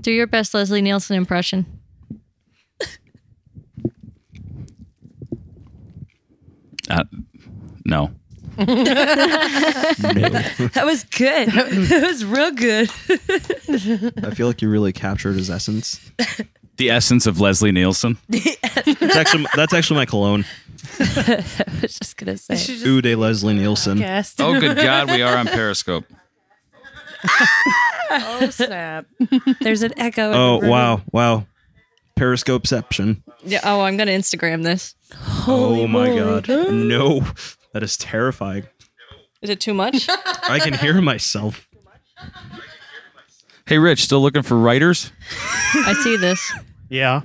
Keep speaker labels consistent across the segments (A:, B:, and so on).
A: Do your best Leslie Nielsen impression.
B: Uh, no.
C: That was good. That was real good.
D: I feel like you really captured his essence.
B: The essence of Leslie Nielsen.
D: It's actually, that's actually my cologne.
C: I was just gonna say.
D: Ooh de Leslie Nielsen.
E: Cast.
B: Oh, good God, we are on Periscope.
E: Oh, snap.
C: There's an echo. in
D: Oh,
C: the room.
D: wow. Wow. Periscopeception.
A: Yeah. Oh, I'm gonna Instagram this.
D: oh, my God. No. That is terrifying.
A: Is it too much?
D: I can hear myself.
B: Hey, Rich, still looking for writers?
A: I see this.
F: Yeah.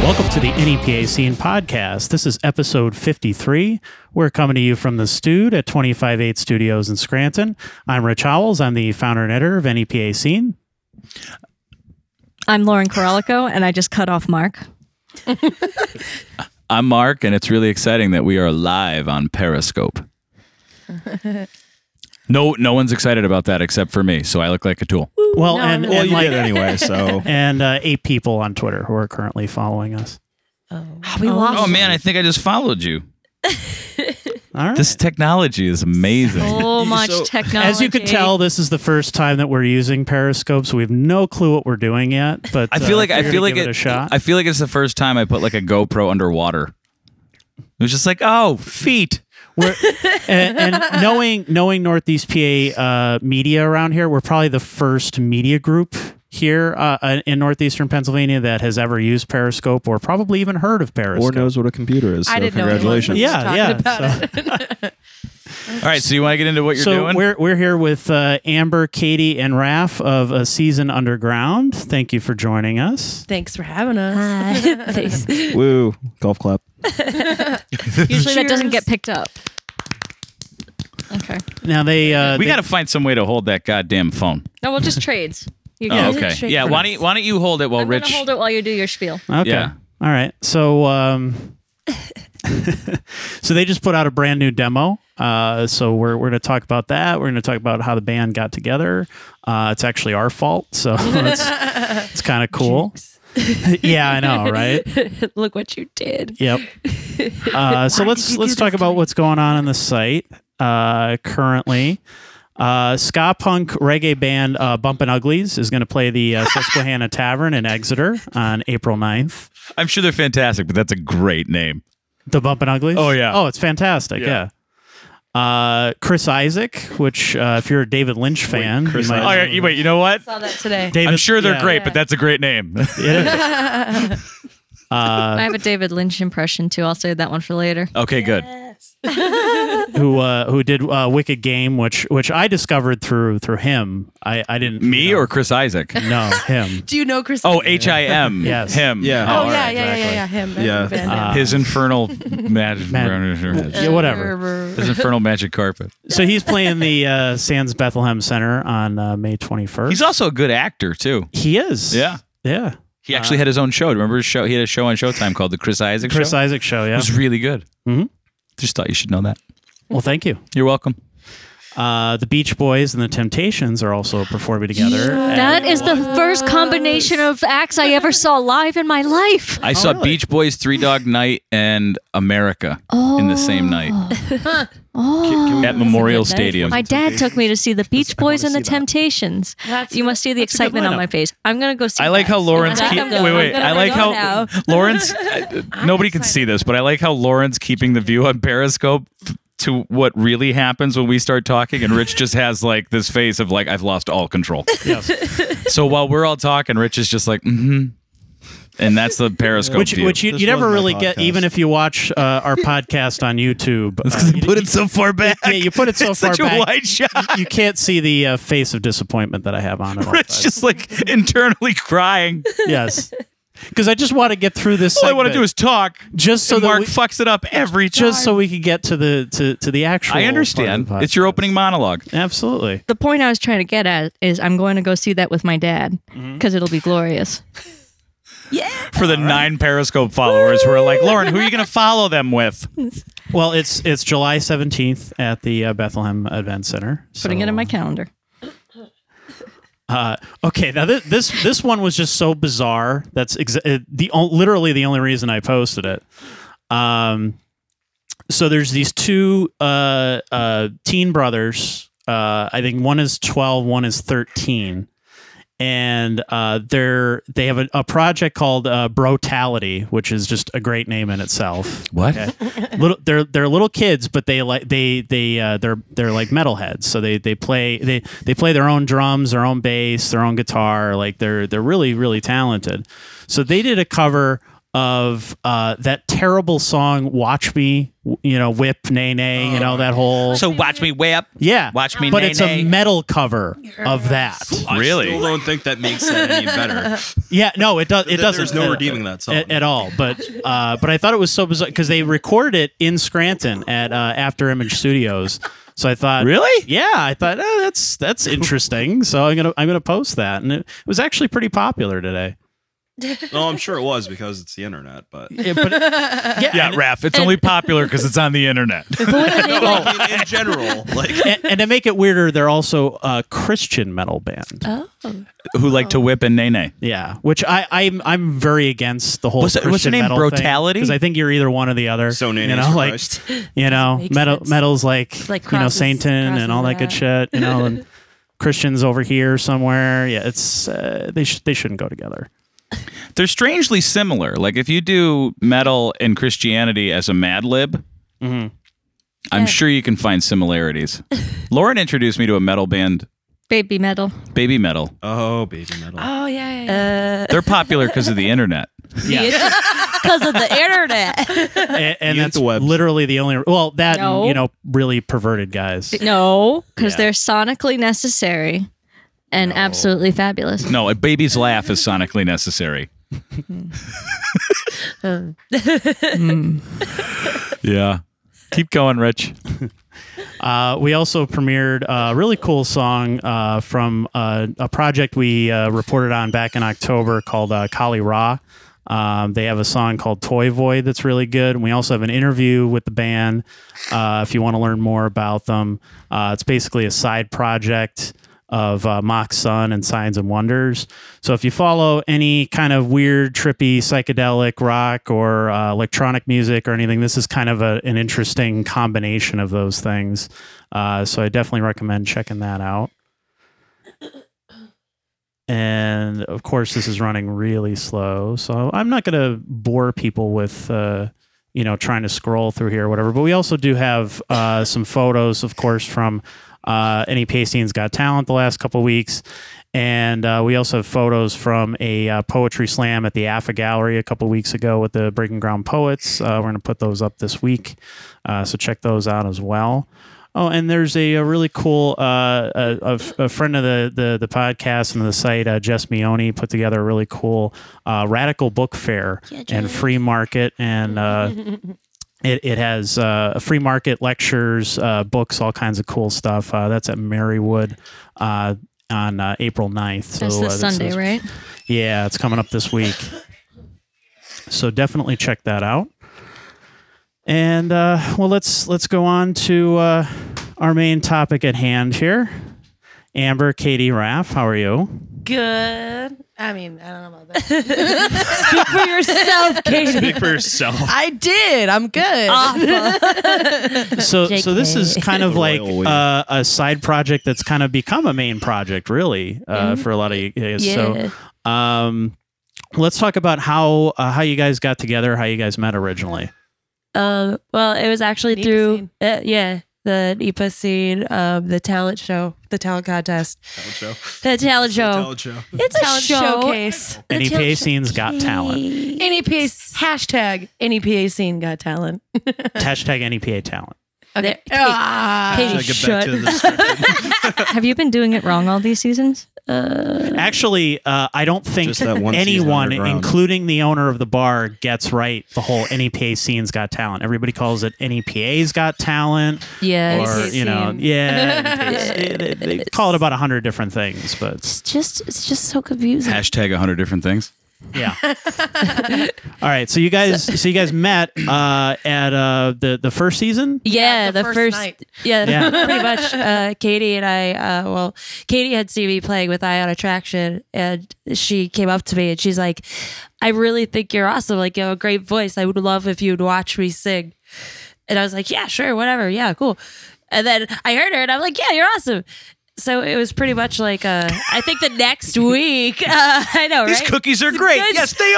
F: Welcome to the E NEPA Scene Podcast. This is episode 53. We're coming to you from the Stewed at 258 Studios in Scranton. I'm Rich Howells. I'm the founder and editor of E NEPA Scene.
A: I'm Lauren Coralico, and I just cut off Mark.
B: I'm Mark, and it's really exciting that we are live on Periscope. No, no one's excited about that except for me, so I look like a tool.
F: Well,
E: No,
F: and,
E: I'm-
F: and
D: Well, you
F: like,
D: did anyway, so.
F: and uh, eight people on Twitter who are currently following us.
C: We lost.
B: Oh man, I think I just followed you.
F: All right.
B: This technology is amazing.
A: So Oh, much
D: So-
A: technology.
F: As you can tell, this is the first time that we're using Periscope, so we have no clue what we're doing yet. But
B: I feel
F: uh,
B: like
F: if
B: I
F: you're
B: feel
F: gonna
B: like
F: give it, a shot.
B: I feel like it's the first time I put like a GoPro underwater. It was just like, oh, feet.
F: We're, and, and knowing knowing Northeast PA uh, media around here, we're probably the first media group here uh, uh, in northeastern Pennsylvania that has ever used Periscope or probably even heard of
D: Or
F: Periscope.
D: knows what a computer is. So
E: I didn't know anyone was
D: congratulations.
F: yeah,
E: talking
F: yeah.
E: about
F: so-
E: it.
B: All right, so you want to get into what you're
F: so
B: doing?
F: we're we're here with uh, Amber, Katie, and Raf of a season underground. Thank you for joining us.
E: Thanks for having us.
C: Hi. Thanks.
D: Woo. Golf clap.
A: usually that doesn't
C: Cheers.
A: get picked up. Okay.
F: Now they uh,
B: we
F: they-
B: got to find some way to hold that goddamn phone.
A: No, we'll just trades. You
B: Oh,
A: guys.
B: okay.
E: straight
B: Yeah,
E: for
B: why
E: us.
B: don't you, why don't you hold it while
A: I'm
B: Rich?
A: gonna hold it while you do your spiel.
F: Okay.
B: Yeah.
F: All right. So um so they just put out a brand new demo. Uh, so we're we're going to talk about that. We're going to talk about how the band got together. Uh, it's actually our fault, so it's, it's kind of cool. yeah, I know, right?
C: Look what you did.
F: Yep. Uh, so let's let's talk about what's going on in the site uh, currently. Uh, ska punk reggae band uh, Bumpin' Uglies is going to play the uh, Susquehanna Tavern in Exeter on April 9th.
B: I'm sure they're fantastic, but that's a great name.
F: The Bumpin' Uglies?
B: Oh, yeah.
F: Oh, it's fantastic. Yeah. Uh, Chris Isaac, which uh, if you're a David Lynch fan,
D: Chris
F: you might-
D: Isaac.
B: Oh, yeah, you- wait, you know what?
E: Saw that today.
F: David,
B: I'm sure they're
F: yeah.
B: great, but that's a great name. Uh,
A: I have a David Lynch impression too. I'll save that one for later.
B: okay, good.
F: Who uh, who did uh, Wicked Game, which which I discovered through through him. I I didn't
B: Me
F: you know,
B: or Chris Isaac?
F: no him.
E: Do you know Chris?
B: Oh, H I M.
F: Yes.
B: Him.
D: Yeah.
E: Oh,
B: all
E: yeah,
B: right.
E: yeah, yeah, yeah, him.
D: Yeah.
E: Van Damme.
B: His infernal magic.
F: yeah, whatever.
B: His infernal magic carpet.
F: So he's playing the uh, Sands Bethlehem Center on uh, May 21st.
B: He's also a good actor too. Uh,
F: he is.
B: Yeah.
F: Yeah.
B: He actually had his own show. Remember his show? He had a show on Showtime called The Chris Isaac Mm-hmm.
F: Chris
B: Show.
F: Isaac show.
B: It
F: Yeah.
B: was really good.
F: Mhm.
B: Just thought you should know that.
F: Well, thank you.
B: You're welcome.
F: Uh, the Beach Boys and the Temptations are also performing together.
A: That is the first combination of acts I ever saw live in my life.
B: I saw Beach Boys, Three Dog Night, and America in the same night
A: Oh.
B: at Memorial Stadium.
A: My dad took me to see the Beach Boys and the
D: wanna see that.
A: Temptations.
E: That's-
A: you must see the excitement on
F: lineup.
A: my face. I'm gonna go see.
B: I like
A: that.
B: how Lauren's
A: I'm
B: keep,
A: gonna
B: wait
A: go.
B: wait.
A: I'm
B: I
A: gonna
B: like
A: go
B: how
A: now.
B: Lawrence. I- nobody can see this, but I like how Lauren's keeping the view on Periscope f- to what really happens when we start talking, and Rich just has like this face of like I've lost all control.
F: Yes.
B: so while we're all talking, Rich is just like, mm-hmm, and that's the Periscope
F: which
B: view.
F: which you,
D: This
F: you never
D: was my
F: really get
D: podcast.
F: even if you watch uh, our podcast on YouTube. Uh, you,
B: put it so far back.
F: yeah, you put it so
B: it's
F: far
B: such
F: back.
B: a wide shot.
F: you can't see the uh, face of disappointment that I have on it. all the
B: Rich
F: time.
B: just like internally crying.
F: yes, because I just want to get through this.
B: All I want to
F: segment
B: do is talk.
F: just so
B: So
F: that
B: Mark
F: we,
B: fucks it up every time.
F: just so we could get to the to, to the actual.
B: I
F: part of
B: understand.
F: the
B: It's your
F: podcast.
B: opening monologue.
F: Absolutely.
A: The point I
B: Mm-hmm.
A: was trying to get at is I'm going to go see that with my dad because it'll be glorious.
B: for the nine Periscope followers who are like, Lauren, who are you going to follow them with?
F: Well, it's it's July 17th at the uh, Bethlehem Advent Center.
E: Putting it in my
F: calendar.
E: calendar.
F: Uh, okay, now this, this this one was just so bizarre. That's exa- it- the on- literally the only reason I posted it. Um, so there's these two uh, uh, teen brothers. Uh, I think one is 12, one is 13, and uh, they're they have a, a project called uh, Brotality, which is just a great name in itself.
B: What?
F: little they're they're little kids but they like they they uh, they're they're like metalheads so they they play they they play their own drums their own bass their own guitar like they're they're really really talented so they did a cover of uh, that terrible song watch me w- you know whip nay nay you know that whole
B: So watch me way up.
F: yeah
B: watch me
F: but
B: nay,
F: it's a
B: nay.
F: metal cover of that
B: Really?
D: I still don't think that makes it any better.
F: yeah no it does it doesn't
D: There's no
F: uh,
D: redeeming that song.
F: at, at all. But uh, but I thought it was so bizarre because they recorded it in Scranton at uh, After Image Studios. So I thought,
B: Really?
F: Yeah, I thought oh, that's that's interesting. So I'm gonna I'm gonna post that, and it, it was actually pretty popular today.
D: no, Oh, I'm sure it was because it's the internet, but
F: Yeah, but yeah,
B: Yeah, Raph, it's only popular because it's on the internet.
D: I mean, in general, like
F: and, and to make it weirder, they're also a Christian metal band.
B: who like to whip and nay nay.
F: Yeah, which I I'm I'm very against the whole.
B: What's it-
F: Christian
B: what's the name?
F: metal
B: Brutality?
F: Because I think you're either one or the other.
D: So
F: you
D: Nanny's
F: know,
D: for
F: like
D: Christ.
F: you know,
C: Makes
F: metal
C: sense.
F: metal's like,
C: like
F: you know
C: crosses-
F: Satan and all that good
C: crosses
F: shit.
C: it
F: You know, and Christians over here somewhere. Yeah, it's uh, they sh- they shouldn't go together.
B: They're strangely similar. Like if you do metal and Christianity as a Mad Lib, I'm sure you can find similarities. Lauren introduced me to a metal band,
A: Baby metal.
B: Baby Metal.
D: oh, baby metal.
E: Ah.
C: Oh yeah.
E: Uh,
C: yeah,
B: They're popular because of the internet.
F: Yeah,
C: Because of the internet.
F: and, and
D: The
F: that's
D: interwebs.
F: literally the only. Well, that and,
A: No.
F: you know, really perverted guys.
A: No, because
F: Yeah.
A: they're sonically necessary and absolutely fabulous.
B: No, a baby's laugh is sonically necessary.
C: Hmm.
B: yeah. Keep going, Rich.
F: Uh, we also premiered a really cool song uh, from uh, a project we uh, reported on back in October called uh, Kali Ra. Um, they have a song called Toy Void that's really good. And we also have an interview with the band uh, if you want to learn more about them. Uh, it's basically a side project of uh, Mock Sun and Signs and Wonders. So if you follow any kind of weird, trippy, psychedelic rock or uh, electronic music or anything, this is kind of a, an interesting combination of those things. Uh, so I definitely recommend checking that out. And of course, this is running really slow, so I'm not going to bore people with. Uh, you know, trying to scroll through here or whatever. But we also do have uh, some photos, of course, from uh, any Pasting's Got Talent the last couple weeks. And uh, we also have photos from a uh, poetry slam at the AFA Gallery a couple weeks ago with the Breaking Ground Poets. Uh, we're going to put those up this week. Uh, so check those out as well. Oh, and there's a, a really cool uh, a, a f- a friend of the, the the podcast and the site, uh, Jess Mione, put together a really cool uh, radical book fair and free market, and uh, it it has uh, free market lectures, uh, books, all kinds of cool stuff. Uh, that's at Marywood. Uh, on uh, April 9th. So
A: That's
F: uh,
A: this Sunday,
F: is-
A: right?
F: yeah, it's coming up this week. So definitely check that out. And uh, well, let's let's go on to uh, our main topic at hand here. Amber, Katie, Raff, how are you?
E: Good. I mean, I don't know about that.
C: For yourself, Katie.
D: Speak for yourself.
E: I did. I'm good.
F: So so this is kind of like
D: Royal we.
F: uh, a side project that's kind of become a main project, really, uh, for a lot of you guys. So um, let's talk about how uh, how you guys got together, how you guys met originally.
C: Um, well, it was actually
A: E
E: NEPA
C: through
E: scene.
C: uh, yeah the NEPA scene, um, the talent show, the talent contest,
D: Talent show.
C: the talent show.
D: Talent show.
C: It's a
A: talent
C: showcase.
F: Any Pacing's got talent.
E: NEPA hashtag NEPA scene got talent.
F: Hashtag NEPA talent.
C: Okay.
E: Ah.
C: Katie,
D: Should I get back
C: shut.
D: to the uh, script?
A: Have you been doing it wrong all these seasons?
F: Actually, uh, I don't think
D: Just that one season
F: anyone,
D: underground.
F: including the owner of the bar, gets right the whole NEPA scene's got talent. Everybody calls it NEPA's got talent,
A: Yes.
F: or
E: NEPA
F: you know,
E: scene.
F: yeah, NEPA they, they call it about a hundred different things. But
C: It's just it's just so confusing.
B: Hashtag 100 different things.
F: Yeah. All right. So you guys, so, you guys met uh, at uh, the the first season.
C: Yeah,
E: the
C: the,
E: first
C: first,
E: night.
C: yeah,
F: Yeah.
C: pretty much. Uh, Katie and I, uh, well, Katie had seen me playing with Eye on Attraction, and she came up to me and she's like, "I really think you're awesome. Like, you have a great voice. I would love if you'd watch me sing." And I was like, "Yeah, sure, whatever. Yeah, cool." And then I heard her, and I'm like, "Yeah, you're awesome." So it was pretty much like, uh, I think the next week, uh, I know,
D: These
C: right?
D: cookies are great.
C: good.
D: Yes, they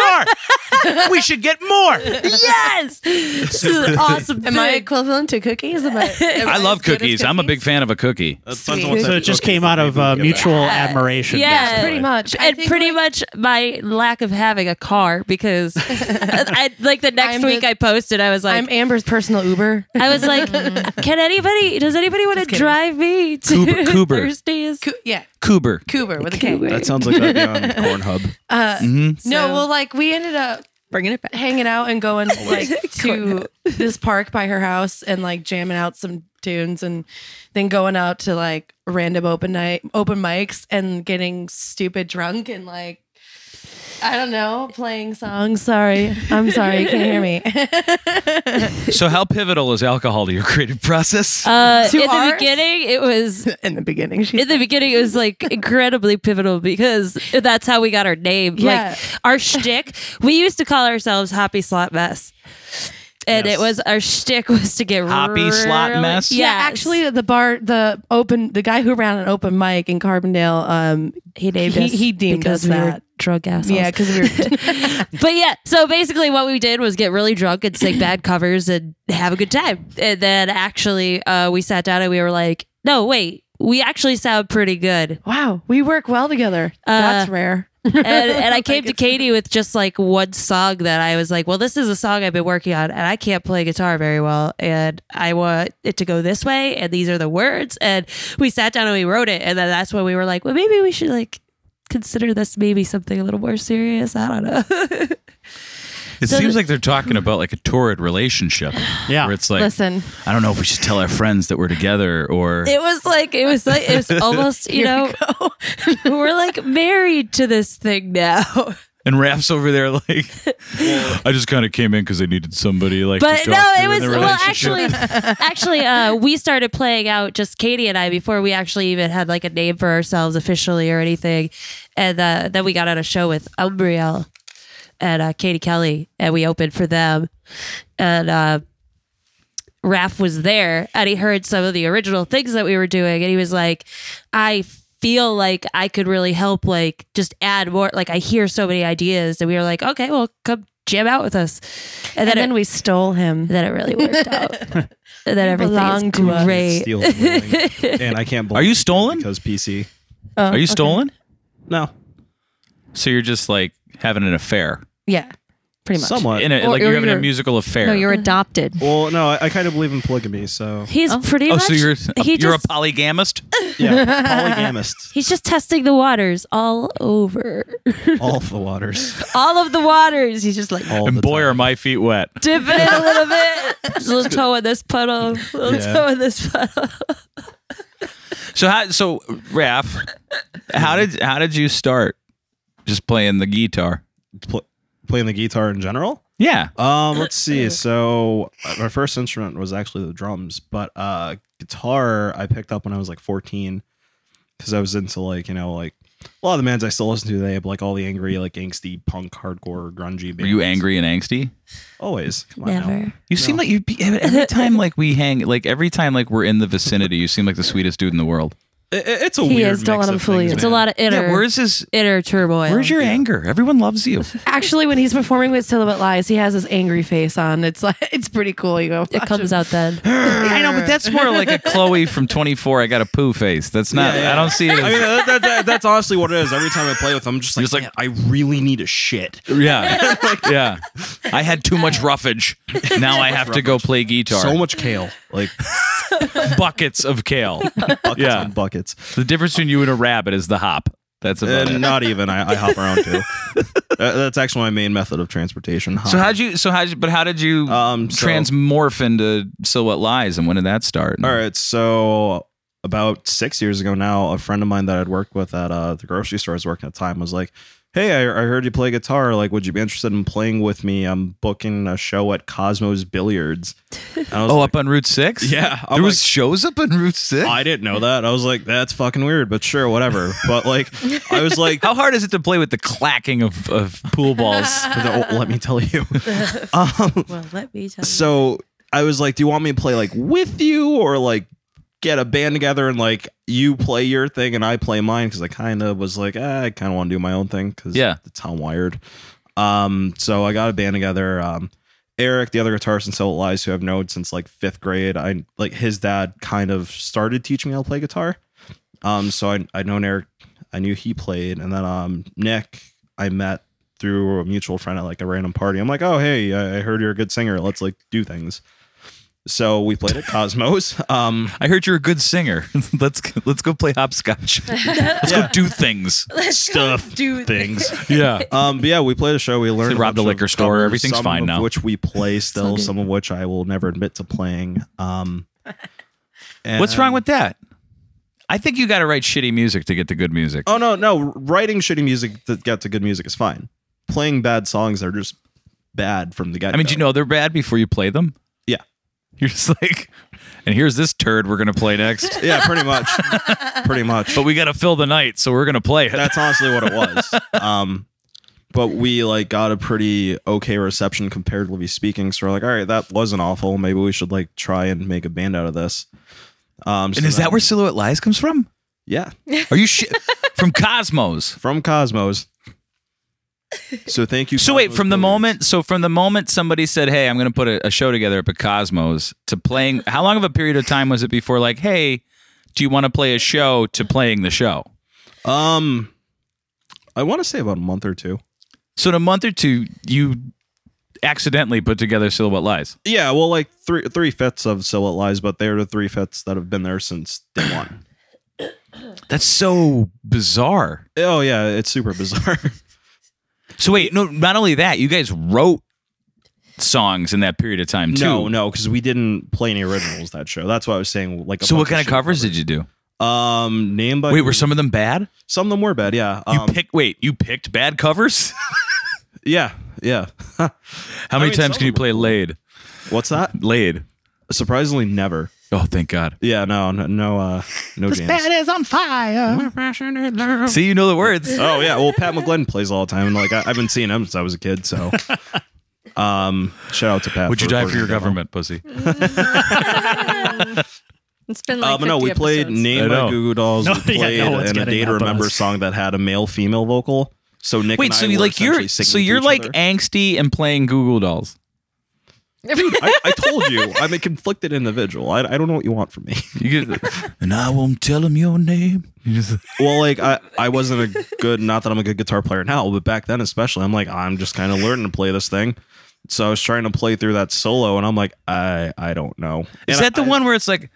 D: are. we should get more.
C: yes, this is an awesome.
E: Am I
C: thing.
E: equivalent to cookies? Am I, am
B: I
E: as
B: love
E: good as
B: cookies. I'm a big fan of a cookie.
E: Sweet.
F: So it just came out of uh, mutual admiration. basically.
C: Yeah.
E: Pretty much. I
C: and
E: think,
C: pretty
E: like,
C: much my lack of having a car because I, like the next
E: I'm
C: week
E: the-
C: I posted I was like
E: I'm Amber's personal Uber.
C: I was like can anybody does anybody want to
E: kidding.
C: drive me to
B: Cooper- Cooper.
C: Thursdays
E: Coo- yeah,
B: Coober.
E: Cooper with a K.
D: That sounds like that'd be on Pornhub.
E: Uh, No,
C: So-
E: well, like we ended up
C: bringing it back
E: hanging out and going like to this park by her house and like jamming out some tunes and then going out to like random open night open mics and getting stupid drunk and like I don't know, playing songs. Sorry. I'm sorry, you can't hear me.
B: So how pivotal is alcohol to your creative process?
C: uh,
E: Two Rs?
C: in the beginning it was
E: In the beginning, she
C: in the beginning it was like incredibly pivotal because that's how we got our name
E: Yeah.
C: like our shtick we used to call ourselves Hoppy Slot Mess and
F: Yes.
C: it was our shtick was to get
B: Hoppy Slot
C: really-
B: Mess?
E: yeah,
C: Yes.
E: actually the bar the open the guy who ran an open mic in Carbondale um
C: He named
E: He-
C: us.
E: he deemed
C: because
E: us
C: we were
E: that.
C: drug assholes.
E: yeah cuz we were
C: but yeah. So basically, what we did was get really drunk and sing bad covers and have a good time. And then actually, uh, we sat down and we were like, "No, wait, we actually sound pretty good."
E: wow, we work well together. That's rare.
C: And, and I came to Katie with just like one song that I was like, "Well, this is a song I've been working on, and I can't play guitar very well, and I want it to go this way, and these are the words." And we sat down and we wrote it, and then that's when we were like, "Well, maybe we should like." Consider this maybe something a little more serious. I don't know.
B: it seems like they're talking about like a torrid relationship.
F: Yeah.
B: Where it's like,
E: Listen.
B: I don't know if we should tell our friends that we're together or.
C: it was like it was like it was almost you know we're like married to this thing now
B: and Raph's over there like, I just kind of came in because I needed somebody like.
C: but
B: to talk
C: no
B: to
C: it
B: in
C: was
B: the
C: well
B: relationship.
C: actually actually uh we started playing out just katie and i before we actually even had like a name for ourselves officially or anything and uh, then we got on a show with umbriel and uh, katie kelly and we opened for them and uh Raph was there and he heard some of the original things that we were doing and he was like, I feel like I could really help like just add more like I hear so many ideas and we were like, Okay, well come jam out with us. And, then, it,
E: we stole him.
C: then it really worked out. and then everything
E: belong
C: is
E: to us.
C: great.
D: Steal the willing. and I can't. blame
B: Are you
D: him
B: stolen?
D: Because PC.
B: Are you stolen?
D: No,
B: So you're just like having an affair.
E: Yeah, pretty much.
D: somewhat.
B: In a,
E: Or-
B: like you're
E: or
B: having a
E: you're-
B: musical affair.
A: No, you're adopted.
D: well, no, I, I kind of believe in polygamy, so
C: He's pretty
B: Oh,
C: much
B: so you're
C: he
B: you're
C: just,
B: a polygamist.
D: yeah, polygamist,
C: he's just testing the waters all over.
D: all of the waters,
C: all of the waters. He's just like
D: all
B: and
D: the
B: boy, are my feet wet.
C: dipping it a little bit. little toe in this puddle. Little
D: Yeah.
C: toe in this puddle.
B: So how so Raph, how did how did you start just playing the guitar?
D: time. Pl- playing the guitar in general.
B: Yeah.
D: Um, let's see. So uh, my first instrument was actually the drums, but uh, guitar I picked up when I was like 14 because I was into like you know like a lot of the bands I still listen to today, but like all the angry like angsty punk hardcore grungy. Bands.
B: Were you angry and angsty?
D: Always. Come on now.
C: Never.
B: You seem like you be every time like we hang like every time like we're in the vicinity, you seem like the sweetest dude in the world.
D: I- I- it's a
E: He
D: weird.
E: is, don't
D: mix
E: let him
D: of
E: fool
D: things,
E: you.
C: It's a
D: man.
C: lot of inner
B: Yeah, where's his
C: inner turmoil.
B: where's your anger? Everyone loves you.
E: Actually, when he's performing with Syllabit Lies, he has this angry face on. It's like it's pretty cool. You go.
C: it comes out then.
B: I know, but that's more like a Chloe from 24 I got a poo face. That's not I don't see it
D: I
B: as,
D: mean, that, that, that, that's honestly what it is. Every time I play with them, I'm just like,
B: Just like-
D: "Man, I really need a shit.
B: Yeah. yeah. I had too much roughage. Now I have to go play guitar.
D: So much kale, like
B: buckets of kale.
D: buckets
B: Yeah.
D: on buckets.
B: The difference between you and a rabbit is the hop. That's about
D: Uh,
B: it.
D: not even. I, I hop around too. Uh, that's actually my main method of transportation.
B: So how'd you? So how'd you? But how did you
D: Um, so-
B: transmorph into Silhouette Lies, and when did that start?
D: All right. So about six years ago now, a friend of mine that I'd worked with at uh, the grocery store I was working at the time was like, hey, I, I heard you play guitar. Like, would you be interested in playing with me? I'm booking a show at Cosmos Billiards. And I was
B: Oh,
D: like,
B: up on Route Six.
D: Yeah, I'm
B: there was
D: like-
B: shows up on Route Six.
D: I didn't know that. I was like, that's fucking weird, but sure, whatever. But like, I was like,
B: How hard is it to play with the clacking of, of pool balls?
D: let me tell you. um,
C: Well, let me tell
D: so I was like, do you want me to play like with you or like get a band together and like you play your thing and I play mine? Cause I kind of was like, ah, I kind of want to do my own thing. Cause
B: Yeah.
D: that's how I'm wired. Um, so I got a band together. Um, Eric, the other guitarist in Soul Lies, who I've known since like fifth grade, I like his dad kind of started teaching me how to play guitar. Um, so I I known Eric, I knew he played, and then um Nick I met through a mutual friend at like a random party. I'm like, oh hey, I I heard you're a good singer. Let's like do things. So we played at Cosmos. Um,
B: I heard you're a good singer. let's let's go play hopscotch. let's
D: Yeah.
B: go do things.
D: stuff
E: Do
D: things.
B: Yeah.
D: Um, but yeah, we played a show. We learned
B: They robbed
D: a bunch
B: a liquor
D: of
B: store,
D: covers,
B: everything's
D: some
B: fine
D: of
B: now.
D: Which we play still, some of which I will never admit to playing. Um,
B: What's wrong
D: and- um,
B: with that? I think you got to write shitty music to get the good music.
D: Oh no, no. Writing shitty music that gets to good music is fine. Playing bad songs that are just bad from the get.
B: I mean, do you know they're bad before you play them?
D: Yeah.
B: You're just like, and here's this turd we're gonna play next.
D: Yeah, pretty much. pretty much.
B: But we gotta fill the night, so we're gonna play it.
D: That's honestly what it was. Um, but we like got a pretty okay reception comparatively speaking. So we're like, all right, that wasn't awful. Maybe we should like try and make a band out of this. Um,
B: and is that where Silhouette Lies comes from?
D: Yeah,
B: Are you shit from Cosmos?
D: from Cosmos. So thank you.
B: So wait,
D: Cosmos
B: from the
D: Billiards.
B: moment, so from the moment somebody said, "Hey, I'm going to put a, a show together up at Cosmos," to playing, how long of a period of time was it before, like, "Hey, do you want to play a show?" to playing the show?
D: um, I want to say about a month or two.
B: So in a month or two, you accidentally put together Silhouette Lies.
D: Yeah, well, like three three fifths of Silhouette Lies, but they're the three fifths that have been there since day one.
B: That's so bizarre.
D: oh yeah, it's super bizarre.
B: So wait, no, not only that, you guys wrote songs in that period of time too.
D: no, no, because we didn't play any originals that show. That's why I was saying like. a
B: So what
D: bunch
B: kind of
D: shit
B: covers did you do?
D: Um, name by
B: Wait, were some of them bad?
D: some of them were bad. Yeah,
B: You
D: um,
B: picked. Wait, you picked bad covers.
D: yeah, yeah.
B: How many
D: mean,
B: times
D: some
B: can you
D: of them
B: play laid?
D: What's that?
B: Laid.
D: Surprisingly, never.
B: Oh, thank God.
D: Yeah, no, no, no, uh, no jams.
F: is on fire.
B: See, you know the words.
D: Oh yeah, well Pat McGlenn plays all the time, and like I, I've been seeing him since I was a kid. So, um, shout out to Pat.
B: Would you die for
D: recording
B: your
D: that demo.
B: government, pussy?
E: It's been
D: Uh,
E: like
D: but no,
E: 50
D: we played
E: episodes.
D: Name
B: I
D: by
B: know.
D: Goo Goo Dolls.
F: No,
D: we
F: yeah, no
D: played
F: one's
D: and a
F: getting
D: Day to
F: that
D: Remember
F: buzz.
D: song that had a male female vocal. So Nick,
B: Wait,
D: and
B: so
D: I
B: you
D: were
B: like you're
D: essentially singing
B: so
D: to
B: you're
D: each
B: like
D: other.
B: angsty and playing Google Dolls.
D: I, I told you, I'm a conflicted individual. I, I don't know what you want from me.
B: You get, and I won't tell him your name. You just-
D: Well, like I, I wasn't a good. Not that I'm a good guitar player now, but back then, especially, I'm like I'm just kind of learning to play this thing. So I was trying to play through that solo, and I'm like, I, I don't know.
B: Is
D: And
B: that the
D: I-
B: one where it's like,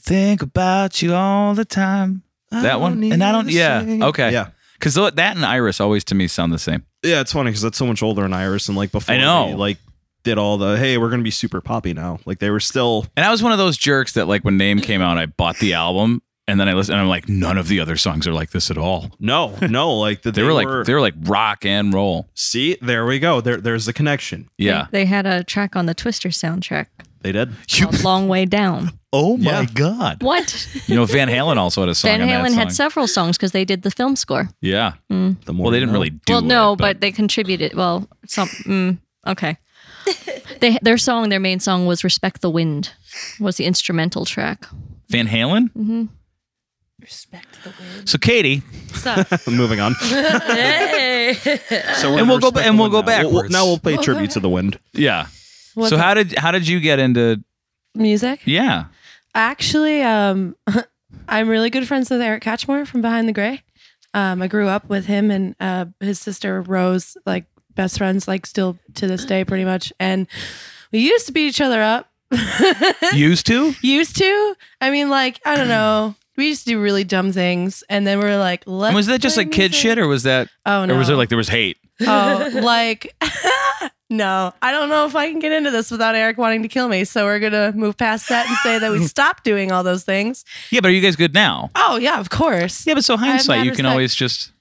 B: think about you all the time? That one? And I don't. Yeah. Okay.
D: Yeah,
B: Because that and Iris always to me sound the same.
D: yeah. It's funny because that's so much older than Iris, and like before,
B: I know.
D: they, like did all the hey, we're gonna be super poppy now. Like they were still.
B: And I was one of those jerks that like when Name came out, I bought the album and then I listened and I'm like, none of the other songs are like this at all.
D: No, no, like that
B: They, were like they were like rock and roll.
D: see, there we go. There, there's the connection.
B: Yeah.
A: They had a track on the Twister soundtrack
D: They did.
A: called Long Way Down.
B: oh
D: my
B: god.
A: What?
B: You know, Van Halen also had a song.
A: Van
B: on that
A: Halen
B: song.
A: had several songs because they did the film score.
B: Yeah.
D: The more
B: Well, they
D: you
B: didn't
D: know.
B: really
E: Mm-hmm.
B: do.
A: well, no,
B: it,
A: but they contributed. Well, some. Mm, okay. they, their song, their main song was "Respect the Wind," was the instrumental track.
B: Van Halen.
E: Mm-hmm. Respect the wind.
B: So Katie,
D: Moving on. so we're
B: And
D: gonna
B: we'll go
D: respect
B: ba-
D: the
B: and we'll go
D: wind now. We'll-
B: backwards.
D: Now we'll play tribute to the wind.
B: yeah.
E: What's
B: so how did how did you get into?
E: music?
B: Yeah.
E: Actually, um, I'm really good friends with Eric Catchmore from Behind the Gray. Um, I grew up with him and uh, his sister Rose, like best friends, like still to this day, pretty much. And we used to beat each other up.
B: Used to.
E: used to? I mean, like I don't know. We used to do really dumb things, and then we were like, "Let's."
B: And was that just
E: play
B: like kid
E: music."
B: shit, or was that,
E: Oh no!
B: or was there like there was hate?
E: oh, like, no, I don't know if I can get into this without Eric wanting to kill me. So we're going to move past that and say that we stopped doing all those things.
B: Yeah, but are you guys good now?
E: Oh, yeah, of course.
B: Yeah, but so
E: have
B: hindsight,
E: mad
B: you can
E: respect.
B: always just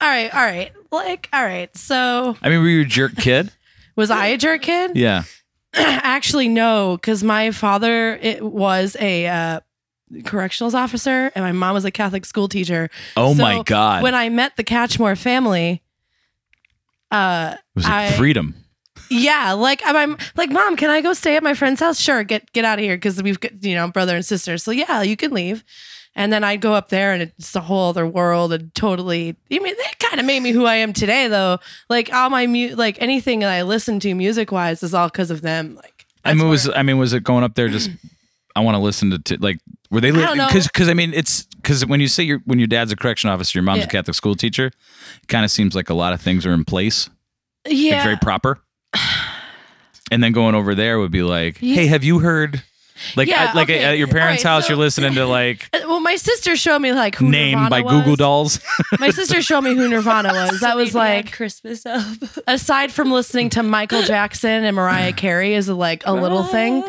E: All right, all right. like, all right, so
B: I mean, were you a jerk kid?
E: was I a jerk kid?
B: Yeah.
E: Actually, no, because my father it was a uh, correctionals officer, and my mom was a Catholic school teacher.
B: Oh
E: So,
B: my God.
E: When I met the Catchmore family, uh,
B: it was like
E: I-
B: freedom.
E: yeah, like I'm, I'm like, mom, can I go stay at my friend's house? Sure, get get out of here because we've got you know brother and sister. So yeah, you can leave. And then I'd go up there, and it's a whole other world, and totally. I mean, that kind of made me who I am today, though. Like all my mu- like anything that I listen to music wise is all because of them. Like
B: I mean, was I mean, was it going up there just? I want to listen to t- like were they
E: don't know.
B: because because I mean it's because when you say your when your dad's a correction officer, your mom's
E: Yeah.
B: a Catholic school teacher, it kind of seems like a lot of things are in place, like,
E: yeah,
B: very proper. And then going over there would be like, hey, have you heard? Like
E: Yeah,
B: at, like
E: okay.
B: at your parents'
E: All right,
B: house,
E: so-
B: you're listening to like
E: Uh, Well, my sister showed me like who
B: Name
E: Nirvana
B: by
E: was.
B: Google Dolls.
E: My sister showed me who Nirvana was. That was like
C: Christmas up.
E: aside from listening to Michael Jackson and Mariah Carey is like a little thing.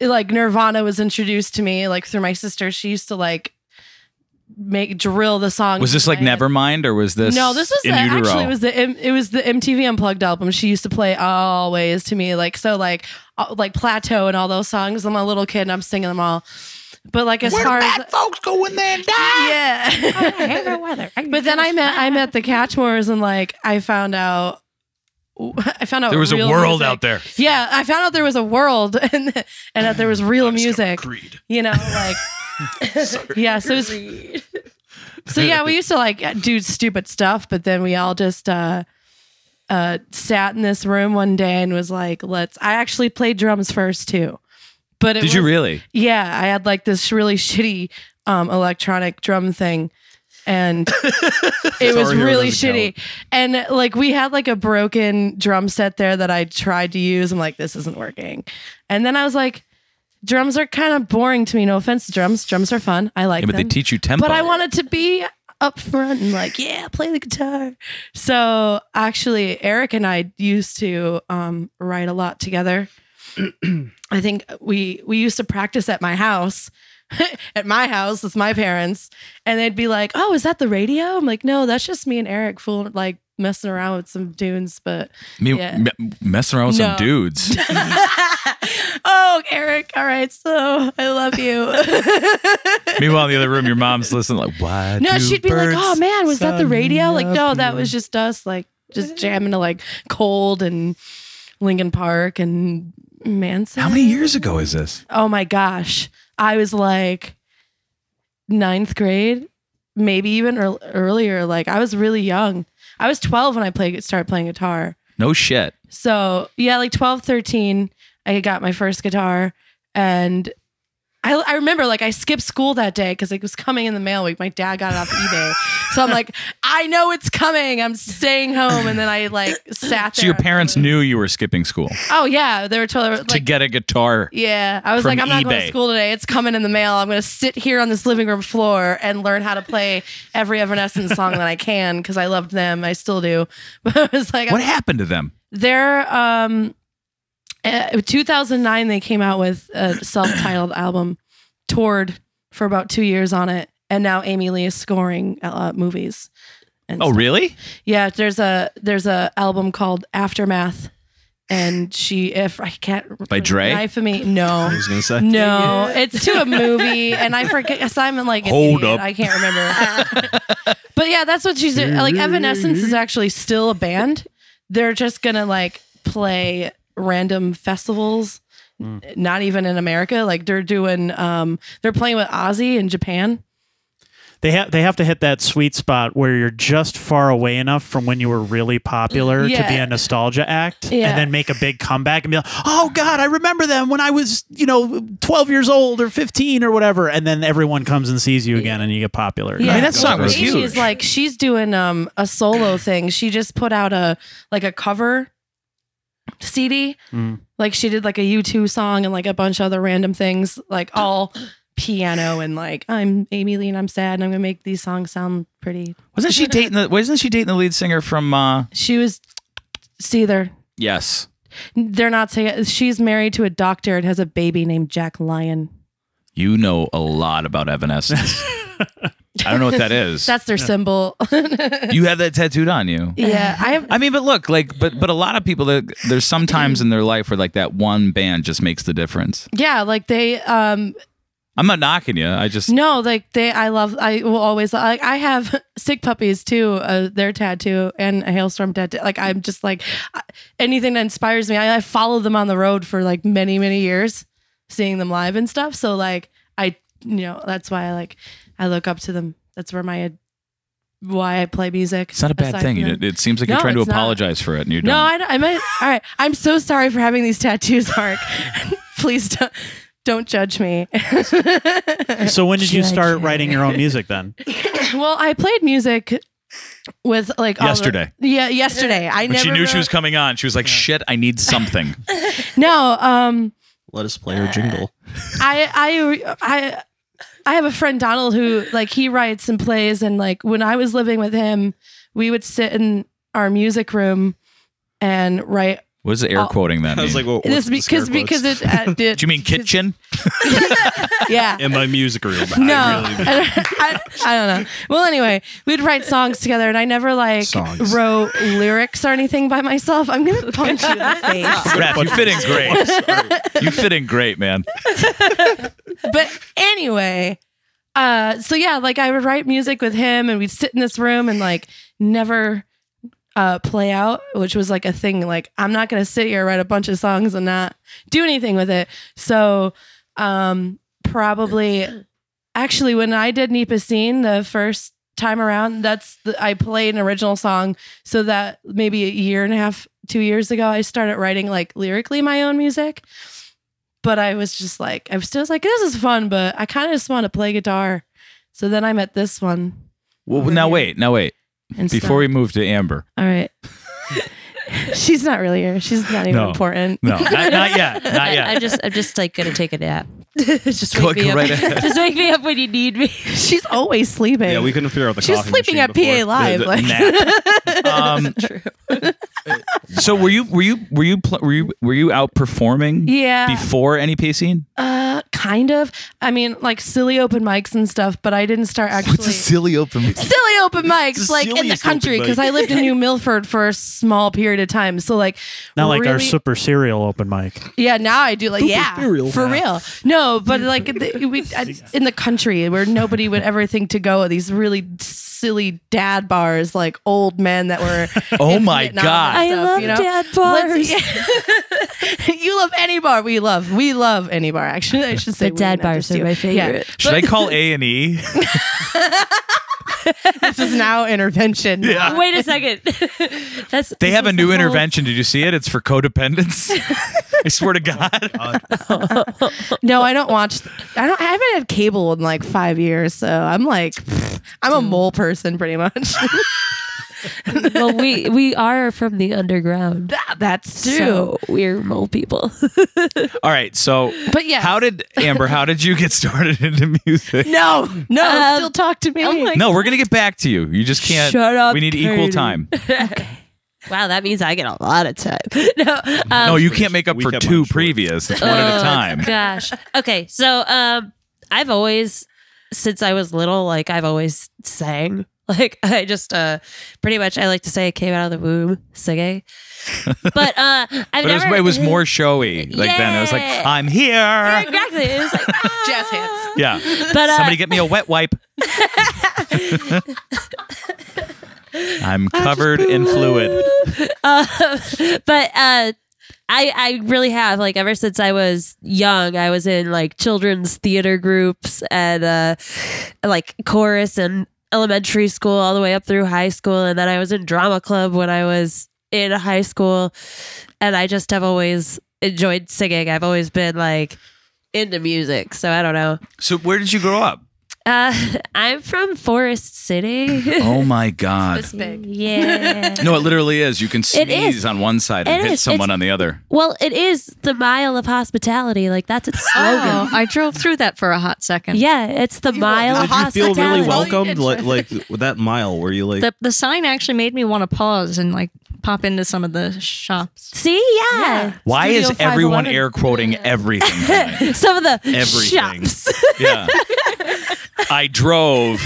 E: Like Nirvana was introduced to me like through my sister. She used to like make drill the song.
B: Was this like
E: never?
B: Nevermind or was this
E: no, this was
B: in
E: the,
B: utero?
E: actually it was the M- it was the MTV Unplugged album. She used to play always to me like so like uh, like Plateau and all those songs. I'm a little kid and I'm singing them all. But like as far as folks go in there and die. Yeah. but then I met I met the Catchmores and like I found out I found out
B: there was a
E: real
B: world
E: music.
B: out there.
E: Yeah, I found out there was a world and and that there was real music.
D: Creed.
E: You know, like yeah, so it was, so yeah, we used to like do stupid stuff, but then we all just uh uh sat in this room one day and was like, let's I actually played drums first too. But it
B: Did you
E: was-
B: really?
E: yeah, I had like this really shitty um, electronic drum thing. And it was
D: already known
E: really
D: as a
E: shitty. And like we had like a broken drum set there that I tried to use. I'm like, this isn't working. And then I was like, drums are kind of boring to me. No offense to drums. Drums are fun. I like
B: Yeah, but they
E: them.
B: teach you tempo.
E: but I wanted to be up front and like, yeah, play the guitar. So actually, Eric and I used to um, write a lot together. I think we we used to practice at my house. at my house with my parents and they'd be like oh is that the radio i'm like no that's just me and eric fooling like messing around with some dunes but
B: Me,
E: yeah.
B: me- messing around with some
E: No.
B: dudes.
E: oh eric all right so i love you
B: Meanwhile, in the other room, your mom's listening like, "Why?"
E: No,
B: do
E: she'd be like,
B: birds
E: "Oh man, was that the
B: suddenly
E: radio?" Like, no, that
B: appear?"
E: was just us, like just jamming to like Cold and Lincoln Park and Manson.
B: How many years ago is this?
E: Oh my gosh, I was like ninth grade, maybe even ear- earlier. Like, I was really young. I was twelve when I played started playing guitar.
B: No shit.
E: So yeah, like 12, 13, I got my first guitar and I, I remember like I skipped school that day because it was coming in the mail week. My dad got it off eBay. so I'm like, I know it's coming. I'm staying home. And then I like sat there.
B: So your parents
E: knew.
B: knew you were skipping school
E: Oh yeah. They were totally like,
B: to get a guitar.
E: yeah. I was
B: from
E: like, I'm not going
B: eBay.
E: to school today. It's coming in the mail. I'm going to sit here on this living room floor and learn how to play every Evanescence song that I can because I loved them. I still do. But I was like, I'm
B: What happened to them?
E: their um uh, 2009 they came out with a self-titled album toured for about two years on it and now amy lee is scoring uh, movies and
B: Oh,
E: stuff.
B: really?
E: yeah there's a there's a album called aftermath and she if i can't
B: By Dre?
E: Knife of me no
D: I was gonna say.
E: no it's to a movie and i forget simon like an
B: Hold up.
E: idiot. i can't remember but yeah that's what she's doing like evanescence is actually still a band they're just gonna like play random festivals
B: Hmm.
E: not even in america like they're doing um they're playing with ozzy in japan
F: They have they have to hit that sweet spot where you're just far away enough from when you were really popular to be
E: Yeah.
F: a nostalgia act,
E: Yeah.
F: and then make a big comeback and be like, "Oh God, I remember them when I was you know 12 years old or 15 or whatever," and then everyone comes and sees you again and you get popular.
E: Yeah. I mean,
B: that song was
E: Amy's
B: huge.
E: like she's doing um a solo thing she just put out a like a cover cd
F: Mm.
E: like she did like a u2 song and like a bunch of other random things like all piano and like i'm amy lee and i'm sad and i'm gonna make these songs sound pretty
B: Wasn't she dating the? Wasn't she dating the lead singer from? uh
E: she was see there
B: Yes.
E: they're not saying she's married to a doctor and has a baby named jack lyon
B: You know a lot about Evanescence. I don't know what that is.
E: That's their symbol.
B: you have that tattooed on you.
E: yeah, I have.
B: I mean, but look, like, but but a lot of people that there's sometimes in their life where like that one band just makes the difference.
E: Yeah, like they um
B: I'm not knocking you. I just
E: No, like they, I love, I will always, like, I have sick puppies too, uh, their tattoo and a hailstorm tattoo. Like, I'm just like, I- anything that inspires me, I, I follow them on the road for like many, many years, seeing them live and stuff. So, like, I, you know, that's why I like, I look up to them. That's where my, why I play music.
B: it's not a bad
E: aside
B: thing.
E: from
B: It,
E: them.
B: it seems like you're
E: No,
B: trying to
E: it's not.
B: apologize for it, and you don't.
E: No, I, don't- I meant, all right. I'm so sorry for having these tattoos, Mark. Please don't, don't judge me.
F: So when did you start writing your own music then?
E: Well, I played music with like all the-
B: Yesterday.
E: yeah, yesterday. I
B: when
E: never.
B: she knew she
E: wrote-
B: was coming on, she was like, "Shit, I need something."
E: No, um,
D: Let us play her jingle.
E: I, I, I, I have a friend Donald who like he writes and plays, and like when I was living with him, we would sit in our music room and write.
B: What is the air
E: Oh.
B: quoting that?
D: I was
B: mean?
D: like, well,
E: this because because it. Uh, did,
B: Do you mean kitchen?
E: Yeah.
D: in my music room?
E: No,
D: I really
E: I, I don't know. Well, anyway, we'd write songs together, and I never like
D: Songs.
E: wrote lyrics or anything by myself. I'm gonna punch you in the face.
B: Raph, you fit in great. you fit in great, man.
E: but anyway, uh, so yeah, like I would write music with him, and we'd sit in this room and like never uh, play out, which was like a thing. Like I'm not gonna sit here write a bunch of songs and not do anything with it. So um, probably, actually, when I did Nipa Scene the first time around, that's the, I played an original song. So that maybe a year and a half, two years ago, I started writing like lyrically my own music but I was just like, I was still like, this is fun, but I kind of just want to play guitar. So then I met this one.
B: Well,
E: Over
B: now
E: here.
B: wait, now wait.
E: And
B: Before we move to Amber,
E: all right, she's not really here. She's not even
B: No.
E: important.
B: no, not, not yet, not
C: I,
B: yet.
C: am just, I'm just like gonna take a nap.
E: just
B: Go-
C: Wake me
B: Uh, go
C: up-
B: right ahead.
C: just wake me up when you need me.
E: she's always sleeping.
D: yeah, we couldn't figure out the.
E: She was
D: coffee
E: sleeping
D: machine before.
E: at PA Live,
D: The- the-
E: like-
B: Nap. Um, so were you were you were you pl- were you were you out performing
E: Yeah.
B: before NEP scene?
E: uh, kind of. I mean, like silly open mics and stuff, but I didn't start actually.
B: silly open?
E: silly open mics,
D: the
E: like in the
D: silliest open
E: country,
D: mic.
E: because I lived in New Milford for a small period of time. So like,
F: Not like our
E: really-
F: super serial open mic.
E: Yeah, now I do like yeah,
D: ethereal.
E: for real. No, but like the, we I, in the country where nobody would ever think to go these really silly dad bars, like old men that were.
B: Oh
E: in
B: my
E: Vietnam
B: God.
E: and stuff, you know? Let's-
C: Let's-
E: you love any bar. We love. We love any bar. Actually, I should say.
C: But
E: we,
C: dad
E: not
C: bars
E: just
C: are
E: you.
C: my favorite.
E: Yeah.
B: Should I call A and E?
E: This is now intervention.
B: Yeah.
C: Wait a second. That's
B: They
C: this
B: have a
C: was
B: new
C: the whole-
B: intervention. Did you see it? It's for codependence. I swear to God.
D: Uh,
E: No, I don't watch. I don't. I haven't had cable in like five years, so I'm like, I'm a mole person pretty much.
C: Well, we we are from the underground.
E: That- That's true.
C: So we're mole people.
B: All right. So,
E: But yes.
B: how did Amber? How did you get started into music?
E: No, no,
C: Um,
E: still talk to me.
C: I'm like-
B: No, we're gonna get back to you. You just can't.
C: Shut up,
B: We need equal
C: Katie.
B: time.
C: Wow, that means I get a lot of time. no, um,
B: No, you can't make up
D: We
B: for
D: kept
B: two
D: mine short.
B: previous. It's one at a
C: Oh,
B: time.
C: Gosh. Okay. So um I've always since I was little, like I've always sang. Like I just uh pretty much I like to say I came out of the womb singing. But uh I've
B: But it was,
C: never
B: it was more showy. Like then, it was like,
C: Yeah.
B: I'm here.
C: Yeah,
B: Yeah.
C: exactly. It was like ah.
E: Jazz hands.
C: But uh,
B: Somebody get me a wet wipe. I'm covered in fluid.
C: uh, but uh I, I really have like ever since I was young I was in like children's theater groups and uh like chorus and elementary school all the way up through high school and then I was in drama club when I was in high school and I just have always enjoyed singing I've always been like into music so I don't know
B: So where did you grow up?
C: uh I'm from Forest City
B: Oh my God.
E: This big.
C: yeah
B: No, it literally is. You can sneeze
C: is.
B: on one side
C: It
B: and hit
C: is.
B: someone
C: It's-
B: on the other.
C: well it is the mile of hospitality like that's its slogan
A: Oh, I drove through that for a hot second.
C: Yeah, it's the mile
D: Did
C: of
D: you feel
C: hospitality.
D: really
E: Well, you
D: welcomed?
E: did.
D: Like, like with that mile, were you like?
A: The, the sign actually made me want to pause and like pop into some of the shops.
C: See, yeah.
B: Why is
E: Studio
B: everyone
E: 511.
B: air quoting everything? tonight?
C: Some of the
D: Everything.
C: shops.
B: yeah. I drove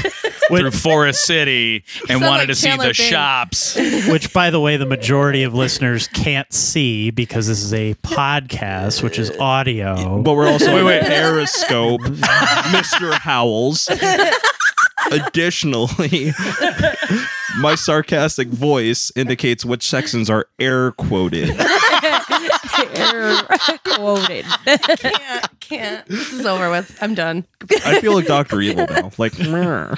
B: through Forest City and
E: Sound
B: wanted
E: like
B: to see
E: Chandler
B: the
E: Bing.
B: shops.
F: which by the way the majority of listeners can't see because this is a podcast which is audio
D: But we're also wait, Periscope, Mr. Howells. Additionally, my sarcastic voice indicates which sections are air quoted.
C: quoted.
E: can't, can't. This is over with. I'm done.
D: I feel like Doctor Evil now. Like "Meh."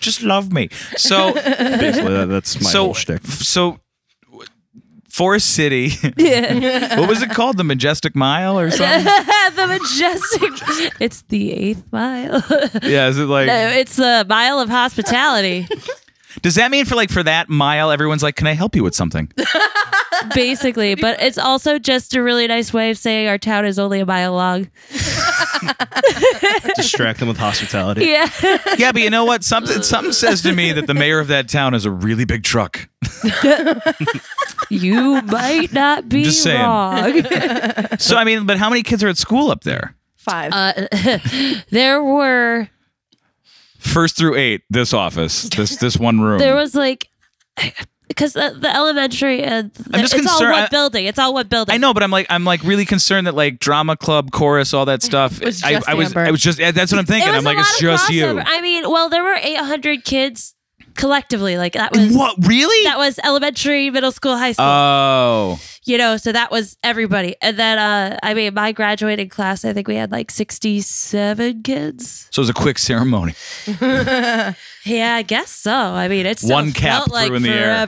B: Just love me. So
D: basically, that, that's my
B: so
D: whole shtick.
B: f- so Forest City. what was it called? The Majestic Mile or something?
C: the majestic. It's the eighth mile. no,
B: Yeah, is it like
C: it's the mile of hospitality.
B: Does that mean for like for that mile everyone's like, "Can I help you with something?"
C: basically. But it's also just a really nice way of saying our town is only a mile long.
D: Distract them with hospitality.
C: Yeah.
B: yeah, but you know what? Something something says to me that the mayor of that town has a really big truck.
C: you might not be
B: Just saying.
C: wrong.
B: So I mean, but how many kids are at school up there?
E: Five.
C: Uh, there were
B: First through 8, this office, this this one room.
C: there was like because the, the elementary and
B: I'm just
C: it's
B: concerned-
C: all
B: I-
C: one building. It's all one building.
B: I know, but I'm like I'm like really concerned that like drama club, chorus, all that stuff.
E: was
B: I,
E: just
B: I was
E: Amber.
B: I was just yeah, that's what I'm thinking.
C: It was
B: I'm like
C: a lot
B: it's
C: of
B: just you.
C: crossover. I mean, well, there were 800 kids collectively. Like that was
B: What really?
C: that was elementary, middle school, high school.
B: oh,
C: you know, so that was everybody. And then, uh, I mean, my graduating class, I think we had like 67 kids.
B: so it was a quick ceremony.
C: Yeah, I guess so. I mean, it's
B: One cap
C: felt like
B: threw in the air.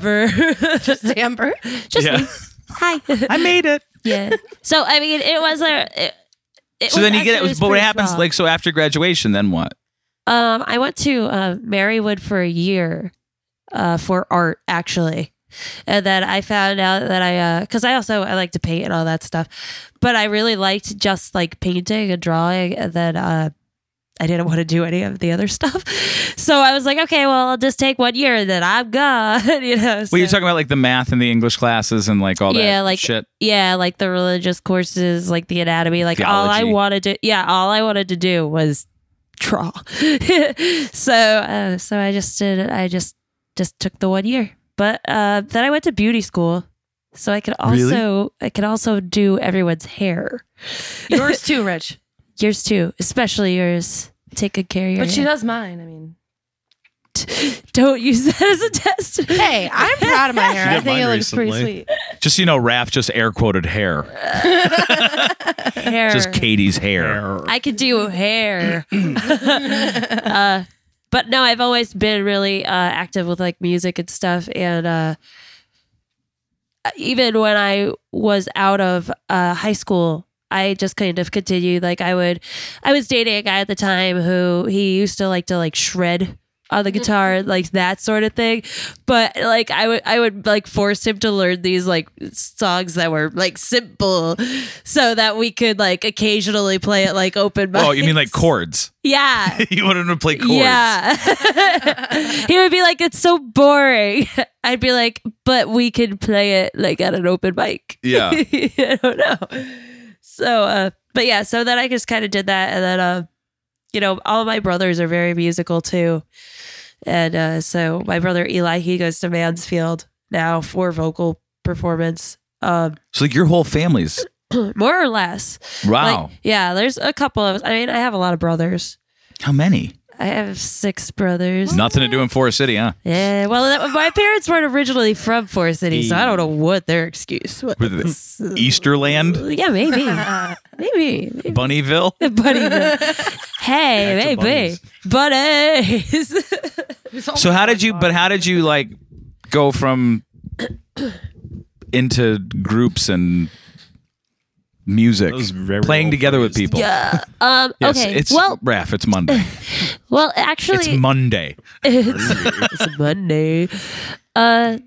C: forever.
E: Amber.
C: Just
B: Yeah.
C: me. Hi. I made it. Yeah. So I mean, it was a. It, Oh, it
B: So
C: was
B: then you get
C: actually-
B: it. was- But what
C: pretty
B: happens
C: small.
B: like so after graduation? Then what?
C: Um, I went to uh, Marywood for a year uh, for art, actually. And then I found out that I, because I also I like to paint and all that stuff, but I really liked just like painting and drawing. And then uh, I didn't want to do any of the other stuff, so I was like, okay, well, I'll just take one year and then I'm gone. you know, so,
B: Well, you're talking about like the math and the English classes and like all that
C: Yeah, like-
B: shit.
C: yeah, like the religious courses, like the anatomy, like all I
B: Theology.
C: wanted to, yeah, all I wanted to do was draw. so, uh, so I just did, I just, just took the one year. But uh, then I went to beauty school, so I could
B: Really?
C: also, I could also do everyone's hair.
E: Yours too, Rich.
C: Yours too, especially yours. Take good care of your.
E: But she
C: hair.
E: does mine. I mean,
C: don't use that as a test.
E: hey, I'm proud of my hair.
D: She
E: I
D: did
E: think it
D: mine
E: looks pretty
D: recently.
E: sweet.
B: Just so you know, Raph just air quoted hair.
C: hair.
B: Just Katie's hair.
C: I could do hair. uh, but no, I've always been really uh, active with like music and stuff. And uh, even when I was out of uh, high school, I just kind of continued. Like I would, I was dating a guy at the time who he used to like to like shred on the guitar, like that sort of thing. But like I would, I would like force him to learn these like songs that were like simple, so that we could like occasionally play it like open.
B: Oh, you mean like
C: mics.
B: chords?
C: Yeah.
B: you wanted to play chords?
C: Yeah. he would be like, it's so boring. I'd be like, but we can play it like at an open mic.
B: Yeah.
C: I don't know. So, uh, but yeah, so then I just kind of did that. And then, uh, you know, all my brothers are very musical too. And uh, so my brother Eli, he goes to Mansfield now for vocal performance, um,
B: So like your whole family's
C: more or less.
B: wow.
C: Like, yeah, there's a couple of us. I mean, I have a lot of brothers.
B: How many?
C: I have six brothers.
B: Nothing to do in Forest City, huh?
C: Yeah, well, that, my parents weren't originally from Forest City, so I don't know what their excuse was.
B: Were they- Easterland,
C: Yeah, maybe, maybe, maybe.
B: Bunnyville.
C: Buddy, hey, maybe, buddies.
B: So how did you? But how did you like go from into groups and music,
D: That was very
B: playing
D: well
B: together with people?
C: yeah. Um.
B: Yes,
C: okay.
B: It's
C: well,
B: Raph. It's Monday.
C: well, actually,
B: It's Monday.
C: it's, it's Monday. Uh,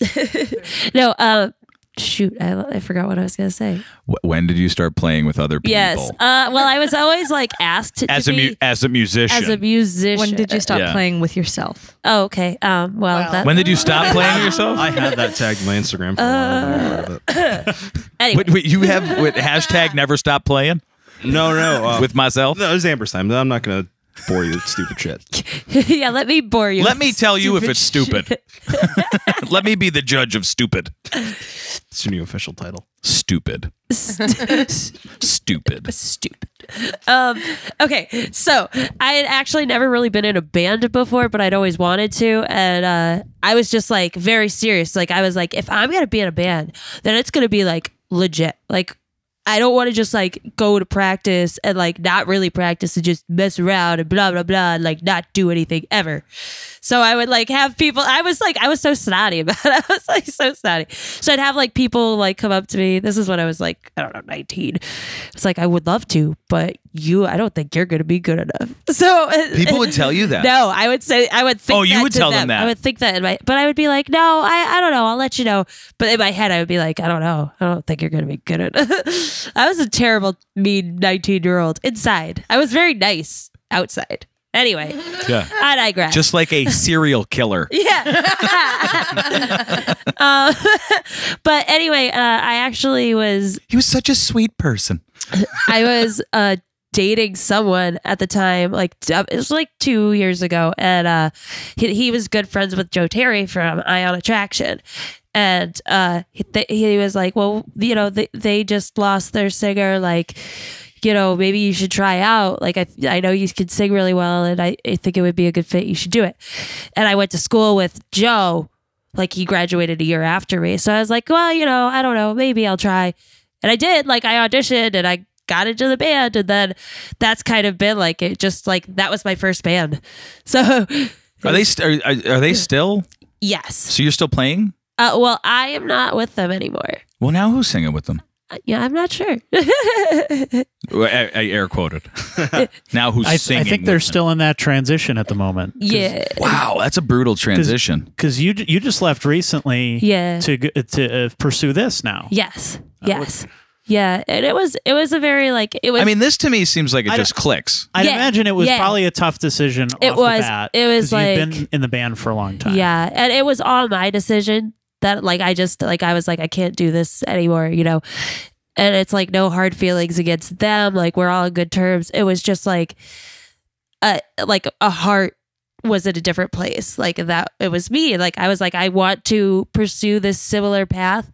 C: no. Uh, shoot, I I forgot what I was gonna say.
B: Wh- When did you start playing with other people?
C: Yes. Uh. Well, I was always like asked to
B: as a mu-
C: be
B: as a musician.
C: as a musician.
A: When did you stop
B: Yeah.
A: playing with yourself?
C: Oh, okay. Um. Well,
E: Wow.
C: that,
B: when did you stop playing yourself?
D: I had that tagged in my Instagram for a while. I'm aware of
C: Uh.
D: it.
C: anyway.
B: Wait, wait, you have wait, hashtag never stop playing
D: No, no. Uh,
B: with myself.
D: no, it was Amber's time. I'm not going to bore you with stupid shit.
C: yeah, let me bore you.
B: Let me tell you if it's stupid. Let me be the judge of stupid.
D: It's your new official title.
B: Stupid. Stupid.
C: stupid. Um, okay, so I had actually never really been in a band before, but I'd always wanted to, and uh, I was just like very serious. Like I was like, if I'm gonna be in a band, then it's gonna be like legit. Like I don't want to just like go to practice and like not really practice and just mess around and blah blah blah and like not do anything ever. So I would like have people. I was like I was so snotty about it. I was like so snotty. So I'd have like people like come up to me. This is when I was like I don't know nineteen. It's like I would love to, but you I don't think you're gonna be good enough. So uh,
B: People would tell you that.
C: no, I would say I would think.
B: Oh, you
C: that
B: would
C: to
B: tell them that.
C: I would think that in my, but I would be like, no, I, I don't know. I'll let you know. But in my head, I would be like, I don't know. I don't think you're gonna be good at. I was a terrible, mean nineteen year old inside. I was very nice outside. Anyway,
B: Yeah.
C: I digress.
B: Just like a serial killer.
C: yeah. um, but anyway, uh, I actually was
B: He was such a sweet person.
C: I was uh dating someone at the time like t- it was like two years ago and uh he, he was good friends with joe terry from ion attraction and uh he, th- he was like well you know they, they just lost their singer like you know maybe you should try out like i, I know you can sing really well and I, I think it would be a good fit you should do it and i went to school with joe like he graduated a year after me so i was like well you know i don't know maybe i'll try and I did like I auditioned and I got into the band and then that's kind of been like it just like that was my first band. So
B: Are they st- are, are they still?
C: yes.
B: So you're still playing?
C: Uh, well, I am not with them anymore.
B: Well, now who's singing with them?
C: Uh, Yeah, I'm not sure.
B: Well, I, I air quoted. now who's
F: I,
B: singing?
F: I think
B: with
F: they're
B: them?
F: still in that transition at the moment.
C: yeah.
B: Wow, that's a brutal transition.
F: Because you you just left recently
C: Yeah.
F: to g- to uh, pursue this now.
C: Yes. Yes. Yeah, and it was it was a very like it was
B: I mean, this to me seems like it just clicks.
F: I'd
C: Yeah,
F: imagine it was
C: yeah.
F: probably a tough decision.
C: It
F: off
C: was-
F: The bat,
C: it was
F: 'cause you've been
C: like-
F: in the band for a long time.
C: Yeah, and it was all my decision that like I just like I was like I can't do this anymore, you know. And it's like no hard feelings against them. Like we're all on good terms. It was just like a like a heart was in a different place. Like that it was me. Like I was like I want to pursue this similar path,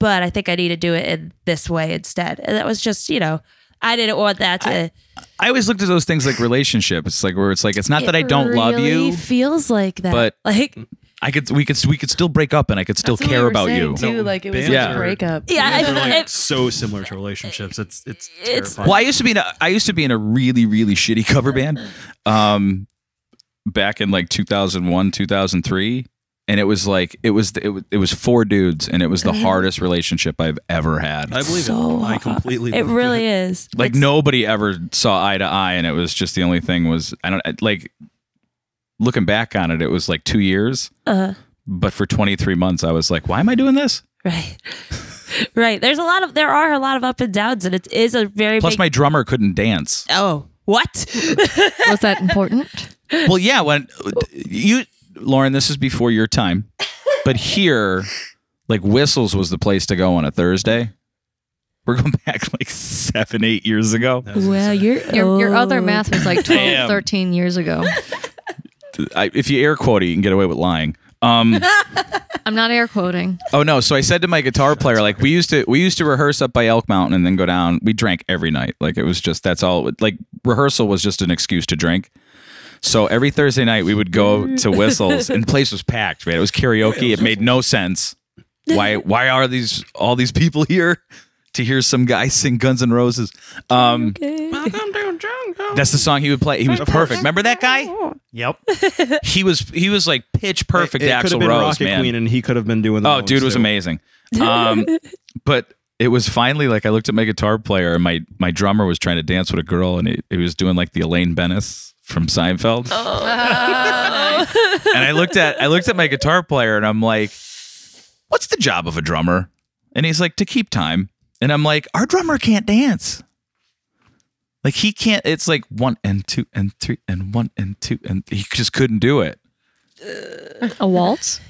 C: but I think I need to do it in this way instead. And that was just, you know, I didn't want that to
B: I always looked at those things like relationship. It's like where it's like it's not that I don't love you,
C: feels like that.
B: but-
C: like
B: I could we could we could still break up and I could still
E: That's what we
B: care
E: were
B: about
E: saying,
B: you.
E: Too,
D: No,
E: like it was
D: bands
E: yeah.
B: are-
E: a breakup.
C: yeah, I,
D: They're
C: I,
D: like so similar to relationships. It's it's
C: It's-
B: Well, I
D: terrifying.
B: used to be in a I used to be in a really really shitty cover band, um, back in like 2001 2003, and it was like it was the, it, was- it was four dudes and it was the hardest relationship I've ever had.
D: I believe
C: so
D: it. I
C: hot.
D: completely.
C: It
D: believe
C: really is.
B: like
C: It's-
B: nobody ever saw eye to eye, and it was just the only thing was I don't like looking back on it. It was like two years,
C: Uh,
B: but for 23 months I was like, why am I doing this?
C: right. right. There's a lot of there are a lot of up and downs, and it is a very
B: Plus,
C: big,
B: my drummer couldn't dance.
C: oh what
A: Was that important?
B: well, yeah, when you Lauren, this is before your time, but here, like whistles was the place to go on a Thursday. We're going back like seven, eight years ago.
D: That was
C: well
D: insane.
C: your
A: Your, your other
C: oh.
A: math was like 12, 13 years ago.
B: I, if you air quote it, you can get away with lying. Um,
A: I'm not air quoting.
B: oh no! So I said to my guitar player, like we used to, we used to rehearse up by Elk Mountain and then go down. We drank every night. Like it was just that's all. Like rehearsal was just an excuse to drink. So every Thursday night we would go to whistles, and the place was packed. Man, it was karaoke. It made no sense. Why? Why are these all these people here to hear some guy sing Guns N' Roses? Um, that's the song he would play. He was perfect. Remember that guy?
F: Yep.
B: He was he was like pitch perfect.
D: It, it could
B: Axl
D: have been
B: Rose,
D: Rocket
B: man.
D: Queen, and he could have been doing. the
B: Oh,
D: moves,
B: dude was
D: too.
B: amazing. Um, but it was finally like I looked at my guitar player and my my drummer was trying to dance with a girl and he, he was doing like the Elaine Bennis from Seinfeld. and I looked at I looked at my guitar player and I'm like, "What's the job of a drummer?" And he's like, "To keep time." And I'm like, "Our drummer can't dance." Like he can't. It's like one and two and three and one and two and he just couldn't do it.
A: A waltz?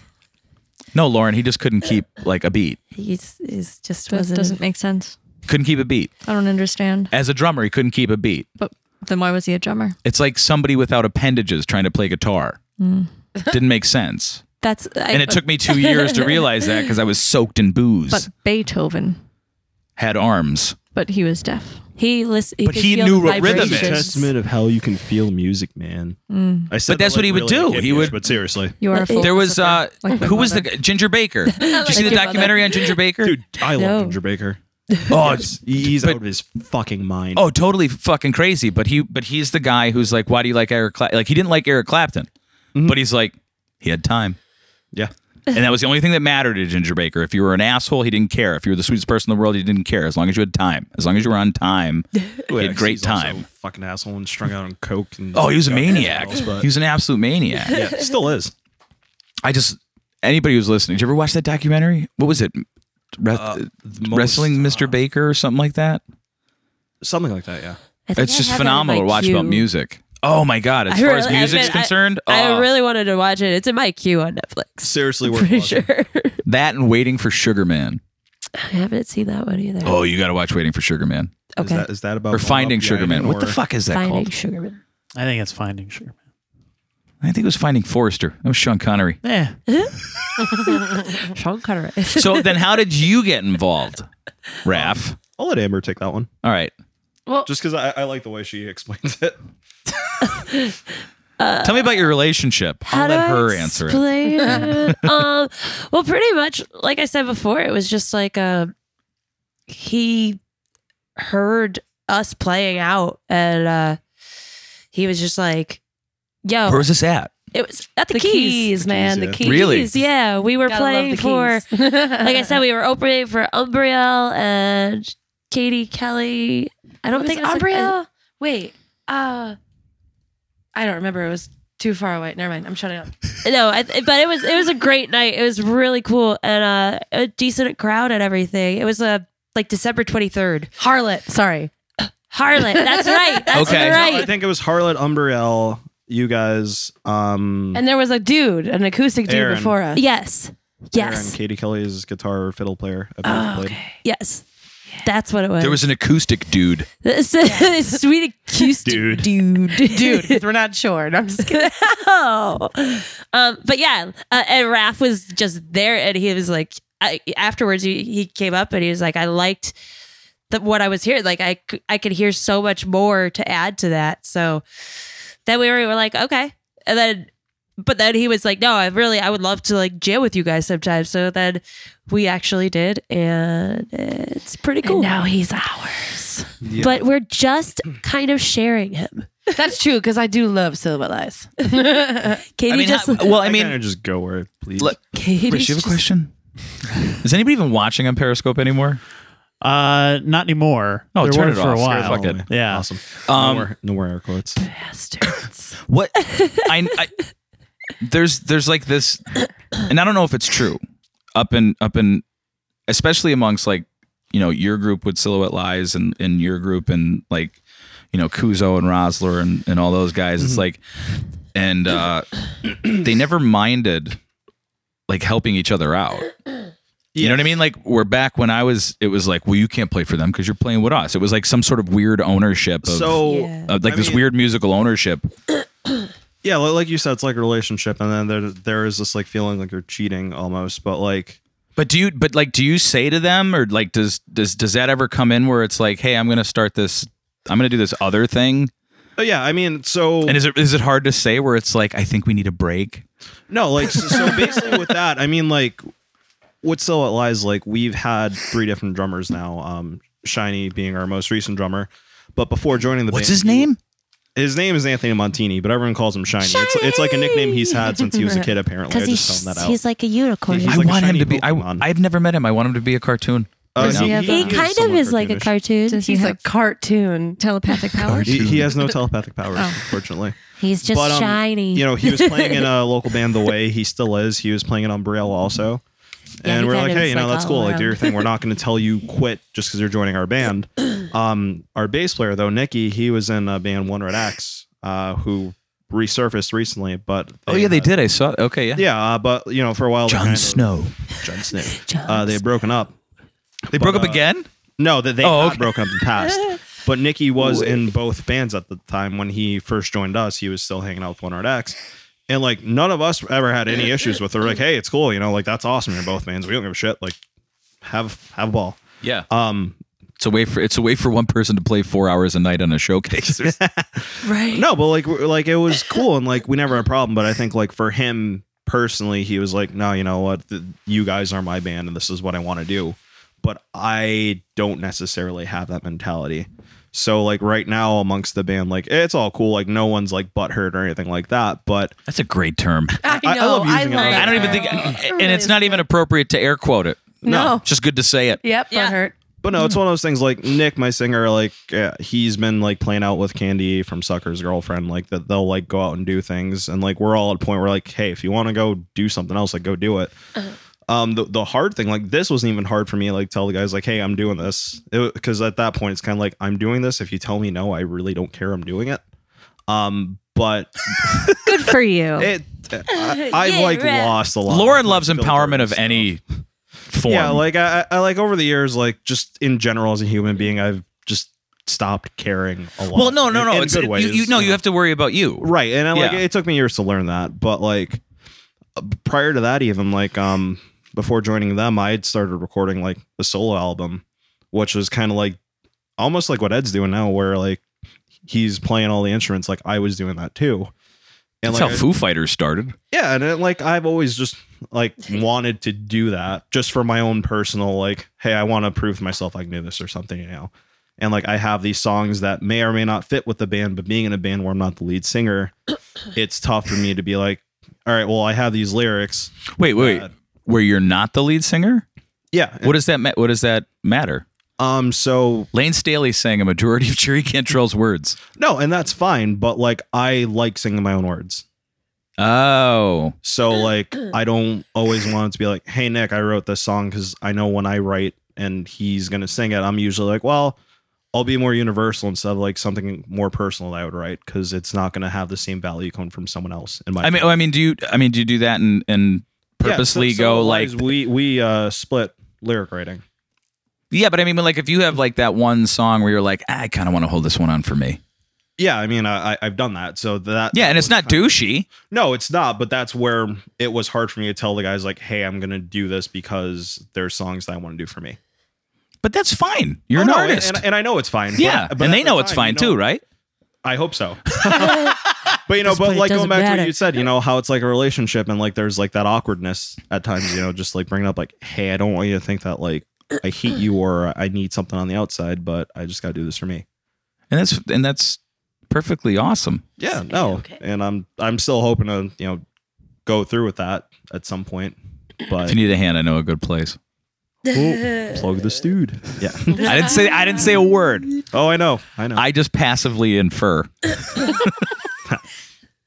B: No, Lauren, he just couldn't keep like a beat.
C: he's, he's just
A: That
C: wasn't
A: doesn't make sense.
B: Couldn't keep a beat.
A: I don't understand.
B: as a drummer, he couldn't keep a beat.
A: But Then why was he a drummer?
B: It's like somebody without appendages trying to play guitar.
A: Mm.
B: Didn't make sense.
C: That's I,
B: And it took me two years to realize that because I was soaked in booze,
A: But Beethoven,
B: had arms.
A: but he was deaf.
C: he listen.
B: But he knew what rhythm is.
D: Testament of how you can feel music, man.
C: Mm.
D: I said
B: But that's
D: that,
B: what he would do.
D: hippish,
B: He would-
D: But seriously,
A: You are a fool.
B: There was uh,
A: Like my
B: who was the guy? Ginger Baker? Did you see the
A: your mother.
B: documentary on Ginger Baker?
D: dude, I
C: No.
D: love Ginger Baker.
B: oh,
D: Yes, he's
B: but-
D: out of his fucking mind.
B: oh, totally fucking crazy. But he, but he's the guy who's like, why do you like Eric? Cla-? Like he didn't like Eric Clapton,
A: Mm-hmm.
B: but he's like, he had time.
D: yeah.
B: And that was the only thing that mattered to Ginger Baker. If you were an asshole, he didn't care. If you were the sweetest person in the world, he didn't care. As long as you had time, as long as you were on time, he
D: Yeah,
B: had
D: 'cause
B: great
D: he's also
B: time.
D: a fucking asshole and strung out on coke. And
B: Oh, he was a
D: drugs and
B: maniac.
D: everything else,
B: He was an absolute maniac.
D: but, yeah, still is.
B: I just anybody who's listening, did you ever watch that documentary? What was it? Re-
D: the most,
B: Wrestling Mr. Baker or something like that.
D: Something like that. Yeah.
B: It's just phenomenal to watch about music. Oh my god! As
C: I
B: far
C: really-
B: as
C: I've
B: music's
C: been- I-
B: concerned,
C: I
B: oh,
C: really wanted to watch it. It's in my queue on Netflix
D: Seriously, we're
C: for sure.
B: that and Waiting for Sugar Man.
C: I haven't seen that one either.
B: Oh, you got to watch Waiting for Sugar Man
D: Is
C: okay,
D: that, is that about
B: or Finding Sugar Man. What the
D: fuck?
B: fuck is that
C: Finding
B: called?
C: Sugarman.
F: I think it's Finding Sugar
B: I think it was Finding Forrester. That was Sean Connery.
F: Man. Yeah.
C: Sean Connery.
B: So then, how did you get involved, Raph?
D: I'll let Amber take that one,
B: All right,
D: just because I, I like the way she explains it.
C: Uh,
B: tell me about your relationship.
C: How
B: I'll
C: do
B: let
C: I
B: her answer it.
C: explain it? um, well, pretty much, like I said before, it was just like um, he heard us playing out, and uh, he was just like, "Yo,
B: Where was this at?
C: it was at the,
E: The
C: keys,
E: keys,
C: man.
D: yeah.
C: The keys,
B: Really?
C: Yeah, we were playing for." Like I said, we were opening for Umbriel and Katie Kelly. I don't
E: was
C: think
E: it
C: it was like-
E: Umbriel? wait, uh, I don't remember. It was too far away. Never mind. I'm shutting up.
C: no, I th- but it was it was a great night. It was really cool and uh, a decent crowd and everything. It was uh, like December twenty third.
E: Harlot. Sorry.
C: Harlot, that's right. That's
B: Okay.
D: I
C: right.
D: think it was Harlot Umbriel. You guys, um,
E: And there was a dude, an acoustic dude
D: Aaron.
E: before us.
C: Yes,
D: Aaron,
C: yes,
D: Katie Kelly's guitar fiddle player. I believe,
E: Oh,
D: played.
E: okay.
C: yes. That's what it was.
B: There was an acoustic dude.
C: It's a sweet acoustic dude. Dude.
E: Dude, 'cause we're not sure. No, I'm just kidding.
C: oh. Um, but yeah, uh, and Raph was just there, and he was like, I, afterwards, he, he came up and he was like, I liked the, what I was hearing. Like, I, c- I could hear so much more to add to that. So then we were, we were like, okay. And then, but then he was like, no, I really, I would love to like jam with you guys sometime. So then we actually did, and it's pretty cool.
E: now he's ours.
C: But we're just kind of sharing him.
E: That's true because I do love Silhouette Lies.
C: Katie
B: I mean,
C: just.
B: how- well, I
D: I
B: mean,
D: kind of just go where it please.
B: Look-
C: Katie's
B: Rich, you have a
C: just-
B: question? Is anybody even watching on Periscope anymore?
F: Uh, not anymore.
B: Oh,
F: there
B: turn
F: were
B: it
F: for
B: off.
F: a while.
B: Fuck it.
F: Yeah.
D: Awesome.
B: Um,
D: no, more, no more air quotes.
B: What I, I there's there's like this, and I don't know if it's true. Up in up in, especially amongst like you know your group with Silhouette Lies and and your group and like you know Kuzo and Rosler and and all those guys.
D: Mm-hmm.
B: It's like, and uh they never minded like helping each other out. You know what I mean? Like we're back when I was. It was like, well, you can't play for them because you're playing with us. It was like some sort of weird ownership of
D: So
C: Yeah.
B: of, like
D: I
B: this
D: mean-
B: weird musical ownership.
D: yeah, li- like you said, it's like a relationship, and then there there is this like feeling like you're cheating almost, but like
B: But do you? But like, do you say to them, or like, does does does that ever come in where it's like, hey, I'm gonna start this, I'm gonna do this other thing,
D: oh yeah, I mean, so
B: and is it is it hard to say where it's like, I think we need a break?
D: No, like so, so basically with that, I mean like what's still at lies like we've had three different drummers now. Um Shiny being our most recent drummer. But before joining the
B: What's
D: band,
B: his name?
D: His name is Anthony Montini, but everyone calls him Shiny. It's, it's like a nickname he's had since he was a kid, apparently. I
C: Because
D: just
C: he's,
D: found that out.
C: he's like a unicorn.
D: He's
B: I
D: like a
B: want him
D: shiny
B: to be. I,
D: Pokemon.
B: I've never met him. I want him to be a cartoon.
D: Uh,
B: Right now.
E: he have-
C: He
E: He
C: kind of
D: somewhat
C: is like a
D: cartoonish.
C: cartoon.
A: Does he
E: He's a
A: have
E: cartoon.
A: telepathic powers?
D: He, he has no telepathic powers,
C: Oh.
D: unfortunately.
C: He's just
D: But, um,
C: shiny.
D: You know, he was playing in a local band the way he still is. He was playing in Umbrella also.
C: Yeah,
D: and
C: he
D: we're
C: kind
D: like,
C: of
D: hey,
C: is
D: you know,
C: like
D: that's
C: all
D: cool. Like, do
C: around.
D: your thing. We're not going to tell you quit just because you're joining our band. Um, our bass player, though, Nicky, he was in a band One Red Axe, uh, who resurfaced recently. But
B: oh yeah, they
D: uh,
B: did. I saw. Okay, yeah.
D: Yeah, uh, but you know, for a while, they
B: John
D: kind of-
B: Snow.
D: John Snow. Uh, they had broken up.
B: They
D: But,
B: broke up
D: uh,
B: again.
D: No, that they
B: Oh,
D: had
B: okay.
D: broken up in the past. But Nikki was in both bands at the time when he first joined us. He was still hanging out with One Art X. And like none of us ever had any issues with her. Like, hey, it's cool, you know, like that's awesome. You're in both bands. We don't give a shit. Like, have have a ball.
B: Yeah.
D: Um,
B: It's a way for it's a way for one person to play four hours a night on a showcase.
E: Right.
D: no, but like we're- like it was cool and like we never had a problem. But I think like for him personally, he was like, no, you know what, Th- you guys are my band and this is what I want to do. But I don't necessarily have that mentality. So like right now amongst the band, like it's all cool. Like no one's like butthurt or anything like that. But
B: That's a great term.
E: I
D: I- I
E: know.
D: love using it all the
B: I don't even think, and it's not even appropriate to air quote it.
E: No.
B: It's just good to say it.
E: Yep.
C: Yeah.
E: Yeah. Hurt.
D: But no, it's
C: Hmm.
D: one of those things like Nick, my singer, like uh, he's been like playing out with Candy from Sucker's girlfriend, like that they'll like go out and do things, and like we're all at a point where like, hey, if you want to go do something else, like go do it.
C: Uh-huh.
D: Um, the, the hard thing, like this wasn't even hard for me. Like tell the guys, like, hey, I'm doing this, because at that point it's kind of like I'm doing this. If you tell me no, I really don't care. I'm doing it. Um, but
A: Good for you.
D: it, I, I've
C: Oh. Yeah,
D: like
C: right.
D: lost a lot.
B: Lauren
D: of
B: loves
D: filters,
B: empowerment of
D: so.
B: any form.
D: Yeah, like I, I like over the years, like just in general as a human being, I've just stopped caring a lot.
B: well, no, no,
D: In-
B: no.
D: In,
B: it's
D: good
B: it-
D: ways.
B: You, you, no, you have to worry about you.
D: right, and I, like
B: Yeah.
D: it took me years to learn that, but like uh, prior to that, even like um before joining them, I had started recording like a solo album, which was kind of like almost like what Ed's doing now, where like he's playing all the instruments. Like I was doing that too. And
B: That's
D: like,
B: how
D: I-
B: Foo Fighters started.
D: yeah, and it, like I've always just like wanted to do that just for my own personal like, hey, I want to prove to myself I can do this or something, you know. And like I have these songs that may or may not fit with the band, but being in a band where I'm not the lead singer, it's tough for me to be like, all right, well, I have these lyrics.
B: Wait, wait.
D: God.
B: Where you're not the lead singer?
D: Yeah.
B: What does that ma- What does that matter?
D: Um so
B: Lane Staley sang a majority of Jerry Cantrell's words.
D: no, and that's fine, but like I like singing my own words.
B: Oh,
D: So like I don't always want it to be like, hey Nick, I wrote this song because I know when I write and he's gonna sing it, I'm usually like, well, I'll be more universal instead of like something more personal that I would write because it's not gonna have the same value coming from someone else. In my
B: I mean, oh, I mean, do you? I mean, do you do that and and
D: Yeah, so-
B: purposely
D: so
B: go like?
D: otherwise we we uh split lyric writing.
B: Yeah, but I mean, like if you have like that one song where you're like, "Ah, I kind of want to hold this one on for me.
D: Yeah, I mean, I I- I've done that, so that
B: Yeah, and it's not douchey.
D: No, it's not, but that's where it was hard for me to tell the guys like, hey, I'm gonna do this because there's songs that I want to do for me.
B: But that's fine. You're
D: Oh,
B: an
D: no, and-
B: artist.
D: and, and I know it's fine. but-
B: yeah,
D: but
B: and
D: at
B: they
D: the
B: know it's
D: time,
B: fine
D: you know,
B: too, right?
D: I hope so. but you know,
C: Just put
D: but
C: it
D: like going
C: doesn't
D: back to
C: matter.
D: what you said, you know, how it's like a relationship and like there's like that awkwardness at times, you know, just like bringing up like, hey, I don't want you to think that like I hate you or I need something on the outside, but I just got to do this for me.
B: And that's and that's perfectly awesome.
D: Yeah, no.
E: okay.
D: And I'm I'm still hoping to, you know, go through with that at some point.
B: If
D: But
B: you need a hand, I know a good place.
D: plug the dude. Yeah.
B: I didn't say I didn't say a word.
D: Oh, I know. I know.
B: I just passively infer.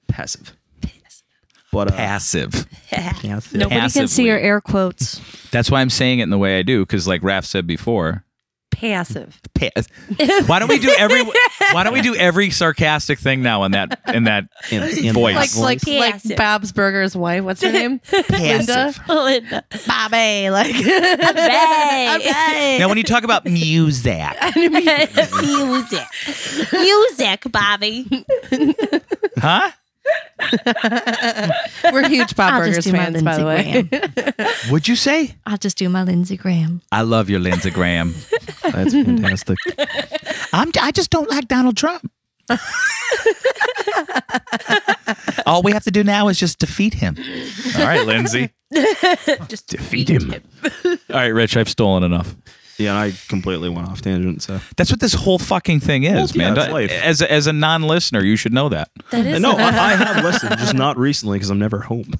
D: passive. But uh,
B: Passive.
A: Nobody can see
B: Passively.
A: your air quotes.
B: That's why I'm saying it in the way I do, because like Raph said before,
C: Passive.
B: pa- why don't we do every why don't we do every sarcastic thing now in that in that
D: in, in
B: Voice.
E: Like like
C: Passive.
E: like Babs Burger's wife. What's her name? Linda.
C: Linda.
E: Bobby. Like.
B: now when you talk about music
C: Music. Music, Bobby.
B: huh
E: We're huge Bob
A: I'll
E: Burgers
A: just do my
E: fans, by the way.
A: Lindsey
B: Would you say?
A: I'll just do my Lindsey Graham.
B: I love your Lindsey Graham.
D: That's fantastic.
B: I'm, I just don't like Donald Trump. All we have to do now is just defeat him. All right, Lindsay.
C: Just
B: defeat him. All right, Rich, I've stolen enough.
D: yeah, I completely went off tangent, so
B: That's what this whole fucking thing is,
D: yeah,
B: man.
D: it's
B: Don't-
D: life.
B: As a, as a non listener, you should know that.
C: That is
D: no, I, I have listened, just not recently because I'm never home.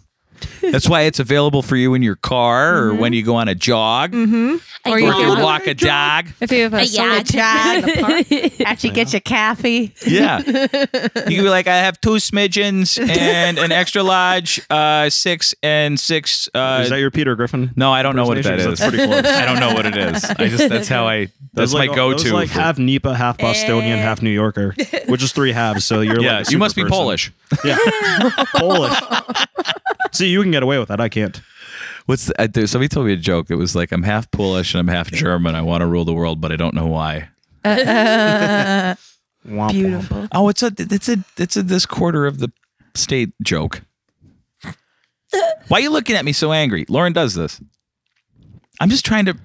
B: That's why it's available for you in your car or when you go on a jog
A: Or
B: or
A: you
B: if you
A: can
B: walk Mm-hmm. a dog.
E: If you have
A: Uh,
E: a solid
C: yacht.
E: job in the park, actually get your coffee.
B: Yeah. You can be like, I have two smidgens and an extra large, uh, six and six. Uh,
D: is that your Peter Griffin?
B: no, I don't know what that
D: impersonation?
B: is.
D: That's pretty close.
B: I don't know what it is. I just that's how I that's
D: Those, like,
B: my
D: all-
B: go
D: those,
B: to.
D: like half Nipah, half
C: Eh.
D: Bostonian, half New Yorker, which is three halves. So you're
B: yeah,
D: like a
B: you must be
D: super person.
B: Polish.
D: Yeah, Polish. See, you can get away with that. I can't.
B: What's uh, the, I, there, somebody told me a joke. It was like I'm half Polish and I'm half German. I want to rule the world, but I don't know why.
D: Womp womp.
E: Beautiful.
B: Oh, it's a it's a it's a this quarter of the state joke. Why are you looking at me so angry? Lauren does this. I'm just trying to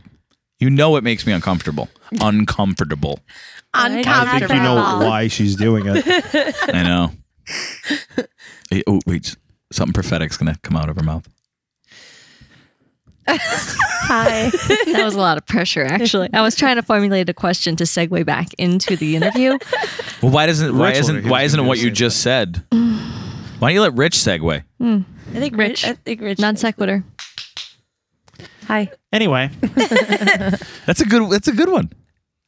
B: you know it makes me uncomfortable. Uncomfortable.
D: I think you know why she's doing it.
B: I know. Eh, Oh, wait. Something prophetic's going to come out of her mouth.
A: Hi. that was a lot of pressure, actually. I was trying to formulate a question to segue back into the interview.
B: Well, why doesn't why
D: Rich over
B: isn't
D: here
B: why
D: is
B: isn't it
D: gonna
B: what
D: do
B: you
D: the same
B: just said? Why don't you let Rich segue?
C: I think
A: Rich.
C: Rich. I think Rich.
A: Non sequitur.
C: Hi.
F: Anyway,
B: That's a good that's a good one.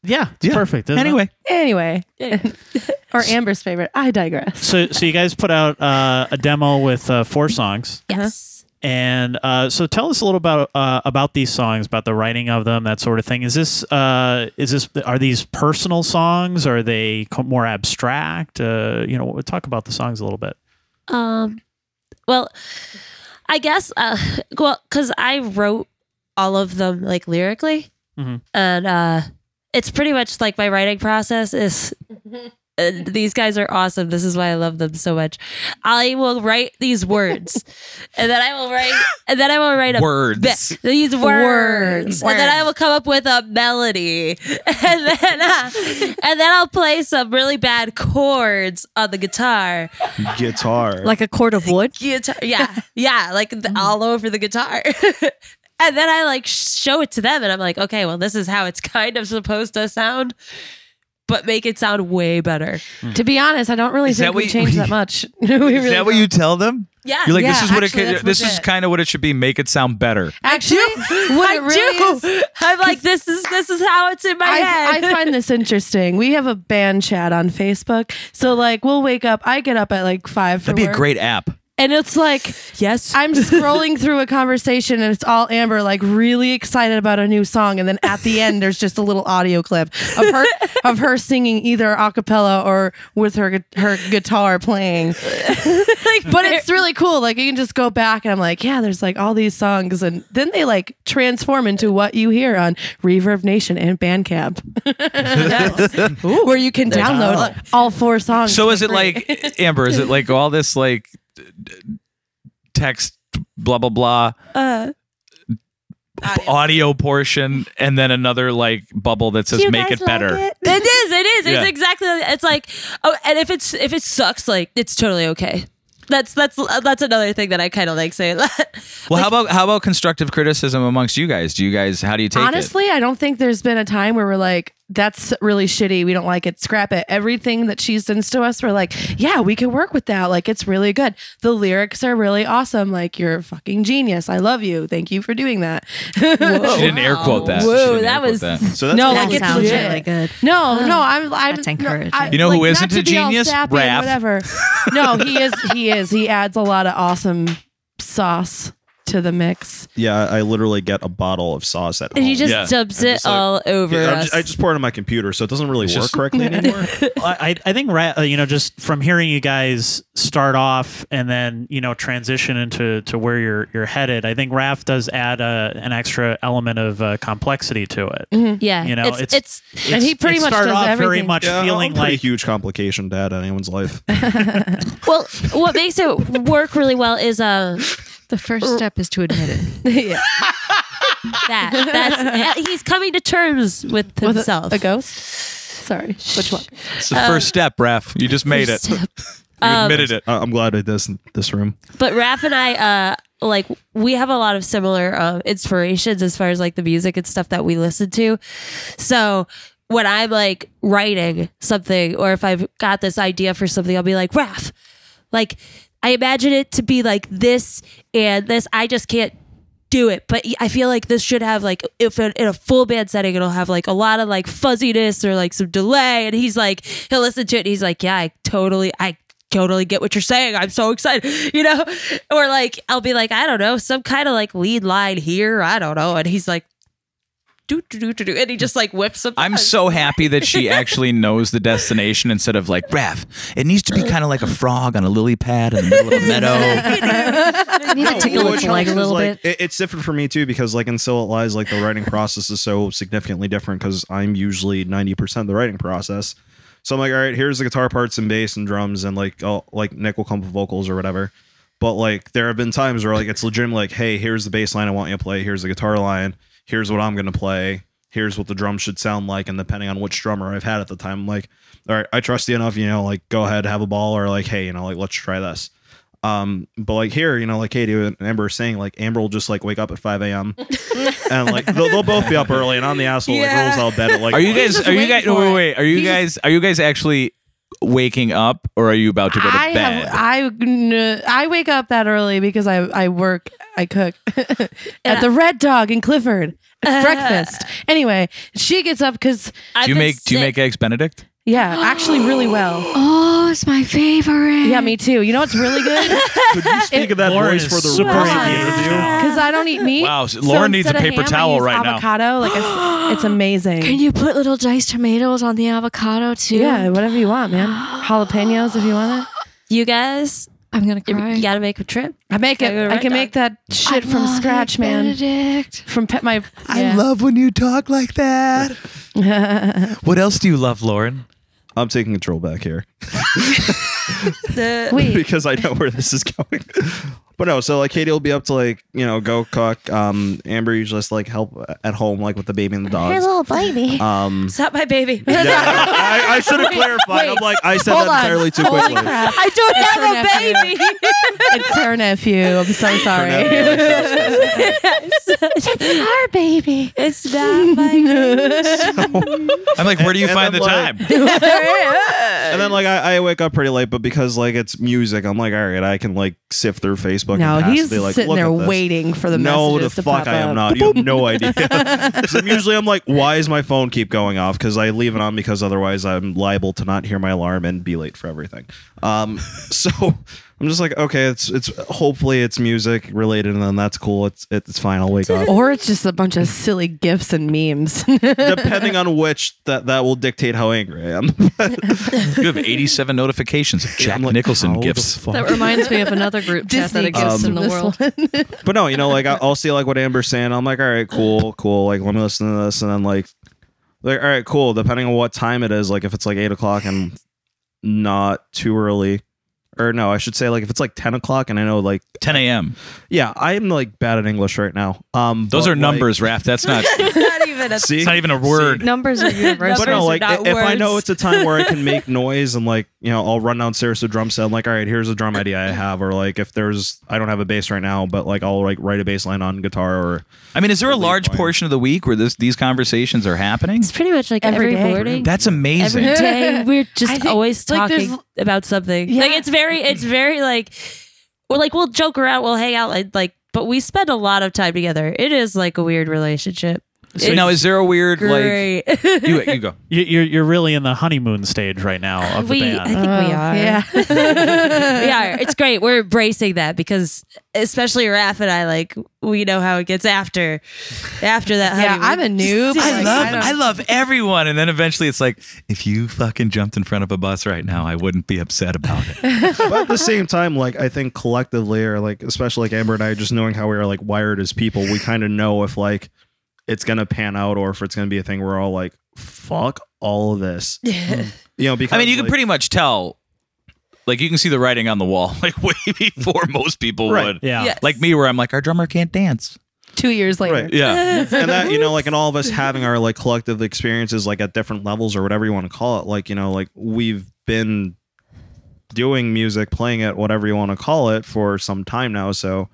F: yeah, it's perfect. isn't it?
B: Anyway,
E: Anyway, or Amber's favorite. I digress.
F: so so you guys put out uh, a demo with uh, four songs.
C: Yes.
F: And uh, so, tell us a little about uh, about these songs, about the writing of them, that sort of thing. Is this uh, is this are these personal songs? Are they co- more abstract? Uh, you know, we'll talk about the songs a little bit.
C: Um. Well, I guess. Uh. Well, because I wrote all of them like lyrically,
F: Mhm.
C: and uh, it's pretty much like my writing process is. uh, these guys are awesome. This is why I love them so much. I will write these words, and then I will write, and then I will write a
B: words.
C: Th- these words. and then I will come up with a melody, and then uh, and then I'll play some really bad chords on the guitar.
D: Guitar.
A: Like a cord of wood.
C: Guitar, yeah, yeah, like
E: Mm-hmm.
C: the, all over the guitar. and then I like show it to them, and I'm like, okay, well, this is how it's kind of supposed to sound. But make it sound way better.
E: To be honest, I don't
B: Hmm.
E: really
B: Is that
E: think
B: what
E: we
B: you-
E: changed that much. we really
B: is that what you tell them?
C: Yeah,
B: You're like
E: Yeah,
B: this is what
E: actually,
B: it
E: that's
B: could, this is
E: legit.
B: kind of what it should be. Make it sound better.
E: actually what it really is-
C: do. I'm like, this is this is how it's in my head.
E: I, I find this interesting. We have a band chat on Facebook, so like we'll wake up. I get up at like five. For
B: That'd be a
E: work,
B: great app.
E: And it's like
C: yes,
E: I'm scrolling through a conversation and it's all Amber like really excited about a new song and then at the end there's just a little audio clip of her of her singing either a cappella or with her gu- her guitar playing. but it's really cool. Like you can just go back and I'm like, yeah, there's like all these songs and then they like transform into what you hear on Reverb Nation and Bandcamp. where you can download all four songs.
B: So
E: for
B: is it
E: free.
B: like Amber? Is it like all this like d- d- text, blah blah blah,
C: Uh,
B: audio portion, and then another like bubble that says make it better?
C: It is. It is.
B: Yeah.
C: It's exactly. It's like oh, and if it's if it sucks, like it's totally okay. That's that's uh, that's another thing that I kind of like saying.
B: Well, how about how about constructive criticism amongst you guys? Do you guys how do you take
E: Honestly, I don't think there's been a time where we're like, that's really shitty. We don't like it. Scrap it. Everything that she sends to us, we're like, yeah, we can work with that. Like, it's really good. The lyrics are really awesome. Like, you're a fucking genius. I love you. Thank you for doing that.
B: it? She didn't air quote that. She
C: Whoa,
B: didn't air
C: that
B: quote
C: was-
D: so that's
E: No,
D: cool.
E: like, it's
A: sounds
E: legit.
A: really good. Oh,
E: No, no, I'm. I'm
A: That's
E: no,
A: encouraging.
E: I-
B: You know who
E: like,
B: isn't
E: not
B: a
E: to be all
B: genius?
E: sappy and
B: Raph.
E: Whatever. No, he is. He is. He adds a lot of awesome sauce to the mix.
D: Yeah, I literally get a bottle of sauce at
C: and
D: home.
C: you just
B: Yeah.
C: dubs
D: I'm
C: it
D: just like-
C: all over
D: Yeah, I'm
C: us.
D: just, I just pour it on my computer, so it doesn't really
B: It's
D: work
B: just-
D: correctly anymore.
F: I, I I think ra- uh, you know just from hearing you guys start off and then you know transition into to where you're you're headed. I think Raph does add a, an extra element of uh, complexity to it.
C: yeah,
F: You know,
C: it's,
F: it's-
C: it's,
E: And he
F: It's-
E: pretty
F: it
E: much
F: started
E: does
F: off very
E: everything.
F: much
D: Yeah,
F: feeling
D: I'm a pretty
F: like
D: huge complication to add in anyone's life.
C: well, what makes it work really well is uh
A: The first step is to admit it.
E: yeah.
C: that that's uh, he's coming to terms with
E: With a-
C: himself.
E: a ghost. Sorry, which one?
B: It's the
A: Um,
B: first step, Raph. You just made it. You admitted it.
D: I- I'm glad I did this in this room.
C: but Raph and I, uh, like we have a lot of similar uh, inspirations as far as like the music and stuff that we listen to. So when I'm like writing something, or if I've got this idea for something, I'll be like Raph, like I imagine it to be like this and this. I just can't do it but i feel like this should have like if in in a full band setting it'll have like a lot of like fuzziness or like some delay and he's like he'll listen to it and he's like yeah i totally i totally get what you're saying i'm so excited you know or like i'll be like i don't know some kind of like lead line here i don't know and he's like do do do do do, and he just like whips up.
B: I'm so happy that she actually knows the destination instead of like, Raph, it needs to be kind of like a frog on a lily pad in the middle of a meadow.
A: I need
B: Oh,
A: to tickle its leg a little bit.
D: It, it's different for me too because like in Still It Lies, like the writing process is so significantly different because I'm usually ninety percent the writing process. So I'm like, all right, here's the guitar parts and bass and drums and like oh, like Nick will come with vocals or whatever. But like there have been times where like it's legitimate like, hey, here's the bass line I want you to play, here's the guitar line, here's what I'm gonna play, here's what the drum should sound like, and depending on which drummer I've had at the time, I'm like, all right, I trust you enough, you know, like go ahead, have a ball, or like, hey, you know, like let's try this. Um, but like here, you know, like Katie and Amber are saying, like Amber will just like wake up at 5 a.m. and like they'll, they'll both be up early, and I'm the asshole
C: Yeah.
D: like rolls out of bed at like.
B: Are you
D: one.
B: guys? Are you guys? Wait, wait, wait. Are you guys? Are you guys actually waking up, or are you about to go to
E: I
B: bed?
E: have, I n- I wake up that early because I I work I cook at the Red Dog in Clifford at breakfast. Anyway, she gets up because
B: do you make? Do you make eggs Benedict?
E: yeah, actually really well.
A: Oh, it's my favorite.
E: Yeah, me too. You know what's really good?
D: Could you speak of that
F: Lauren
D: voice
F: is
D: for the
F: super
D: rest of the
F: engaged.
D: interview?
E: Because I don't eat meat.
B: Wow, so Lauren needs a
E: instead of
B: paper
E: ham, I
B: towel
E: use
B: right now.
E: avocado, Like it's, it's amazing.
A: Can you put little diced tomatoes on the avocado too?
E: yeah, whatever you want, man. Jalapenos if you want it.
C: You guys,
A: I'm gonna
C: you,
A: cry.
C: you gotta make a trip.
E: I make
C: Gotta go
E: it.
C: to
E: I
C: Red
E: can make that shit
A: I
E: from
A: love
E: scratch,
A: Eggs
E: man.
A: Benedict.
E: From pet my.
B: I love when you talk like that. what else do you love, Lauren?
D: I'm taking control back here
C: The
E: Wait,
D: because I know where this is going. But no, so like Katie will be up to like you know go cook. Um, Amber usually just like help at home like with the baby and the dogs.
A: baby.
D: Um,
C: is that my baby?
D: yeah, I, I should have clarified. I'm like I said that entirely too
E: Holy
D: quickly.
E: crap.
C: I don't
E: her
C: have a baby.
E: It's her nephew. I'm so sorry.
A: Our baby.
C: it's not my baby.
B: I'm like, where do you
D: And
B: find the time?
D: I'm like- And then like I, I wake up pretty late, but because like it's music, I'm like all right, I can like sift through Facebook.
E: No,
D: and pass
E: he's
D: the, like,
E: sitting
D: look
E: there
D: at this.
E: waiting for the
D: no, the
E: messages to
D: fuck
E: pop
D: I am
E: up.
D: not. You have no idea. 'Cause I'm usually I'm like, why is my phone keep going off? Because I leave it on because otherwise I'm liable to not hear my alarm and be late for everything. Um, so I'm just like, okay, it's it's hopefully it's music related and then that's cool. It's it's fine. I'll wake up.
E: Or it's just a bunch of silly gifs and memes.
D: Depending on which that that will dictate how angry I am.
B: You have 87 notifications of Jack
D: I'm like,
B: Nicholson
D: how the
B: gifts.
D: fuck?
A: That reminds me of another group chat that
E: Disney
A: exists in the
E: this
A: world.
E: one.
D: But no, you know, like I- I'll see like what Amber's saying. I'm like, all right, cool, cool. Like let me listen to this, and then like, like all right, cool. Depending on what time it is, like if it's like eight o'clock and not too early, or no, I should say like if it's like ten o'clock and I know like
B: 10 a.m.
D: yeah, I am like bad at English right now. Um,
B: Those
D: but,
B: are
D: like-
B: numbers, Raph. That's not.
C: It's not even a
D: See,
B: It's not even a word.
A: Numbers are universal.
D: but no,
C: are
D: like i-
C: not
D: if I know
C: words.
D: it's a time where I can make noise and like you know I'll run downstairs to a drum set. I'm like, all right, here's a drum idea I have, or like if there's I don't have a bass right now, but like I'll like write a bass line on guitar or
B: I mean, is there a large portion of the week where this these conversations are happening?
C: It's pretty much like
E: Every
C: every,
E: day.
C: morning.
B: That's
C: Every
B: amazing.
C: day we're just
E: I think,
C: always
E: like, there's-
C: talking about something. Like
E: Yeah.
C: it's very, it's very like we're like we'll joke around, we'll hang out, like, like but we spend a lot of time together. It is like a weird relationship.
B: So now, is there a weird
C: Great.
B: like? You, you go.
F: You- You're you're really in the honeymoon stage right now of the
C: we, I
F: band.
C: think we are.
E: Oh, Yeah.
C: we are. It's great. We're embracing that because, especially Raph and I, like we know how it gets after, after that.
E: Yeah,
C: honeymoon.
E: I'm a noob.
C: I
E: Like,
B: love
E: don't-
B: I, love everyone. And then eventually it's like, if you fucking jumped in front of a bus right now, I wouldn't be upset about it.
D: but at the same time, like I think collectively, or like especially like Amber and I, just knowing how we are like wired as people, we kind of know if like it's gonna pan out or if it's gonna be a thing we're all like, fuck all of this. you know, because
B: I mean, you can
D: like-
B: pretty much tell, like, you can see the writing on the wall, like, way before most people
D: Right.
B: would.
F: yeah.
C: Yes.
B: Oh, Like me, where I'm like, our drummer can't dance.
E: Two years later.
D: Right.
B: Yeah.
D: and that you know like and all of us having our like collective experiences like at different levels or whatever you want to call it like you know like we've been doing music playing it whatever you want to call it for some time now so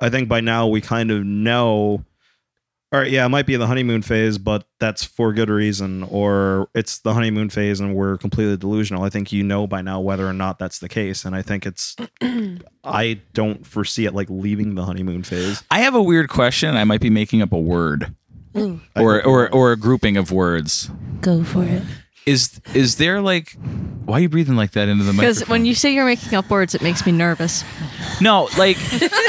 D: i think by now we kind of know all right yeah it might be the honeymoon phase but that's for good reason or it's the honeymoon phase and we're completely delusional i think you know by now whether or not that's the case and i think it's i don't foresee it like leaving the honeymoon phase
B: I have a weird question. I might be making up a word
C: Ooh.
B: or, or, or a grouping of words.
C: go for it.
B: Is is there like why are you breathing like that into the microphone?
A: Because when you say you're making up words, it makes me nervous.
B: No, like,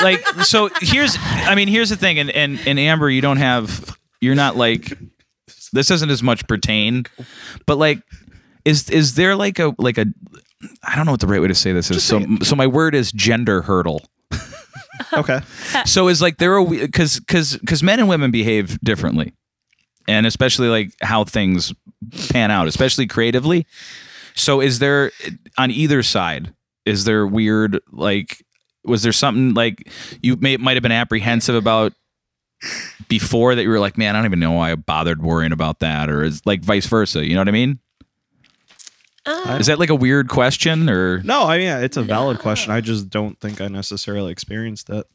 B: like so. Here's, I mean, here's the thing, and and and Amber, you don't have you're not like this doesn't as much pertain, but like is is there like a like a I don't know what the right way to say this is. So so my word is gender hurdle.
D: Okay.
B: So is like there are because because because men and women behave differently, and especially like how things pan out, especially creatively. So is there on either side? Is there weird like? Was there something like you may might have been apprehensive about before that you were like, man, I don't even know why I bothered worrying about that, or is like vice versa? You know what I mean?
C: Uh,
B: Is that like a weird question or?
D: No, I mean it's a valid question. I just don't think I necessarily experienced it.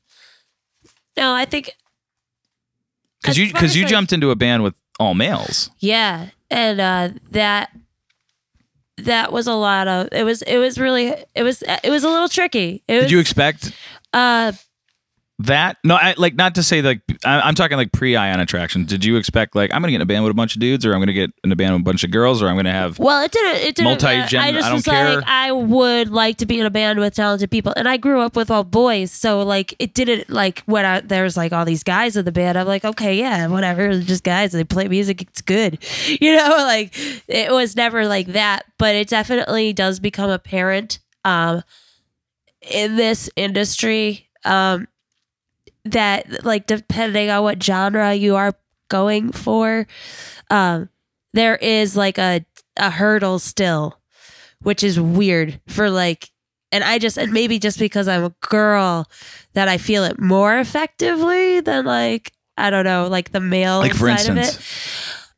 C: No, I think
B: Because
C: As
B: you
C: far
B: because
C: as,
B: you
C: like-
B: jumped into a band with all males.
C: Yeah, and uh, that that was a lot of it was it was really it was it was a little tricky. It
B: Did
C: was,
B: you expect
C: uh,
B: that? No, I, like not to say like I, I'm talking like pre ion attraction. Did you expect like I'm gonna get in a band with a bunch of dudes, or I'm gonna get in a band with a bunch of girls, or I'm gonna have?
C: well, it didn't it didn't.
B: Multi-gen-
C: I just
B: I don't
C: was
B: care.
C: like, I would like to be in a band with talented people, and I grew up with all boys, so like it didn't like when I, there's like all these guys in the band. I'm like, okay, yeah, whatever, they're just guys. They play music, it's good, you know. Like it was never like that, but it definitely does become apparent. Um, in this industry um that like depending on what genre you are going for um there is like a a hurdle still which is weird for like and I just and maybe just because I'm a girl that I feel it more effectively than like I don't know like the male
B: Like, for
C: side of it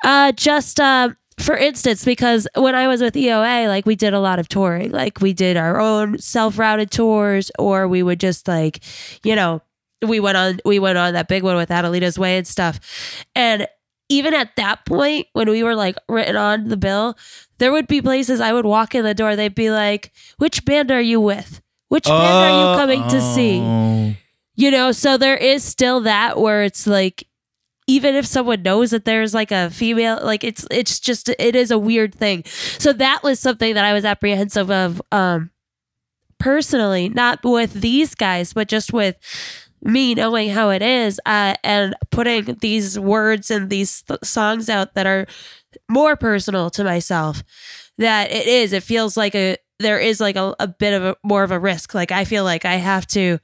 C: uh just um for instance, because when I was with EOA, like we did a lot of touring. Like we did our own self-routed tours, or we would just like, you know, we went on we went on that big one with Adelita's Way and stuff. And even at that point, when we were like written on the bill, there would be places I would walk in the door, they'd be like, Which band are you with? Which band are you coming to see? you know so there is still that where it's like even if someone knows that there's like a female like it's it's just it is a weird thing so that was something that i was apprehensive of um personally not with these guys but just with me knowing how it is uh, and putting these words and these th- songs out that are more personal to myself that it is it feels like a there is like a, a bit of a more of a risk like i feel like i have to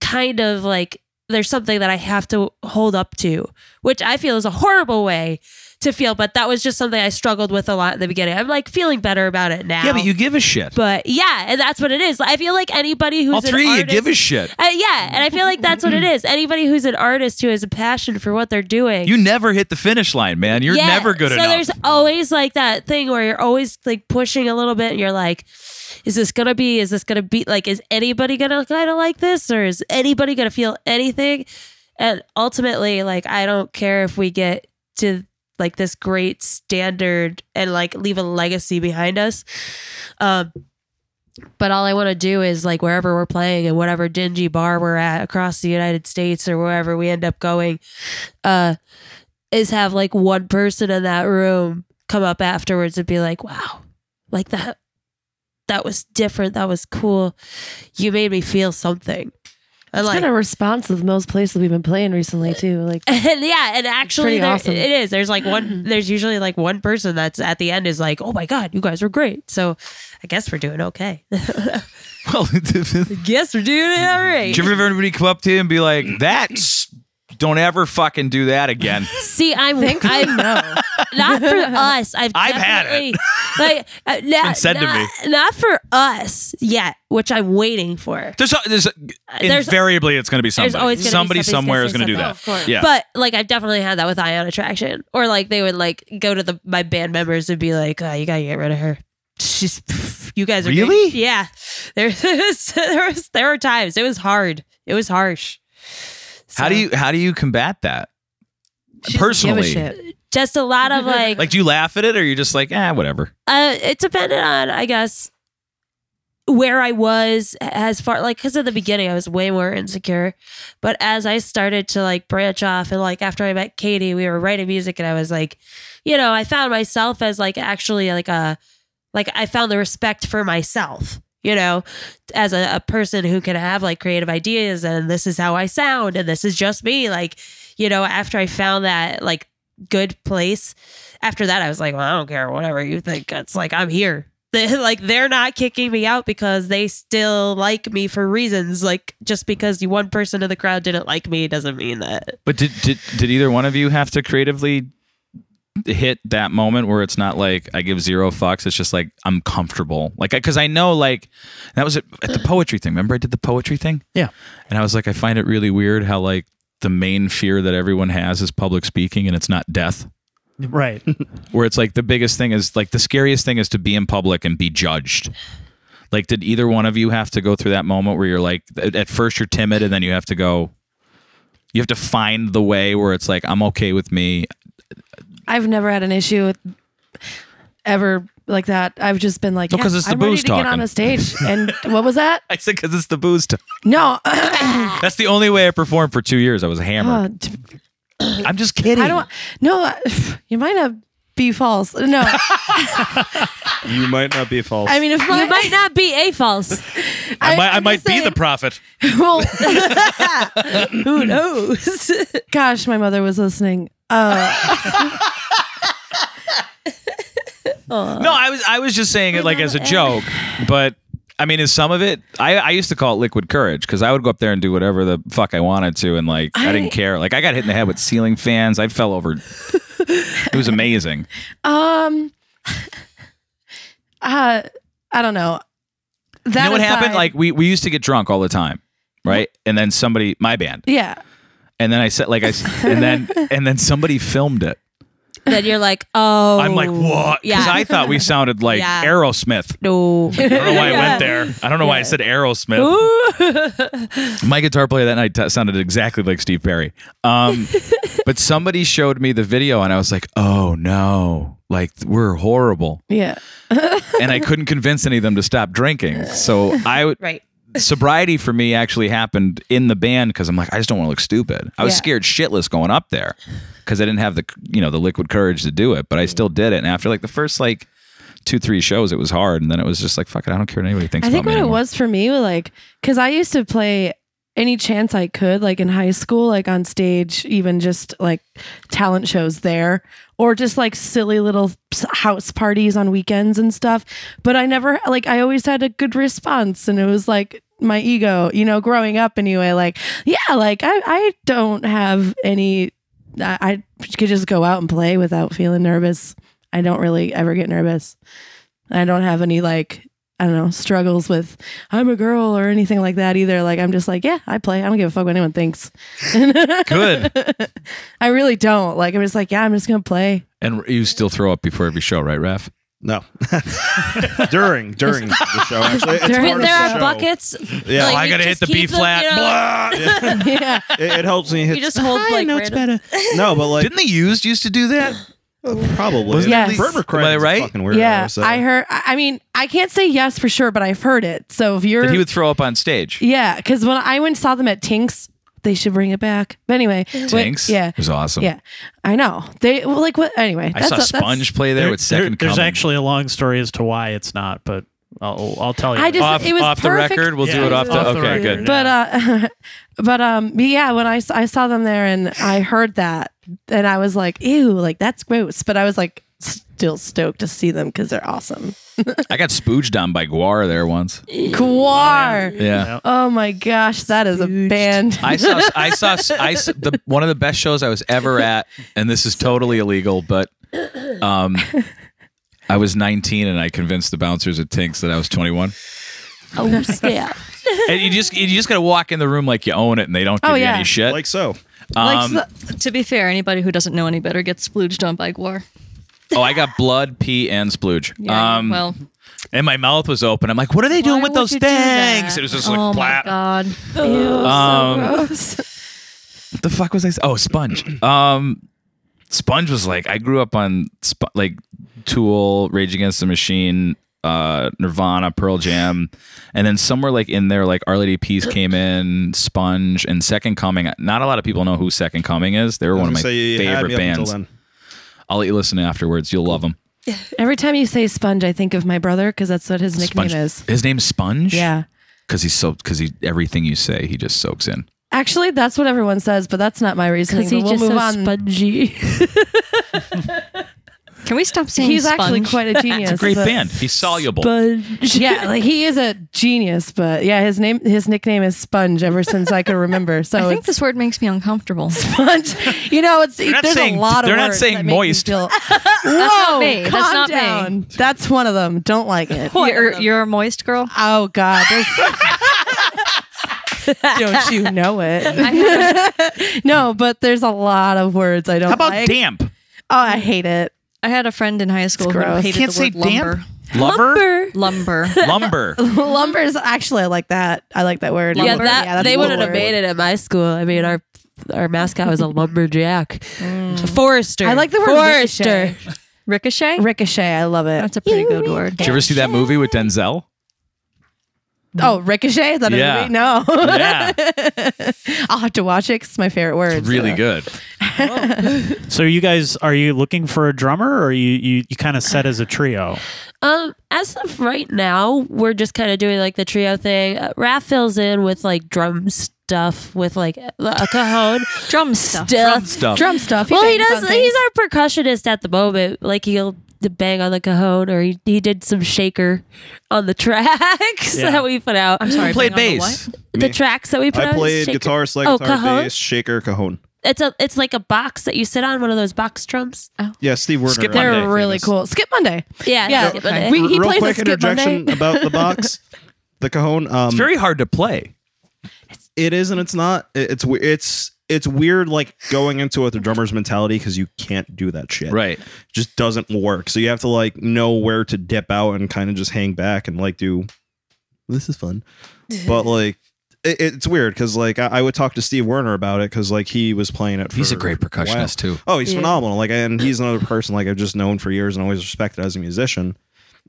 C: kind of like there's something that I have to hold up to, which I feel is a horrible way to feel, but that was just something I struggled with a lot in the beginning. I'm like feeling better about it now.
B: Yeah, but you give a shit.
C: But yeah, and that's what it is. I feel like anybody who's
B: all three,
C: an
B: you give a
C: artist-
B: shit.
C: Uh, yeah, and I feel like that's what it is. Anybody who's an artist who has a passion for what they're doing.
B: You never hit the finish line, man. You're
C: Yeah,
B: never good
C: so
B: enough.
C: there's always like that thing where you're always like pushing a little bit and you're like, is this gonna be, is this gonna be like, is anybody gonna kinda like this or is anybody gonna feel anything? And ultimately, like, I don't care if we get to like this great standard and like leave a legacy behind us. Um, but all I want to do is like wherever we're playing and whatever dingy bar we're at across the United States or wherever we end up going, uh, is have like one person in that room come up afterwards and be like, "Wow, like that, that was different. That was cool. You made me feel something." And
E: It's
C: like,
E: been a response to most places we've been playing recently too. Like
C: and yeah, and actually,
E: pretty
C: there,
E: awesome.
C: it is. There's like one. There's usually like one person that's at the end is like, "Oh my god, you guys were great." So, I guess we're doing okay.
B: well, did
C: guess we're doing it all right.
B: you ever anybody come up to you and be like, "That's don't ever fucking do that again"?
C: See, I'm I'm not for us. I've
B: I've had
C: definitely- Like uh, not,
B: been said to
C: not, Not for us yet, which I'm waiting for. Uh,
B: There's, there's,
C: there's-
B: invariably it's going to be somebody.
C: always gonna
B: somebody
C: be somebody's gonna
B: somewhere is
C: say
B: going to do
C: something.
B: that.
C: Oh, of course.
B: Yeah.
C: But like I've definitely had that with Ion Attraction, or like they would like go to the my band members and be like, oh, "You gotta get rid of her." She's you guys are
B: Really?
C: good." yeah. There was, there was there were times it was hard. It was harsh.
B: how do you how do you combat that personally?
C: Just a lot of like
B: Like, do you laugh at it or you're just like, ah, whatever?
C: uh, it depended on, I guess, where I was as far like because at the beginning I was way more insecure, but as I started to like branch off and like after I met Katie, we were writing music and I was like, you know, I found myself as like actually like a like I found the respect for myself. You know, as a, a person who can have like creative ideas and this is how I sound and this is just me. Like, you know, after I found that like good place, after that I was like, well, I don't care, whatever you think. It's like I'm here. like they're not kicking me out because they still like me for reasons. Like just because you one person in the crowd didn't like me doesn't mean that.
B: But did, did did either one of you have to creatively hit that moment where it's not like I give zero fucks? It's just like I'm comfortable. Like because I know like that was at, at the poetry thing. Remember I did the poetry thing,
F: Yeah.
B: and I was like I find it really weird how like the main fear that everyone has is public speaking, and it's not death.
F: Right.
B: Where it's like the biggest thing is like the scariest thing is to be in public and be judged. Like, did either one of you have to go through that moment where you're like, at at first you're timid, and then you have to go, you have to find the way where it's like, I'm okay with me.
E: I've never had an issue with ever like that. I've just been like,
B: No,
E: yeah,
B: 'cause it's the
E: I'm ready
B: booze
E: to get on
B: talking.
E: a stage. And what was that?
B: I said, because it's the booze. T-
E: No,
B: That's the only way I performed for two years. I was
E: Oh,
B: hammered.
E: t-
B: I'm just kidding.
E: I don't. No, I- you might not be false. No,
D: You might not be false.
E: I mean if my,
C: You might not be a false.
B: I, might, I
E: I'm
B: might
E: just
B: be the
E: saying-
B: prophet.
E: well,
C: Who knows?
E: gosh, my mother was listening. Uh,
B: No, I was I was just saying it like as a joke, but I mean, is some of it? I, I used to call it liquid courage because I would go up there and do whatever the fuck I wanted to, and like I, didn't care. Like I got hit in the head with ceiling fans. I fell over. it was amazing.
E: um, uh, I don't know. That
B: you know what happened?
E: aside-
B: Like we we used to get drunk all the time, right? And then somebody, my band,
E: yeah,
B: and then I said like I s- and then and then somebody filmed it.
C: then you're like, oh,
B: I'm like, what? Because
C: Yeah.
B: I thought we sounded like
C: Yeah.
B: Aerosmith.
C: no.
B: I don't know why I went there. I don't know why I said Aerosmith. My guitar player that night t- sounded exactly like Steve Perry. Um, but somebody showed me the video and I was like, oh no, like we're horrible.
E: yeah.
B: And I couldn't convince any of them to stop drinking. So I would.
C: Right.
B: Sobriety for me actually happened in the band because I'm like, I just don't want to look stupid. I was
E: Yeah.
B: scared shitless going up there because I didn't have the you know the liquid courage to do it, but I still did it. And after like the first like two three shows, it was hard, and then it was just like, fuck it, I don't care what anybody thinks.
E: I think
B: about
E: what
B: me
E: it
B: anymore.
E: was for me, like, because I used to play any chance I could, like in high school, like on stage, even just like talent shows there, or just like silly little s- house parties on weekends and stuff. But I never, like, I always had a good response, and it was like, my ego, you know, growing up anyway, like, yeah, like I, I don't have any, I, I could just go out and play without feeling nervous. I don't really ever get nervous. I don't have any like I don't know struggles with I'm a girl or anything like that either. Like I'm just like yeah, I play. I don't give a fuck what anyone thinks.
B: Good.
E: I really don't. Like I'm just like yeah, I'm just gonna play.
B: And you still throw up before every show, right, Raf?
D: no. during during the show, actually, it's
E: During-
D: part of
C: But there
D: the
C: are
D: show.
C: buckets.
D: Yeah,
C: like,
B: I
C: we
B: gotta hit
C: just
B: the B
C: keep them,
B: flat.
C: you know,
B: Blah.
E: yeah,
D: it, it helps me
C: You
D: hit.
C: just hold like random-
D: no, but like
B: Didn't they used used to do that?
D: probably.
E: Wasn't Yes. it-
D: Bert McCracken
B: Am I right?
D: Fucking weirdo,
E: yeah.
D: so-
E: I heard. I I mean, I can't say yes for sure, but I've heard it. So if you're
B: That he would throw up on stage.
E: Er, yeah, because when I went and saw them at Tinks, they should bring it back. But anyway, when-
B: Tanks.
E: yeah.
B: It was awesome.
E: Yeah, I know. They well, like what? Anyway,
B: I saw
E: that's- that's-
B: Sponge play there, with Second
F: there's
B: Coming.
F: actually a long story as to why it's not, but I'll, I'll tell you.
E: I just
B: off
E: it was
B: off
E: perfect.
B: the record. We'll do
F: Yeah,
B: it off the.
F: off
B: okay,
F: the record.
B: good.
F: Yeah.
E: but uh but um but yeah when I, s- I saw them there and i heard that and i was like ew like that's gross but i was like still stoked to see them because they're awesome
B: I got spooged on by Guar there once.
E: Guar.
B: Yeah.
F: Yep.
E: oh my gosh that is a band
B: I saw, I saw, I saw the, one of the best shows I was ever at, and this is totally illegal, but um, I was 19 and I convinced the bouncers at Tinks that I was 21.
C: Oh, snap.
B: And you just, you just gotta walk in the room like you own it, and they don't give
E: Oh,
B: you
E: yeah.
B: any shit.
D: like so.
B: Um,
E: like
A: To be fair, anybody who doesn't know any better gets splooged on by Gwar.
B: oh, I got blood, pee, and splooge.
A: Yeah,
B: um,
A: well,
B: and my mouth was open. I'm like, what are they doing with
A: would
B: those
A: you do that?
B: things? It was just like,
A: oh my
B: blap.
A: god.
B: Um,
E: gross.
B: what the fuck was I? s- Oh, Sponge. Um, Sponge was like I grew up on Sp- like Tool, Rage Against the Machine, uh, Nirvana, Pearl Jam, and then somewhere like in there, like Our Lady of Peace came in, Sponge, and Second Coming. Not a lot of people know who Second Coming is. They were one of my
D: So you had me
B: favorite
D: up until
B: bands.
D: then.
B: I'll let you listen afterwards. You'll love them.
E: every time you say sponge i think of my brother because that's what his nickname
B: Sponge.
E: is
B: His name's Sponge.
E: yeah
B: because he's so because he everything you say he just soaks in.
E: Actually, that's what everyone says, but that's not my reasoning.
C: Because he's
E: but we'll
C: just
E: move
C: so
E: on.
C: spongy.
A: Can we stop saying
E: He's actually
A: sponge?
E: quite a genius.
B: It's a great
E: but-
B: band. He's soluble.
C: Sponge.
E: Yeah, like he is a genius, but yeah, his name, his nickname is Sponge ever since I can remember. So
A: I think
E: it's
A: this word makes me uncomfortable.
E: Sponge. You know, it's
B: not
E: there's
B: saying-
E: a lot of
B: they're not
E: words
B: saying
E: that make me
B: moist.
E: Feel,
A: That's not
E: Whoa,
A: me. That's
E: calm
A: not me.
E: down. That's one of them. Don't like it.
A: You're, you're a moist girl.
E: Oh God. there's- don't you know it?
A: I,
E: No, but there's a lot of words I don't
B: How about
E: like.
B: damp?
E: Oh, I hate it.
A: I had a friend in high school who
E: gross.
A: hated
B: Can't
A: the
B: say
A: word lumber.
B: damp. Lover?
A: Lumber.
B: Lumber.
E: Lumber's actually I like that. I like that word.
C: Yeah,
A: Lumber.
C: that
E: Yeah, that's
C: they
E: a
C: wouldn't have
E: word.
C: made it at my school. I mean, our our mascot was a lumberjack, a forester.
E: Mm. I like the word
C: forester.
A: Ricochet?
E: Ricochet, I love it.
A: That's a pretty good word.
B: Did you ever see that movie with Denzel?
E: Oh, Ricochet? Is that
B: Yeah.
E: a movie? No.
F: Oh,
B: Yeah.
E: I'll have to watch it 'cause it's my favorite word.
B: It's really
E: so.
B: good.
F: So you guys, are you looking for a drummer, or are you you, you kind of set as a trio?
C: Um, as of right now, we're just kind of doing like the trio thing. Uh, Raph fills in with like drum stuff with like a cajon.
A: Drum stuff.
C: Still,
B: Stuff.
E: Drum stuff.
C: well, he
E: bangs
C: does.
E: on
C: He's
E: things.
C: our percussionist at the moment. Like he'll bang on the cajon, or he, he did some shaker on the tracks
F: Yeah.
C: that we put out.
A: I'm sorry.
B: Who played
A: playing on the
B: bass?
C: The tracks that we put out.
D: I
C: is
D: played
C: shaker.
D: guitar, slide
C: Oh,
D: guitar,
C: cajon?
D: bass, shaker, cajon.
C: It's a it's like a box that you sit on, one of those box drums.
D: Yeah, Steve Werner.
B: Skip
D: I
B: Monday.
E: They're
D: think,
E: really
D: is-
E: cool. Skip Monday.
C: Yeah,
E: Yeah,
C: it's like-
E: okay.
C: but-
E: We- he
D: Real
E: plays a
D: quick
E: Skip
D: interjection
E: Monday.
D: about the box, the cajon. Um,
B: It's very hard to play.
D: it is and it's not. It- It's we- it's it's weird, like going into it with a drummer's mentality because you can't do that shit.
B: Right.
D: just doesn't work. So you have to like know where to dip out and kind of just hang back and like do this is fun. But like it, it's weird because like I, I would talk to Steve Werner about it because like he was playing it. For
B: He's a great
D: while.
B: percussionist too.
D: Oh, he's
E: Yeah.
D: phenomenal. Like and he's another person like I've just known for years and always respected as a musician.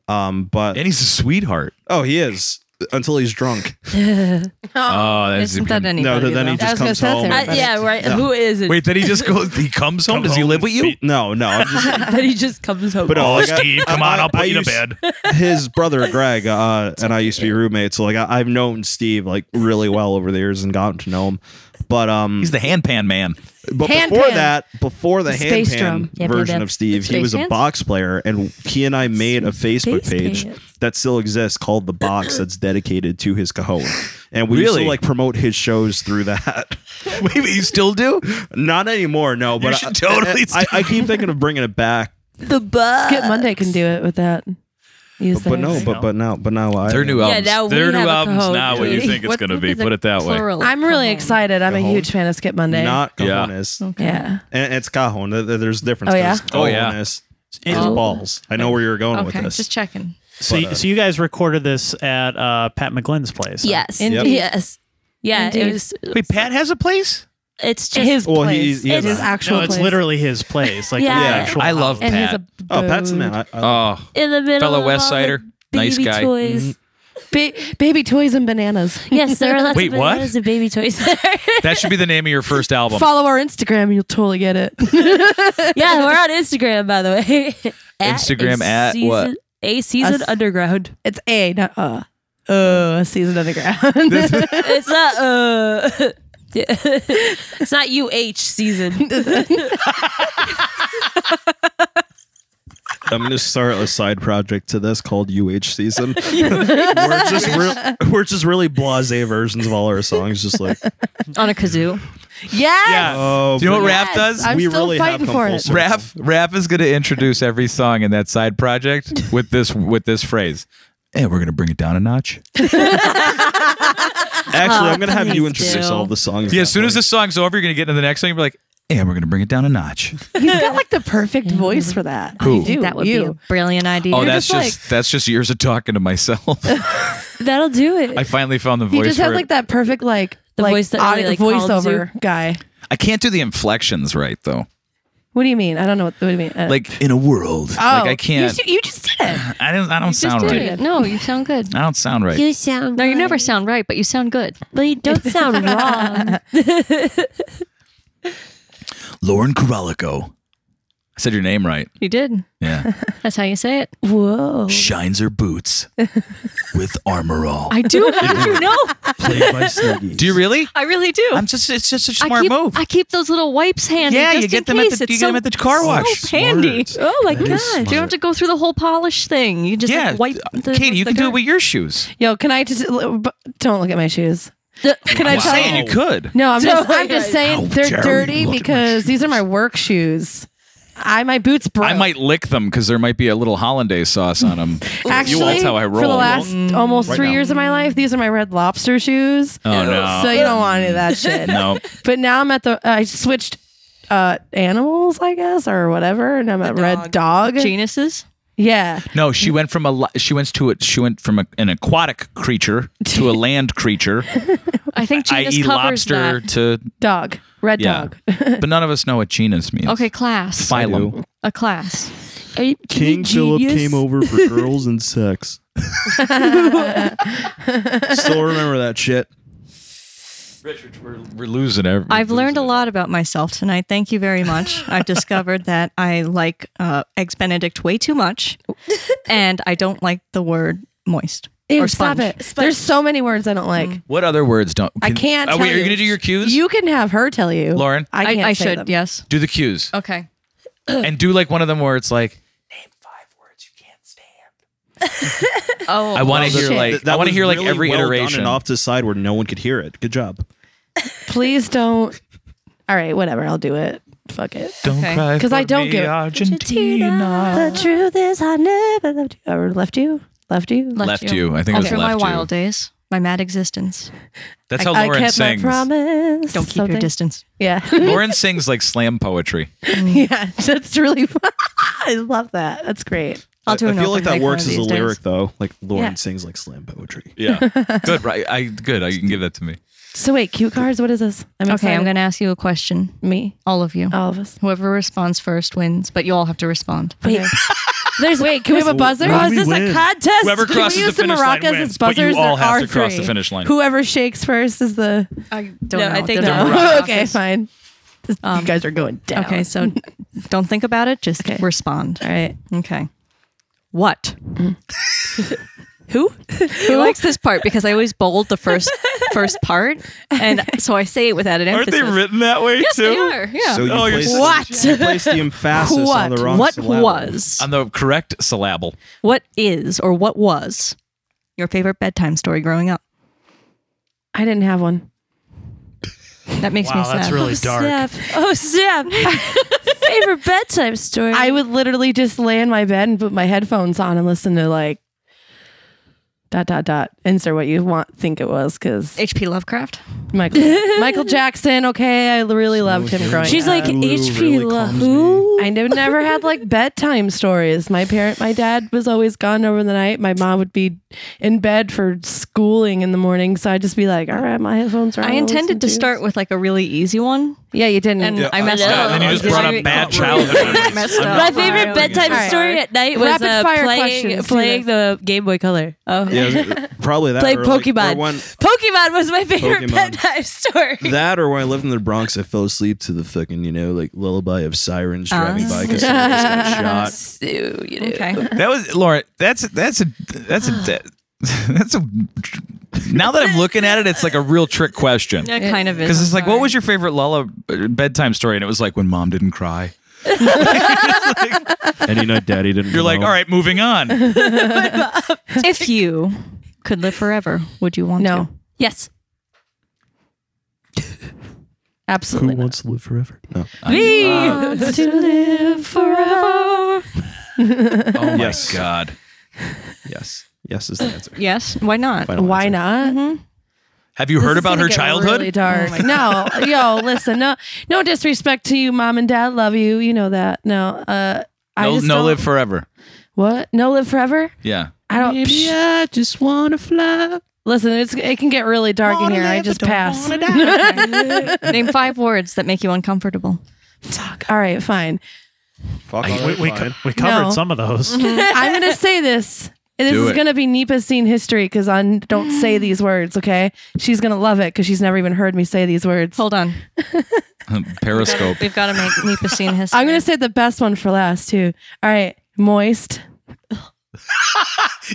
D: Um, but
B: And he's a sweetheart.
D: oh, he is until he's drunk.
B: Oh, that's
A: Isn't that
D: No,
A: anybody?
D: then
A: though?
D: he just
E: I
D: comes
E: was gonna say,
D: home.
E: that's
C: Uh, yeah, right.
D: No.
C: Who is it?
B: Wait, then he just goes he comes home? Does he live with you?
D: No, no. I'm just,
C: That he just comes home.
D: But no, like, I- I- I used-
F: bed.
D: his brother Greg uh, and I used to be roommates. So like I, I've known Steve like really well over the years and gotten to know him. But um,
B: He's the hand pan man.
D: but
E: Hand
D: before
E: pan.
D: that, before the hand
E: Space
D: pan
E: drum.
C: Yeah,
D: version
C: baby.
D: of Steve, he
A: Space
D: was a
A: pans?
D: box player, and he and I made a Facebook
C: Space
D: page
C: pants.
D: that still exists called the Box that's dedicated to his Cajon, and we used
B: Really?
D: to like promote his shows through that.
B: Wait, but you still do?
D: Not anymore, no. But
B: should
D: I,
B: totally
D: I, I keep thinking of bringing it back,
C: the bus.
E: Skip Monday can do it with that. Use
D: but, but no,
E: theirs.
D: but but now, but now I
B: Their new albums.
C: now we
B: Their
C: have
B: new
C: a
B: albums
C: cajon.
B: not what you think it's
A: What-
B: gonna
A: what
B: be.
A: is the
B: Put it that way.
A: plural of
E: I'm really
A: cajon?
E: excited. I'm a
D: Cajon?
E: huge fan of Skip Monday.
D: not
B: Yeah.
D: Cajones.
A: Okay.
E: yeah.
D: And it's cajon. There- there- There's difference.
E: Oh, yeah?
B: Oh, yeah.
D: It's
A: Oh.
D: balls. I know where you're going
A: Okay,
D: with this.
A: just checking.
F: So,
D: But, uh,
F: so you guys recorded this at uh, Pat McGlynn's place? huh?
C: Yes.
E: Indeed.
C: Yes. Yeah. It
E: Indeed.
C: was.
B: Wait, Pat has a place?
C: It's just.
E: His
D: Well, he-
E: place.
D: he has
E: it's his
D: a-
E: actual
F: No, it's
E: place.
F: literally his place. Like
C: Yeah.
F: the
C: Yeah.
F: actual
B: I love
E: And he's
B: Pat.
E: a
D: Oh, Pat's the man. I, I,
B: Oh,
C: in the middle.
B: fellow
C: of all
B: West Sider.
C: the
B: Nice
C: baby
B: guy.
C: Toys.
E: Ba- baby toys and bananas.
C: yes, there are lots
B: Wait,
C: of
B: what?
C: bananas and baby toys there.
B: that should be the name of your first album.
E: Follow our Instagram, and you'll totally get it.
C: yeah, we're on Instagram by the way.
B: Instagram
C: a
B: at
C: season,
B: what?
C: A season
E: Us.
C: underground.
E: it's a not uh. Oh, season underground.
C: It's not. Uh, it's not UH season.
D: I'm going to start a side project to this called UH Season. we're just re- we're just really blasé versions of all our songs. Just like
A: On a kazoo.
E: yes.
D: oh,
B: Do you know what
D: but
B: Raph does?
E: I'm
D: we
E: still
D: really have
E: fighting
D: come
E: for
D: full
E: it.
D: circle.
B: Raph, Raph is going to introduce every song in that side project with this with this phrase. And we're going to bring it down a notch.
D: Actually, I'm going to have you
C: please
D: introduce
C: do.
D: all the songs.
B: Yeah,
D: that
B: as soon as
D: way.
B: this song's over, you're going to get into the next song. You're like, and we're going to bring it down a notch.
E: He's got like the perfect voice for that.
B: Who?
E: I do.
A: That would
E: you.
A: be a brilliant idea.
B: Oh,
E: You're
B: that's
E: just
B: just, that's just years of talking to myself.
C: That'll do it.
B: I finally found the
E: he
B: voice.
E: just
B: for
E: has
B: it.
E: like that perfect like
C: The
E: like,
C: voice that really,
E: audi-
C: like, calms
E: voiceover guy.
B: I can't do the inflections right though.
E: What do you mean? I don't know what, what do you mean. Uh,
B: Like in a world,
E: oh,
B: like I
E: you
B: can't.
E: ju- You just, did it.
B: I don't. I don't sound
A: Just do
B: right.
A: it. No, you sound good.
B: I don't sound right.
C: you sound.
A: No, you never sound right, but you sound good.
C: Well, you don't sound wrong.
B: Lauren Coralico. said your name right.
A: You did.
B: Yeah.
A: That's how you say it.
C: Whoa.
B: Shines her boots with armor all.
A: I do. How did you know?
D: Played by Snuggies.
B: Do you really?
A: I really do.
B: I'm just. It's just a
A: I
B: smart
A: keep,
B: move.
A: I keep those little wipes handy.
B: Yeah,
A: just
B: you
A: in
B: get them at
A: case.
B: the
A: It's
B: you get
A: so,
B: them at the car
A: so
B: wash.
A: handy.
D: Smart.
A: Oh my
D: That
A: god!
D: is
A: You don't have to go through the whole polish thing. You just
B: yeah, Uh,
A: like, wipe. The,
B: Katie, you
A: the
B: can do it
A: dirt.
B: with your shoes.
E: Yo, can I just don't look at my shoes? Can I
B: I'm
E: tell
B: saying
E: you?
B: you could.
E: No, I'm just
A: How
E: I'm just saying they're
B: dare you look
E: dirty
B: at my
E: because these are my work shoes. I my boots broke.
B: I might lick them because there might be a little hollandaise sauce on them.
E: actually
B: you all how I roll. Mm,
E: for the last almost
D: Right
E: three
D: now.
E: years of my life. These are my red lobster shoes.
B: oh no,
E: So you don't want any of that shit.
B: no.
E: But now I'm at the I switched uh animals, I guess, or whatever, and I'm at red dog.
A: Genuses.
E: Yeah.
B: No, she went from a li- she went to a, she went from a, an aquatic creature to a land creature,
A: I think genus
B: i.e.,
A: covers
B: lobster
A: that.
B: to
E: Dog. Red
B: yeah.
E: dog.
B: but none of us know what genus means.
A: Okay, class.
B: phylum.
A: A class.
D: King Philip came over for girls and sex. Still remember that shit.
B: Richard, we're, we're losing everything.
A: I've learned a lot about myself tonight. Thank you very much. I've discovered that I like uh, eggs Benedict way too much, and I don't like the word moist
E: Ew,
A: or
E: stop
A: sponge.
E: it. There's so many words I don't like.
B: What other words don't?
E: I can't
B: Oh,
E: tell
B: wait, are you
E: you.
B: gonna do your cues?
E: You can have her tell you.
B: Lauren?
E: I
A: I,
E: can't
A: I
E: say
A: should.
E: them.
A: Yes.
B: do the cues
A: Okay.
B: and do like one of them where it's like
A: Oh,
B: I want to hear
E: shit.
B: like
D: Th- that
B: I want to
D: was
B: hear like
D: really
B: every
D: well done
B: iteration.
D: and off to the side where no one could hear it. Good job.
E: Please don't. All right, whatever. I'll do it. Fuck it.
B: Don't
A: Okay.
B: cry
E: 'Cause I
B: for
E: don't
B: me,
E: give-
B: Argentina.
E: The truth is, I never loved you. Or left you. Left you.
B: Left you. I think it was
A: Through my
B: left you.
A: wild days, my mad existence.
B: That's how
E: I
B: Lauren
E: kept
B: sings.
E: my promise.
A: Don't keep
E: Something-
A: your distance.
E: Yeah.
B: Lauren sings like slam poetry.
E: yeah. That's really fun. I love that. That's great.
A: I'll
D: I-
A: do
D: I
A: an
D: feel like
A: open mic
D: that
A: one
D: works
A: of
D: as a
A: these days.
D: lyric though. Like Lauren
E: Yeah.
D: sings like slam poetry.
B: Yeah. good, right? I good. I, you can give that to me.
E: So wait, cue cards. What is this? I'm
A: Okay, I'm
E: excited.
A: going to ask you a question.
E: me.
A: All of you.
E: All of us.
A: Whoever responds first wins, but you all have to respond.
E: Wait. There's wait. Can we have a buzzer?
D: Where do
E: Oh, is
D: we
E: this a
D: win?
E: contest?
B: Whoever
E: Can
B: crosses
E: we
B: the
E: use
B: finish line
E: maracas as
B: wins, but you
E: buzzers?
B: all
E: There
B: have
E: are
B: to cross the
E: three.
B: finish line.
E: Whoever shakes first is the.
A: I don't know.
C: I think
A: Doesn't
C: no.
A: matter.
E: No. okay, fine. This- you guys are going down.
A: Okay, so don't think about it. Just
E: Okay.
A: respond.
E: All right.
A: Okay. What?
E: Who?
A: He likes this part because I always bold the first first part, and so I say it without an emphasis.
B: written that way
A: yes, they are. Yeah.
D: So you
B: Oh, you're
D: place,
B: so-
E: What?
D: you place the emphasis on
A: what?
D: the wrong
A: What
D: syllable.
A: was?
B: On the correct syllable.
A: what is or what was your favorite bedtime story growing up?
E: I didn't have one.
A: That makes me
F: Wow,
A: sad.
F: that's really dark.
C: Snap. Oh, snap. Favorite bedtime story.
E: I would literally just lay in my bed and put my headphones on and listen to like dot dot dot. Insert what you want think it was because
A: H.P. Lovecraft.
E: Michael Michael Jackson. Okay, I really loved him growing.
C: She's
E: up.
C: like
D: Ooh,
C: HP
D: really
C: La
D: calms me.
C: Who.
E: I nev- never had like bedtime stories. My parent, my dad was always gone over the night. My mom would be in bed for schooling in the morning, so I'd just be like, "All right, my headphones are." on,
A: I
E: I'll Oh, listen
A: intended to start with like a really easy one,
E: Yeah, you didn't.
A: and
D: Yeah,
A: I
D: I
A: messed
E: Oh,
D: know.
A: up.
D: And then you just
B: brought up
A: I-
B: bad childhood memories.
A: messed up.
C: My favorite
A: Mario.
C: bedtime
E: Alright.
C: story at night was
E: Rapid
C: uh,
E: fire
C: playing
E: questions.
C: playing
E: Do
C: the Game Boy Color. Oh,
D: Yeah, it was- uh, probably that.
C: Played
D: or like- or
C: Pokemon.
D: when-
C: Pokemon was my favorite
D: Pokemon.
C: bedtime story.
D: that or when I lived in the Bronx, I fell asleep to the fucking, you know, like lullaby of sirens driving
A: Ah.
D: by because someone just got shot.
C: So, you know.
A: Okay.
B: That was Lauren. That's that's a that's a that's a. Now that I'm looking at it, it's like a real trick question.
A: It kind of is.
B: Because it's like, what was your favorite Lala bedtime story? And it was like when mom didn't cry.
D: And you know, daddy didn't.
B: You're like, all right, moving on.
A: if you could live forever? Would you want
E: no,
A: to?
C: Yes.
E: absolutely not.
D: to live forever? No.
C: Me.
E: to live forever.
B: Oh my
D: Yes.
B: god.
D: Yes. Yes is the answer.
A: Yes. Why not?
D: Final
E: Why
D: answer.
E: not?
A: Mm-hmm.
B: Have you heard
E: This is
B: about
E: gonna
B: her
E: get
B: childhood?
E: Really
A: Oh
E: dark. no, yo, listen. No, no disrespect to you, mom and dad. Love you. You know that. No, uh, I
B: no,
E: just
B: no
E: don't-
B: live forever.
E: What? No live forever.
B: Yeah.
E: I don't. psh.
D: I just wanna fly.
E: Listen, it's it can get really dark in here. I just pass.
A: Name five words that make you uncomfortable.
E: All right, fine.
D: Fuck. all
F: We,
D: right,
F: we,
D: fine.
F: co- we covered
E: No.
F: some of those.
E: Mm. I'm gonna say this. And This
B: Do
E: is
B: it.
E: gonna be Nipa's scene history because on don't say these words, okay? She's gonna love it because she's never even heard me say these words.
A: Hold on.
B: Periscope.
A: We've got to make Nipa seen his.
E: I'm gonna say the best one for last too. All right, moist.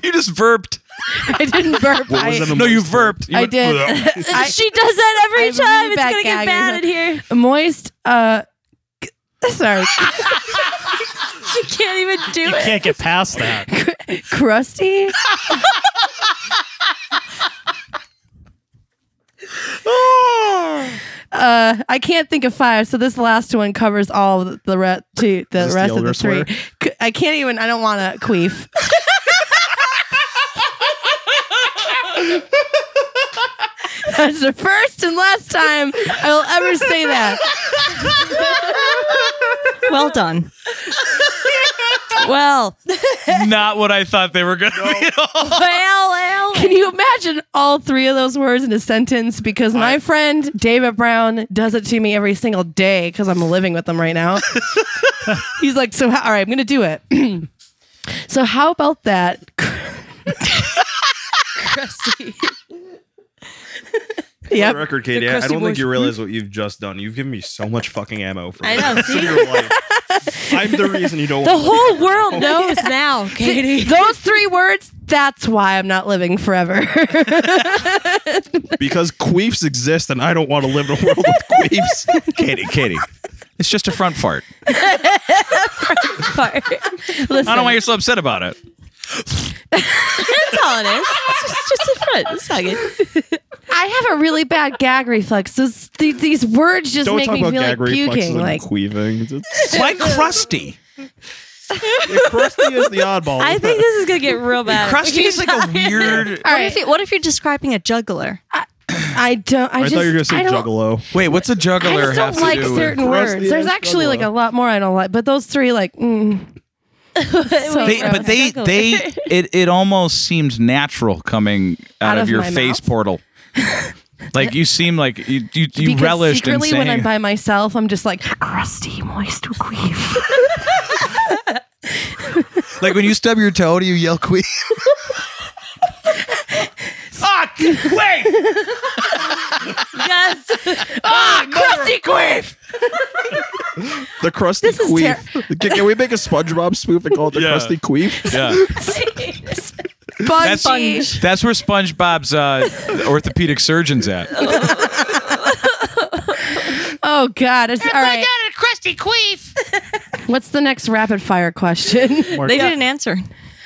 B: you just verped.
E: I didn't burp.
D: What was
E: I,
D: that in
B: No,
D: the
B: you
D: moist?
B: verped. You
E: I
B: went,
E: did. I-
C: she does that every
E: I have a
C: time.
E: really
C: It's
E: bad
C: gonna get
E: gag
C: bad in
E: reflex.
C: here.
E: moist. Uh, sorry,
C: She can't even do
F: You
C: it.
F: can't get past that.
E: crusty. Uh, I can't think of five, so this last one covers all the re- to the
D: this the
E: rest of
D: elder
E: the three.
D: swear?
E: C- I can't even. I don't want to queef. That's the first and last time I will ever say that.
A: well done.
C: Well,
B: Not what I thought they were going to be.
C: well, well.
E: Can you imagine all three of those words in a sentence? Because my friend David Brown does it to me every single day because I'm living with him right now. He's like, so how, all right, I'm gonna do it. so how about that?
C: Crusty.
D: For
E: Yep.
D: the record, Katie, I I
E: crusty
D: don't think
E: voice.
D: you realize what you've just done. You've given me so much fucking ammo for
C: I
D: the
C: know,
D: rest of
C: see?
D: your life. I'm the reason you don't.
C: The
D: want to-
C: whole world knows now, Katie.
E: Those three words, that's why I'm not living forever.
D: because queefs exist, and I don't want to live in a world with queefs. Katie, Katie,
B: It's just a front fart.
E: Listen,
B: I don't want you so upset about it.
C: That's all it is. It's just, just a front. It's not good.
E: I have a really bad gag reflex. Those, th- these words just
D: don't
E: make
D: talk
E: me
D: about
E: feel
D: gag
E: like
D: reflexes
E: puking.
D: and
E: Like,
D: queefing. It's-
B: Why crusty?
D: Yeah, Krusty is the oddball.
C: I think this is gonna get real bad.
B: Crusty is like a weird.
E: all
A: What if,
E: right,
A: you, what if you're describing a juggler?
E: I don't. I,
D: I
E: just,
D: thought you were going to say
E: I don't-
D: juggalo.
B: Wait, what's a
E: I
B: juggler
E: just
B: have
E: don't
B: to
E: like
B: do? with-
E: certain
D: crusty
E: words.
D: ass
E: There's actually like a
D: juggalo.
E: lot more I don't like, but those three, like, mm. So
B: They,
E: gross.
B: but they,
C: Juggler.
B: they, it, it almost seems natural coming out,
E: Out
B: of,
E: of
B: your
E: my
B: face
E: mouth?
B: portal. like you seem like you, you, you
E: Because
B: relished in
E: secretly
B: saying.
E: when I'm by myself, I'm just like "Ah, crusty, moist, queef.
B: like when you stub your toe, do you yell queen?
C: Yes.
E: crusty queef.
D: The crusty
E: This is ter-
D: queef. can, can we make a SpongeBob spoof and call it the
B: Yeah.
D: crusty queef?
B: Yeah,
E: Spongy.
B: that's where SpongeBob's uh, orthopedic surgeon's at.
E: Oh God! It's, all right.
C: a crusty queef.
E: What's the next rapid fire question?
A: They didn't answer.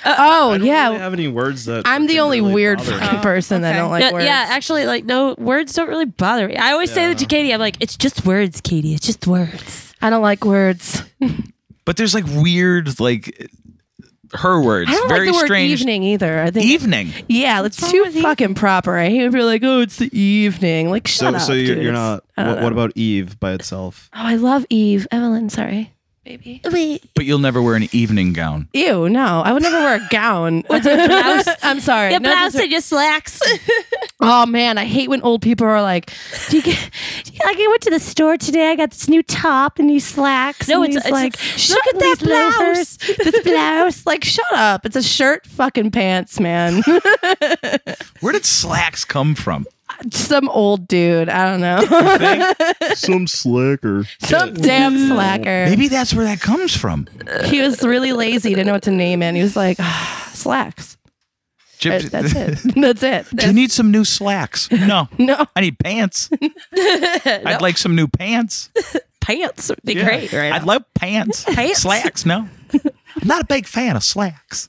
E: oh
D: I don't
E: yeah,
D: really have any words that
E: I'm the
D: fucking
E: only
D: really
E: weird
D: bother me.
E: fucking person that don't like
C: No,
E: words.
C: yeah, actually, like no words don't really bother me. I always say that to Katie. I'm like, it's just words, Katie. It's just words.
E: I don't like words.
B: But there's like weird, like her words,
E: I don't
B: very
E: like the word
B: strange.
E: evening either. I think
B: Evening.
E: yeah, it's too fucking proper. I hate when people are like, oh, it's the evening. Like shut
D: So,
E: up,
D: so you're,
E: dude.
D: you're
E: It's-
D: not.
E: I don't
D: What, what
E: know.
D: about Eve by itself?
E: Oh, I love Eve. Evelyn, sorry. Baby.
B: But you'll never wear an evening gown.
E: Ew, no. I would never wear a gown.
C: blouse?
E: I'm sorry.
C: Your
E: No,
C: blouse
E: this-
C: and your slacks.
E: oh man, I hate when old people are like, Do you get like I went to the store today, I got this new top and these slacks.
C: No,
E: and
C: it's-
E: these,
C: it's-
E: like
C: look
E: shut-
C: at that
E: these loafers, this blouse. Like, shut up. It's a shirt fucking pants, man.
B: Where did slacks come from?
E: Some old dude. I don't know.
D: Some slacker.
E: Some damn slacker.
B: Maybe that's where that comes from.
E: He was really lazy, didn't know what to name it. and He was like, "Ah, slacks.
B: Jip-
E: That- Uh, That's it. That's it.
B: Do you need some new slacks? No.
E: No.
B: I need pants. I'd like some new pants.
C: Pants would be great, right?
B: I'd love pants.
C: Pants?
B: Slacks, no. I'm not a big fan of slacks.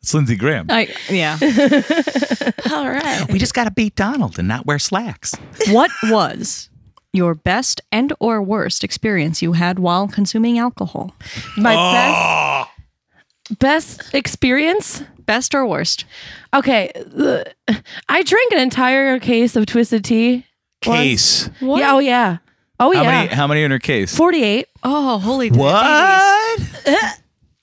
B: it's Lindsey Graham.
A: I, yeah.
C: All right.
B: We just got to beat Donald and not wear slacks.
A: what was your best and or worst experience you had while consuming alcohol?
E: My Ah. best best experience.
A: Best or worst?
E: Okay, the- I drank an entire case of twisted tea.
B: Case.
E: What? Yeah, oh yeah, oh
B: How
E: yeah.
B: many how many in her case?
E: Forty-eight.
A: Oh, holy
B: What?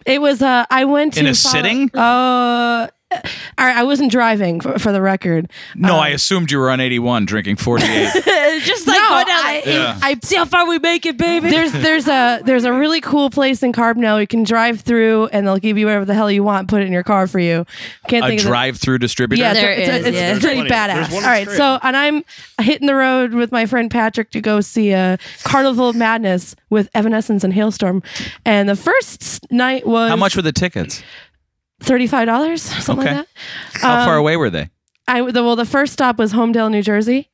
E: It was. Uh, I went to
B: In a
E: follow-
B: sitting?
E: Uh, I All right, I wasn't driving for, for the record.
B: No, I assumed you were on 81 drinking 48.
C: just like
E: no,
C: go down.
E: I,
B: Yeah.
E: I
C: see how far we make it, baby.
E: there's there's a there's a really cool place in Carbonell you can drive through and they'll give you whatever the hell you want, put it in your car for you. Can't
B: a
E: think of the-
B: drive-through distributor.
E: Yeah,
C: There
E: it's, a- it's,
C: is,
E: a- it's
C: yeah.
D: There's plenty.
E: pretty
D: There's
E: badass. All
D: one
E: right,
D: straight.
E: so and I'm hitting the road with my friend Patrick to go see a Carnival of Madness with Evanescence and Hailstorm, and the first s- night was
B: How much were the tickets?
E: Thirty five dollars, something
B: Okay.
E: like that.
B: How far
E: Um,
B: away were they?
E: I the, well, the first stop was Homedale, New Jersey,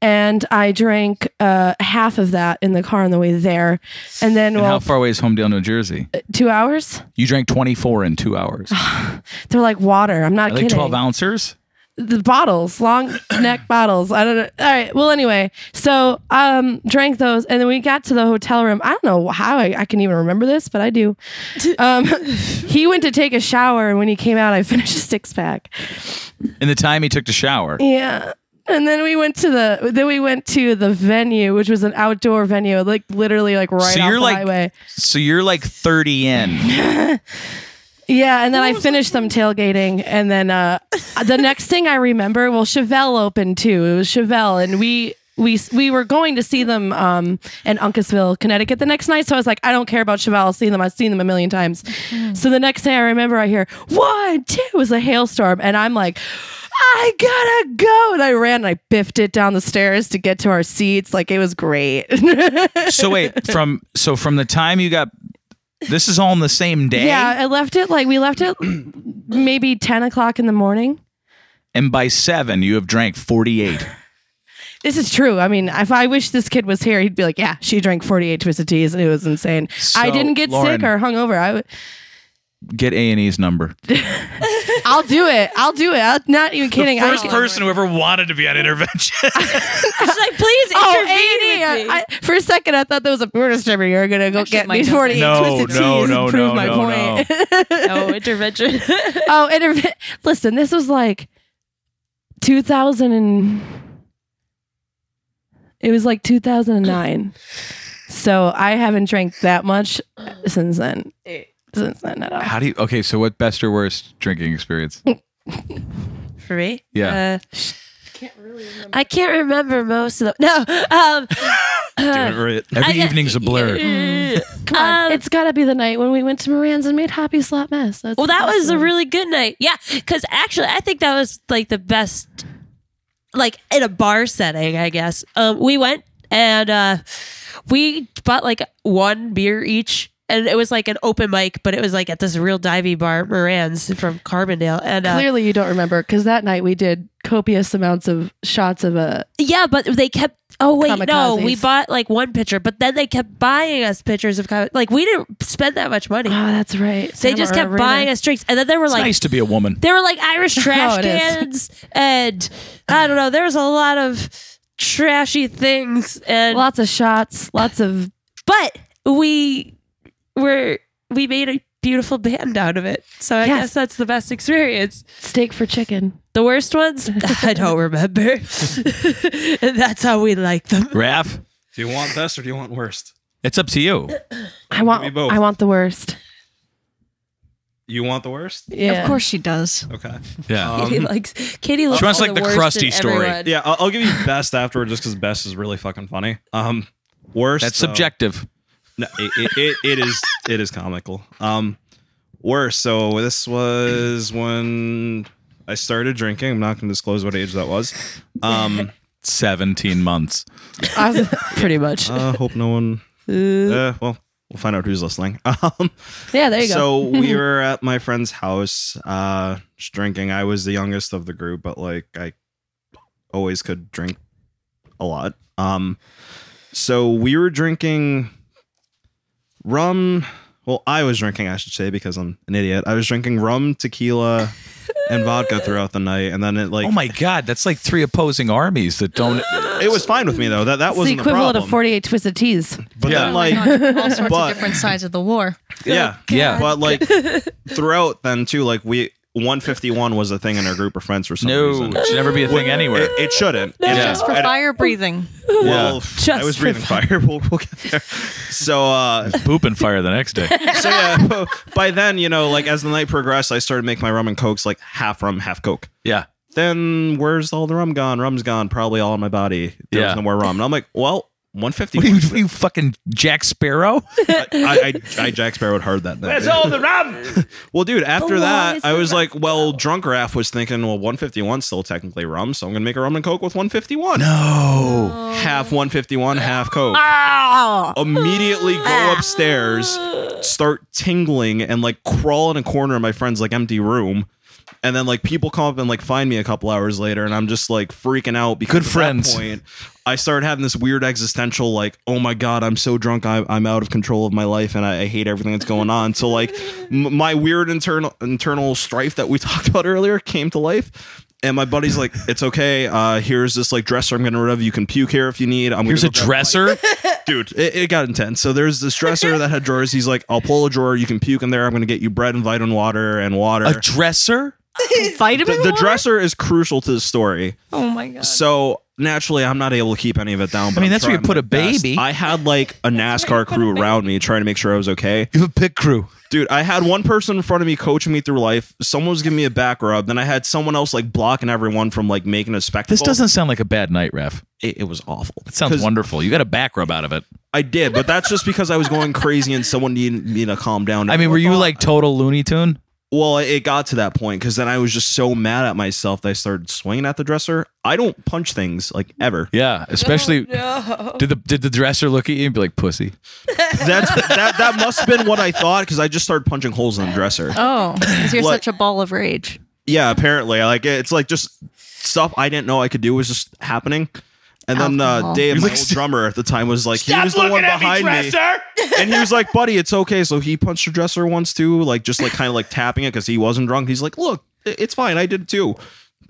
E: and I drank uh, half of that in the car on the way there, and then
B: And
E: well, uh,
B: how far away is Homedale, New Jersey?
E: two hours.
B: You drank 24 in two hours.
E: They're like water. I'm not
B: Are they
E: kidding.
B: 12 ounces?
E: the bottles, long neck bottles. I don't know. All right. Well, anyway, so um, drank those, and then we got to the hotel room. I don't know how I, I can even remember this, but I do. Um, he went to take a shower, and when he came out, I finished a six pack.
B: In the time he took to shower.
E: Yeah. And then we went to the then we went to the venue, which was an outdoor venue, like literally like right
B: So
E: off
B: you're
E: the
B: like-
E: highway.
B: So you're like 30 in.
E: Yeah, and then I finished some tailgating, and then uh, the next thing I remember, well, Chevelle opened too. It was Chevelle, and we we we were going to see them um, in Uncasville, Connecticut, the next night. So I was like, I don't care about Chevelle. I'll see them. I've seen them a million times. So the next day, I remember I hear one, two, it was a hailstorm, and I'm like. I gotta go, and I ran and I biffed it down the stairs to get to our seats. Like it was great.
B: So wait, from so from the time you got this is all in the same day.
E: yeah, I left it like we left it maybe ten o'clock in the morning.
B: And by seven you have drank 48.
E: This is true. I mean, if I wish this kid was here, he'd be like, "Yeah, she drank 48 twisted teas, and it was insane. I
B: So,
E: didn't get
B: Lauren-
E: sick or hungover. I, w-
B: Get A and E's number.
E: I'll do it. I'll do it. I'm not even kidding. I
B: First
E: can-
B: person who ever wanted to be on intervention.
C: She's like, please
E: Oh, 80.
C: intervene with me.
E: I, for a second, I thought there was a beer distributor. You're gonna go
C: Actually,
E: get
C: might
E: me
C: not.
E: 48
B: No,
E: twisted
B: no,
E: teas
B: no,
E: and prove
B: no,
E: my
B: no,
E: point.
C: oh, intervention.
E: oh, interve- listen, this was like 2000 and it was like 2009. so I haven't drank that much since then. Since then at all.
B: How do you Okay, so what best or worst drinking experience?
C: For me?
B: Yeah.
C: Uh, I can't remember most of them. No. Um,
E: Uh,
B: Every evening's a blur.
E: Come on.
C: Um,
E: it's got to be the night when we went to Moran's and made Hoppy slap mess. That's
C: well, that was a
E: awesome.
C: really good night. Yeah. Because actually, I think that was like the best, like in a bar setting, I guess. Um, we went and uh, we bought like one beer each. And it was like an open mic, but it was like at this real divey bar, Moran's from Carbondale. And uh,
E: Clearly, you don't remember because that night we did copious amounts of shots of a.
C: Yeah, but they kept. Oh wait, no,
E: Kamikazes.
C: we bought like one pitcher, but then they kept buying us pitchers of kamik- like we didn't spend that much money.
E: Oh, that's right.
C: they just kept buying us drinks, and then there were
B: It's
C: like
B: nice to be a woman.
C: there were like Irish trash
E: Oh, it is.
C: cans, and I don't know. There was a lot of trashy things, and
E: lots of shots, lots of.
C: but we were we made a beautiful band out of it. So I
E: Yes.
C: guess that's the best experience.
E: Steak for chicken.
C: The worst ones, I don't remember. and that's how we like them.
B: Raph,
D: Do you want best or do you want worst?
B: it's up to you.
E: I want.
D: me both.
E: I want the worst.
D: You want the worst?
E: Yeah.
A: Of course she does.
D: Okay.
B: Yeah.
C: Katie
D: Um,
C: likes Katie loves
B: She wants,
C: all
B: like, the
C: worst
B: crusty
C: in
B: story.
C: everyone.
D: Yeah, I'll, I'll give you best afterward just because best is really fucking funny. Um, worst.
B: That's
D: though-
B: subjective.
D: No, it, it, it, it is it is comical. Um, worse. So this was when I started drinking. I'm not going to disclose what age that was. Um,
B: 17 months.
E: I was- pretty much.
D: uh, hope no one. Uh, well, we'll find out who's listening. Um,
E: Yeah. There you go.
D: so we were at my friend's house, uh, just drinking. I was the youngest of the group, but like I always could drink a lot. Um, so we were drinking rum. Well, I was drinking, I should say, because I'm an idiot. I was drinking rum, tequila, and vodka throughout the night, and then it like
B: Oh my god, that's like three opposing armies that don't
D: it was fine with me though. That that
E: It's the
D: wasn't
E: equivalent
D: the
E: of Oh
D: problem.
E: 48 twisted teas.
D: but
B: Yeah.
D: then like
A: all sorts
D: But-
A: of different sides of the war.
D: yeah,
B: Yeah.
D: But like throughout then too, like we 151 was a thing in our group of friends for some
B: No,
D: reason.
B: it should never be a thing anywhere.
D: It, it shouldn't.
C: No,
D: And
C: Yeah.
A: Just for
D: I-
A: fire breathing.
D: Well, I was
C: for
D: breathing fire. We'll, we'll get there. So, uh,
B: Poop and fire the next day.
D: so yeah. By then, you know, like as the night progressed, I started making my rum and cokes like half rum, half coke.
B: Yeah.
D: Then where's all the rum gone? Rum's gone. Probably all in my body. There's
B: Yeah.
D: no more rum. And I'm like, well, 150.
B: What are you, what are you fucking Jack Sparrow?
D: I, I, I Jack Sparrowed hard that night. That's all the rum. well, dude, after that, I was like, well, Drunk Raff was thinking, well, 151 still technically rum, so I'm gonna make a rum and coke with 151.
B: No.
D: half 151, half Coke. Immediately go upstairs, start tingling, and like crawl in a corner of my friend's like empty room. And then like people come up and like find me a couple hours later, and I'm just like freaking out because
B: Good
D: at that
B: friends.
D: point, I started having this weird existential like, oh my god, I'm so drunk, I, I'm out of control of my life, and I, I hate everything that's going on. So like, m- my weird internal internal strife that we talked about earlier came to life. And my buddy's like, it's okay. Uh, here's this like dresser I'm gonna rid of. You can puke here if you need. I'm
B: Here's a
D: gonna go grab
B: dresser.
D: dude it, it got intense so there's this dresser that had drawers he's like i'll pull a drawer you can puke in there i'm gonna get you bread and vitamin water and water
B: a dresser?
A: Vitamin
D: the, the
A: water?
D: dresser is crucial to the story
A: Oh my god.
D: so naturally i'm not able to keep any of it down but
B: mean,
D: I'm
B: that's where you
D: trying
B: put
D: my
B: a baby.
D: best. i had like a nascar crew around me trying to make sure i was okay
B: You have a pit crew.
D: dude i had one person in front of me coaching me through life someone was giving me a back rub then i had someone else like blocking everyone from like making a spectacle
B: This doesn't sound like a bad night, Ref.
D: it, it was awful
B: It sounds
D: 'Cause
B: wonderful. You got a back rub out of it. I,
D: i did but that's just because i was going crazy and someone needed me to calm down
B: mean, were you like total Looney Tune?
D: Well, it got to that point because then I was just so mad at myself that I started swinging at the dresser. I don't punch things like ever.
B: Yeah, especially. Did the did the dresser look at you and be like pussy?
D: That's that that must have been what I thought because I just started punching holes in the dresser.
A: Oh, 'cause you're
D: What?
A: such a ball of rage.
D: Yeah, apparently, like it's like just stuff I didn't know I could do was just happening. And then uh,
A: Alcohol.
D: Dave, my
B: like,
D: old drummer at the time, was like, he was the one behind me, and he was like, "Buddy, it's okay." So he punched the dresser once too, like just like kind of like tapping it because he wasn't drunk. He's like, "Look, i- it's fine. I did it too."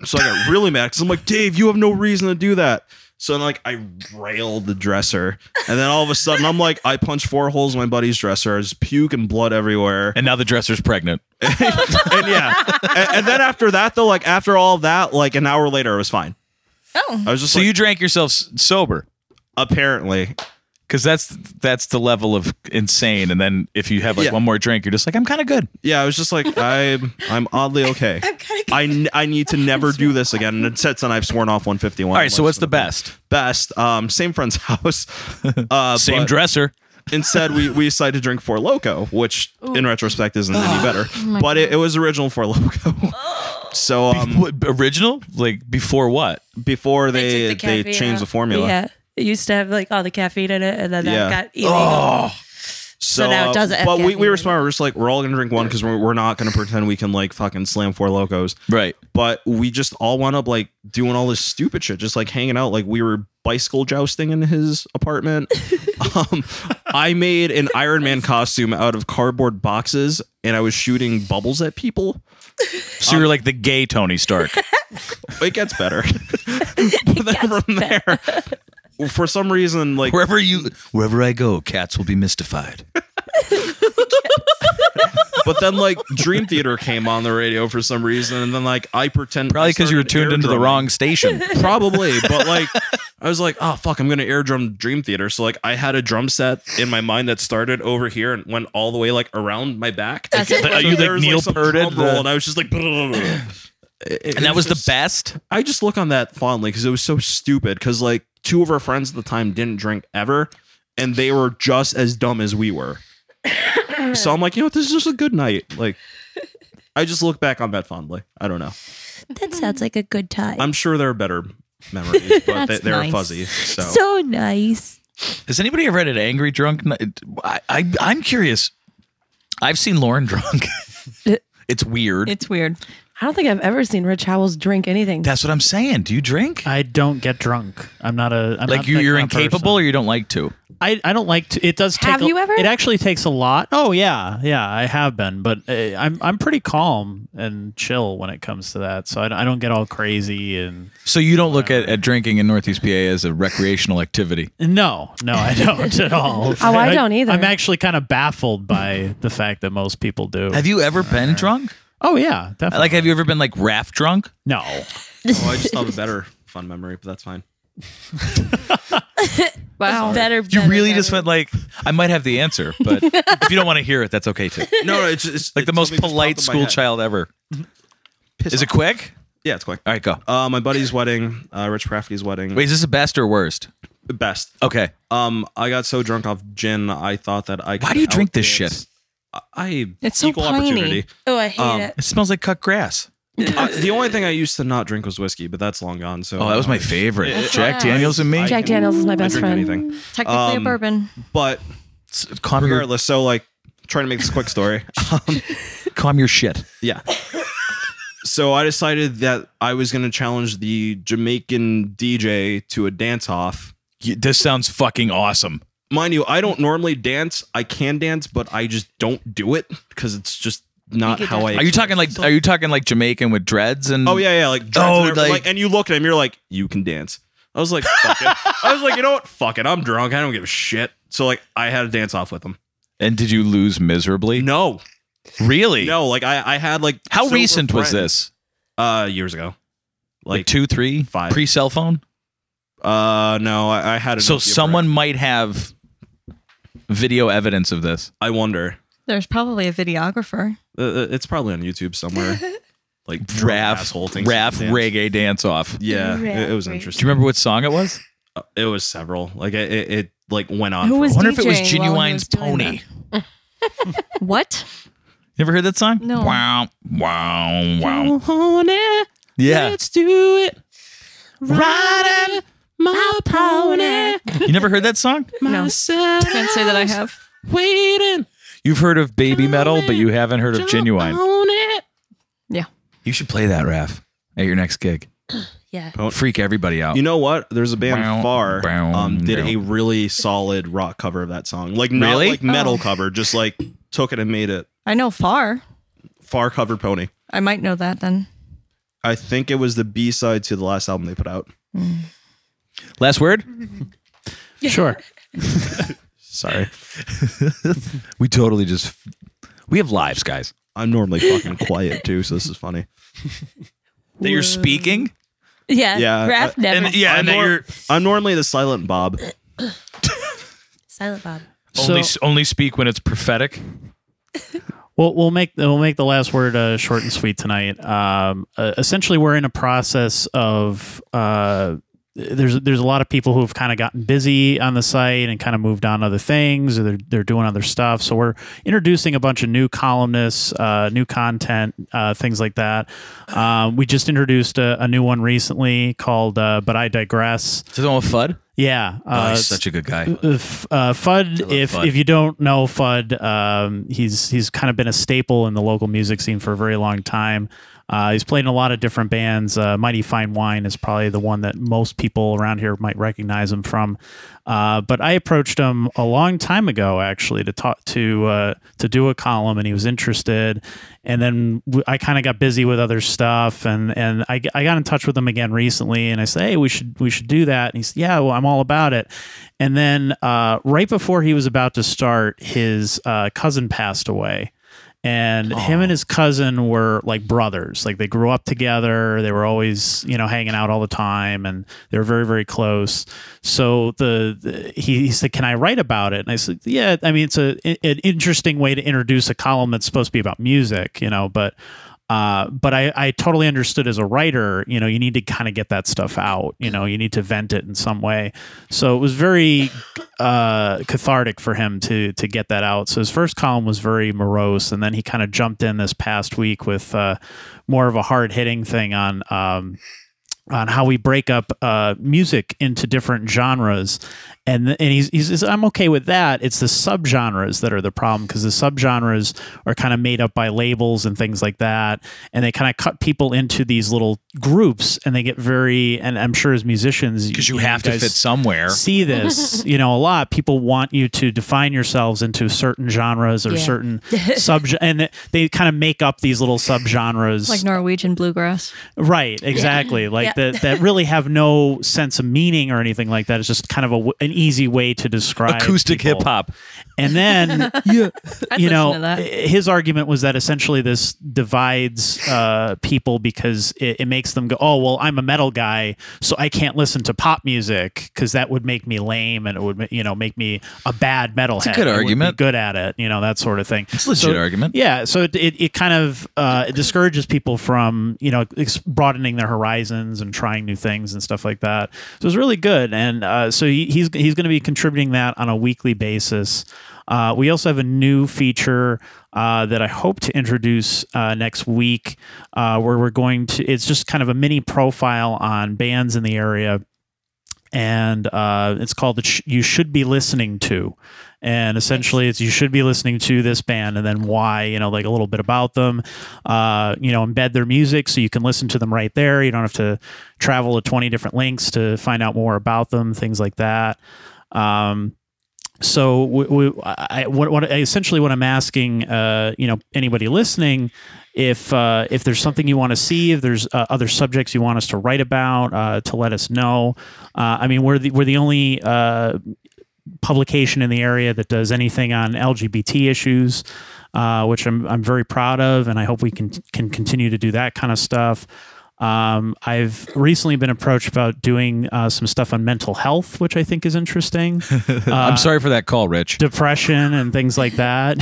D: So I got really mad because I'm like, "Dave, you have no reason to do that." So then, like, I railed the dresser, and then all of a sudden, I'm like, I punched four holes in my buddy's dresser. There's puke and blood everywhere
B: And now the dresser's pregnant.
D: and yeah, and, and then after that though, like after all that, like an hour later, it was fine.
A: Oh.
D: I was just
B: So
D: like,
B: you drank yourself s- sober
D: apparently,
B: because that's that's the level of insane. And then if you have like
D: Yeah.
B: one more drink, you're just like I'm kind of good.
D: yeah, I was just like, I'm, I'm oddly okay. I, n- I need to never do this again. And since then, I've sworn off 151.
B: All right. So
D: Like,
B: what's the best?
D: best? Um, same friend's house. Uh,
B: Same
D: but
B: dresser.
D: Instead, we we decided to drink Four Loco, which in retrospect isn't any better,
C: Oh
D: but it, it was original Four Loco. so um,
B: What, original? Like before what?
D: before they
C: They took the
D: they,
C: caffeine
D: changed
C: out.
D: the formula,
C: Yeah. It used to have like all the caffeine in it, and then that
D: Yeah.
C: got illegal.
B: Oh.
D: So,
C: now it
D: uh,
C: doesn't have
D: But we, we
C: caffeine
D: were
C: in it.
D: smart. We're just like, we're all going to drink one because we're, we're not going to pretend we can like fucking slam four locos.
B: Right.
D: But we just all wound up like doing all this stupid shit, just like hanging out. Like we were bicycle jousting in his apartment. um, I made an Iron Man costume out of cardboard boxes and I was shooting bubbles at people.
B: So you're like the gay Tony Stark.
D: It gets better. but then from there, for some reason, like
B: wherever you wherever I go, cats will be mystified.
D: but then like Dream Theater came on the radio for some reason, and then like I pretend
B: Probably because you were
D: started
B: tuned into the
D: air-drumming.
B: wrong station.
D: probably but like i was like oh fuck i'm gonna air drum dream theater so like i had a drum set in my mind that started over here and went all the way like around my back
A: That's it.
B: But are you, like,
D: there was,
B: Neil
D: some
B: Pearted
D: drum roll,
B: the-
D: and i was just like and
B: And that was the best.
D: i just look on that fondly because it was so stupid because like two of our friends at the time didn't drink ever and they were just as dumb as we were so i'm like you know what this is just a good night like i just look back on that fondly i don't know
C: That sounds like a good time.
D: i'm sure there are better memories but they,
A: That's
D: they're
A: nice.
D: fuzzy
C: so nice.
B: Has anybody ever had an angry drunk? night? I, I I'm curious. I've seen Lauren drunk. it's weird.
A: It's weird.
E: I don't think I've ever seen Rich Howells drink anything.
B: That's what I'm saying. Do you drink?
F: I don't get drunk. I'm not a I'm
B: like
F: not
B: you,
F: that
B: you're
F: kind of
B: incapable,
F: person.
B: or you don't like to.
F: I, I don't like to. It does. Take
E: Have
F: a-
E: you ever?
F: It actually takes a lot. Oh yeah, yeah. I have been, but uh, I'm I'm pretty calm and chill when it comes to that. So I, don't- I don't get all crazy and
B: So you don't look at, at drinking in Northeast PA as a recreational activity.
F: no, no, I don't at all.
E: Oh, I don't either.
F: I'm actually kind of baffled by the fact that most people do.
B: Have you ever been drunk?
F: Oh yeah, definitely.
B: Like, have you ever been like raft drunk?
F: no.
D: Oh, I just thought of a better fun memory, but that's fine.
C: Wow. Better,
B: You
C: better,
B: really
C: better.
B: just went like, I might have the answer, but if you don't want to hear it, that's okay too.
D: No, no, it's, it's
B: Like the
D: it's
B: most
D: something just
B: polite
D: popped in my
B: school
D: head.
B: child ever.
D: Piss
B: Is it
D: off.
B: quick?
D: Yeah, it's quick.
B: All right, go.
D: Uh, my buddy's wedding, uh, Rich Crafty's wedding.
B: Wait, is this the best or worst?
D: best.
B: Okay.
D: Um, I got so drunk off gin, I thought that I. Could
B: Why do you drink this
D: outdance-
B: shit?
D: I
A: It's so
D: equal
A: piney.
D: opportunity.
C: Oh, I hate
D: Um,
C: it.
B: It smells like cut grass.
D: Uh, the only thing I used to not drink was whiskey, but that's long gone. So
B: Oh, that was my
D: uh,
B: favorite.
D: Yeah.
B: Jack Daniels and me.
D: I-
E: Jack Daniels is my
D: I
E: best
D: drink
E: friend.
D: anything,
A: Technically a
D: Um,
A: bourbon.
D: but
B: S- calm your
D: regardless. So like, trying to make this a quick story.
B: calm your shit.
D: Yeah. so I decided that I was going to challenge the Jamaican DJ to a dance off.
B: You- this sounds fucking awesome.
D: Mind you, I don't normally dance. I can dance, but I just don't do it because it's just not
E: You could
D: how I.
B: Are you talking like are you talking like Jamaican with dreads and
D: Oh yeah, yeah. Like,
B: Oh,
D: oh, and
B: like-
D: like, and you look at him, you're like, you can dance. I was like, fuck it. I was like, you know what? Fuck it. I'm drunk. I don't give a shit. So like, I had a dance off with him.
B: And did you lose miserably?
D: No,
B: Really?
D: no. Like I, I had like
B: How
D: sober
B: recent was
D: friends,
B: this?
D: Uh, years ago.
B: Like,
D: Like,
B: two, three,
D: five.
B: pre cell phone.
D: uh, no, I, I had. a
B: So
D: Nokia
B: someone
D: break.
B: might have video evidence of this.
D: I wonder.
A: There's probably a videographer.
D: Uh, Uh, it's probably on YouTube somewhere. Like
B: Raff,
D: asshole things.
B: Raff reggae dance off. Do
D: Yeah, it, it was
E: Raff
B: you
D: interesting.
B: remember what song it was?
D: Uh, It was several. Like it, it, it like went on.
E: Who
D: for a
E: was
B: I wonder if it was
E: DJing while he
B: Genuine's
E: was doing
B: Pony.
E: that.
A: What?
B: You ever heard that song?
A: No.
B: Wow, wow, wow.
C: Pony,
B: Yeah.
C: do it.
B: Riding
C: My pony.
B: You never heard that song?
A: No. Can't say that I have.
C: Waiting.
B: You've heard of Baby Metal, but you haven't heard of Genuine. You should play that, Raf, at your next gig.
C: Yeah.
D: Don't-
B: Freak everybody out.
D: You know what? There's a band
B: Wow,
D: Far
B: wow,
D: um, did
B: wow.
D: a really solid rock cover of that song. Like not
B: Really?
D: like
E: Oh.
D: metal cover, just like took it and made it
A: I know far.
D: Far covered Pony.
A: I might know that then.
D: I think it was the B side to the last album they put out.
B: Last word?
F: Sure.
D: Sorry,
B: We totally just. We have lives, guys.
D: I'm normally fucking quiet too, so this is funny.
B: That you're speaking?
C: Yeah.
D: Yeah,
C: Raph
D: I-
C: never.
B: And yeah,
D: I'm
B: and that
D: nor-
B: you're
D: I'm normally the silent Bob.
C: Silent Bob.
B: only,
F: So-
B: only speak when it's prophetic.
F: We'll we'll make we'll make the last word uh, short and sweet tonight. Um, uh, essentially, we're in a process of uh, there's there's a lot of people who have kind of gotten busy on the site and kind of moved on to other things or they're they're doing other stuff. So we're introducing a bunch of new columnists, uh, new content, uh, things like that. Um, we just introduced a, a new one recently called uh, "But I Digress."
B: Is it all FUD?
F: Yeah, uh,
B: Oh, he's such a good guy.
F: uh, F- uh, Fudd,
B: love
F: if
B: Fudd.
F: if you don't know Fudd, um, he's he's kind of been a staple in the local music scene for a very long time. Uh, he's played in a lot of different bands. Uh, Mighty Fine Wine is probably the one that most people around here might recognize him from. Uh, but I approached him a long time ago, actually, to talk to uh, to do a column, and he was interested. And then w- I kind of got busy with other stuff, and and I, g- I got in touch with him again recently, and I said, hey, we should we should do that. And he said, yeah, well, I'm all about it. And then uh, right before he was about to start, his uh, cousin passed away. And him and his cousin were like brothers. Like they grew up together. They were always, you know, hanging out all the time and they were very, very close. So the, the- he, he said, Can I write about it? And I said, Yeah, I mean, it's a, an interesting way to introduce a column that's supposed to be about music, you know, but uh, but I, I totally understood as a writer, you know, you need to kind of get that stuff out. You know, you need to vent it in some way. So it was very uh, cathartic for him to to get that out. So his first column was very morose, and then he kind of jumped in this past week with uh, more of a hard hitting thing on um, on how we break up uh, music into different genres, and and he's, he's he's- I'm okay with that. It's the subgenres that are the problem because the subgenres are kind of made up by labels and things like that, and they kind of cut people into these little groups, and they get very and I'm sure as musicians
B: Because you have to
F: guys
B: fit somewhere.
F: see this, you know, a lot. People want you to define yourselves into certain genres or
C: Yeah.
F: certain sub, and they kind of make up these little subgenres.
A: Like Norwegian bluegrass.
F: Right, exactly. Like that that really have no sense of meaning or anything like that. It's just kind of a w an easy way to describe
B: acoustic hip
F: people.
B: hop.
F: And then yeah, you
A: listen
F: know,
A: to that.
F: his argument was that essentially this divides uh, people because it, it makes them go, "Oh, well, I'm a metal guy, so I can't listen to pop music because that would make me lame and it would, you know, make me a bad metalhead."
B: good
F: I wouldn't be
B: argument.
F: Good at it, you know, that sort of thing. It's
B: a legit argument.
F: yeah, so it, it, it kind of uh, it discourages people from you know ex- broadening their horizons and trying new things and stuff like that. So it's really good, and uh, so he, he's he's going to be contributing that on a weekly basis. Uh, we also have a new feature uh, that I hope to introduce uh, next week, uh, where we're going to. It's just kind of a mini profile on bands in the area and uh, it's called the Sh- "You Should Be Listening to," and essentially it's you should be listening to this band, and then why, you know, like a little bit about them, uh, you know, embed their music so you can listen to them right there. You don't have to travel to twenty different links to find out more about them, things like that. Um, so we, we, I, what, what essentially what I'm asking, uh, you know, anybody listening, if uh, if there's something you want to see, if there's uh, other subjects you want us to write about, uh, to let us know. Uh, I mean, we're the we're the only. Uh, publication in the area that does anything on LGBT issues, uh, which I'm, I'm very proud of, and I hope we can can continue to do that kind of stuff. Um, I've recently been approached about doing uh, some stuff on mental health, which I think is interesting, Uh,
B: I'm sorry for that call, Rich.
F: depression and things like that.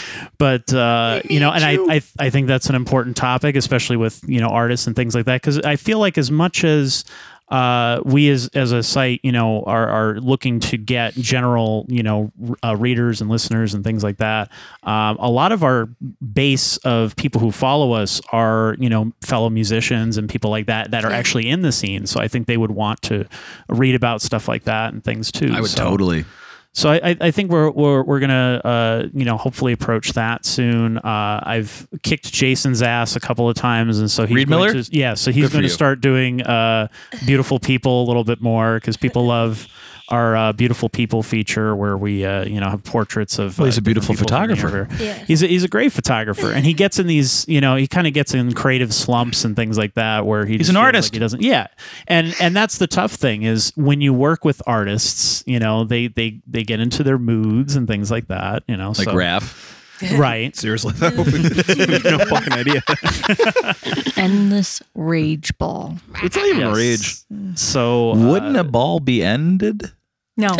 F: but uh, you know, and I, I I think that's an important topic, especially with you know artists and things like that, because I feel like as much as uh, we as as a site, you know, are are looking to get general, you know, r- uh, readers and listeners and things like that. Um, a lot of our base of people who follow us are, you know, fellow musicians and people like that that are actually in the scene. So I think they would want to read about stuff like that and things too.
B: I would
F: So-
B: totally.
F: so I, I- I think we're we're, we're gonna uh, you know hopefully approach that soon. Uh, I've kicked Jason's ass a couple of times, and so he's
B: Reed
F: going
B: Miller?
F: To, yeah, so he's
B: Good for
F: going to
B: you.
F: start doing uh, beautiful people a little bit more because people love our uh, beautiful people feature where we uh, you know have portraits of.
B: Well, he's
F: uh,
B: a beautiful
F: different people from the
B: photographer.
F: area. He's a, he's a great photographer, and he gets in these you know he kind of gets in creative slumps and things like that where he just
B: an
F: feels like
B: artist.
F: he he doesn't yeah and and that's the tough thing is when you work with artists you know they they they get into their moods and things like that you know
B: Like
F: so, uh,
B: Raph.
F: right
D: Seriously, though, we have no fucking idea.
A: Endless rage ball.
D: It's not even
F: Yes.
D: rage.
F: so uh,
B: Wouldn't a ball be ended?
A: No,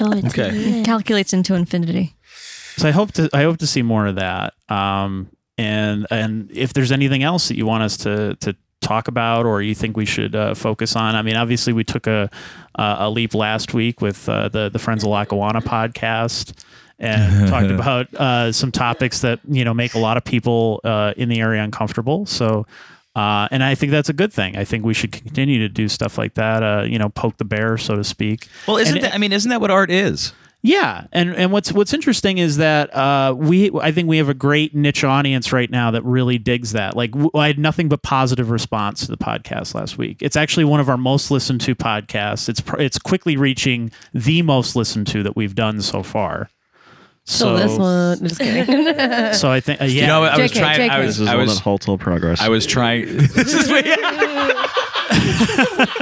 B: Okay.
A: calculates into infinity.
F: so i hope to i hope to see more of that um and and if there's anything else that you want us to to talk about or you think we should uh, focus on i mean obviously we took a uh, a leap last week with uh, the the friends of lackawanna podcast and talked about uh, some topics that you know make a lot of people uh, in the area uncomfortable so uh, and I think that's a good thing. I think we should continue to do stuff like that. Uh, you know, poke the bear, so to speak.
B: Well, isn't
F: And-
B: that, I mean, isn't that what art is?
F: yeah, and and what's what's interesting is that uh, we I think we have a great niche audience right now that really digs that. Like w- I had nothing but positive response to the podcast last week. It's actually one of our most listened to podcasts. It's pr- it's quickly reaching the most listened to that we've done so far. So
E: this one. Just kidding.
F: so I think uh, yeah.
B: You know, I was
E: JK,
B: trying. I
E: JK.
B: was. I was.
D: hotel progress.
B: I was trying. This is what-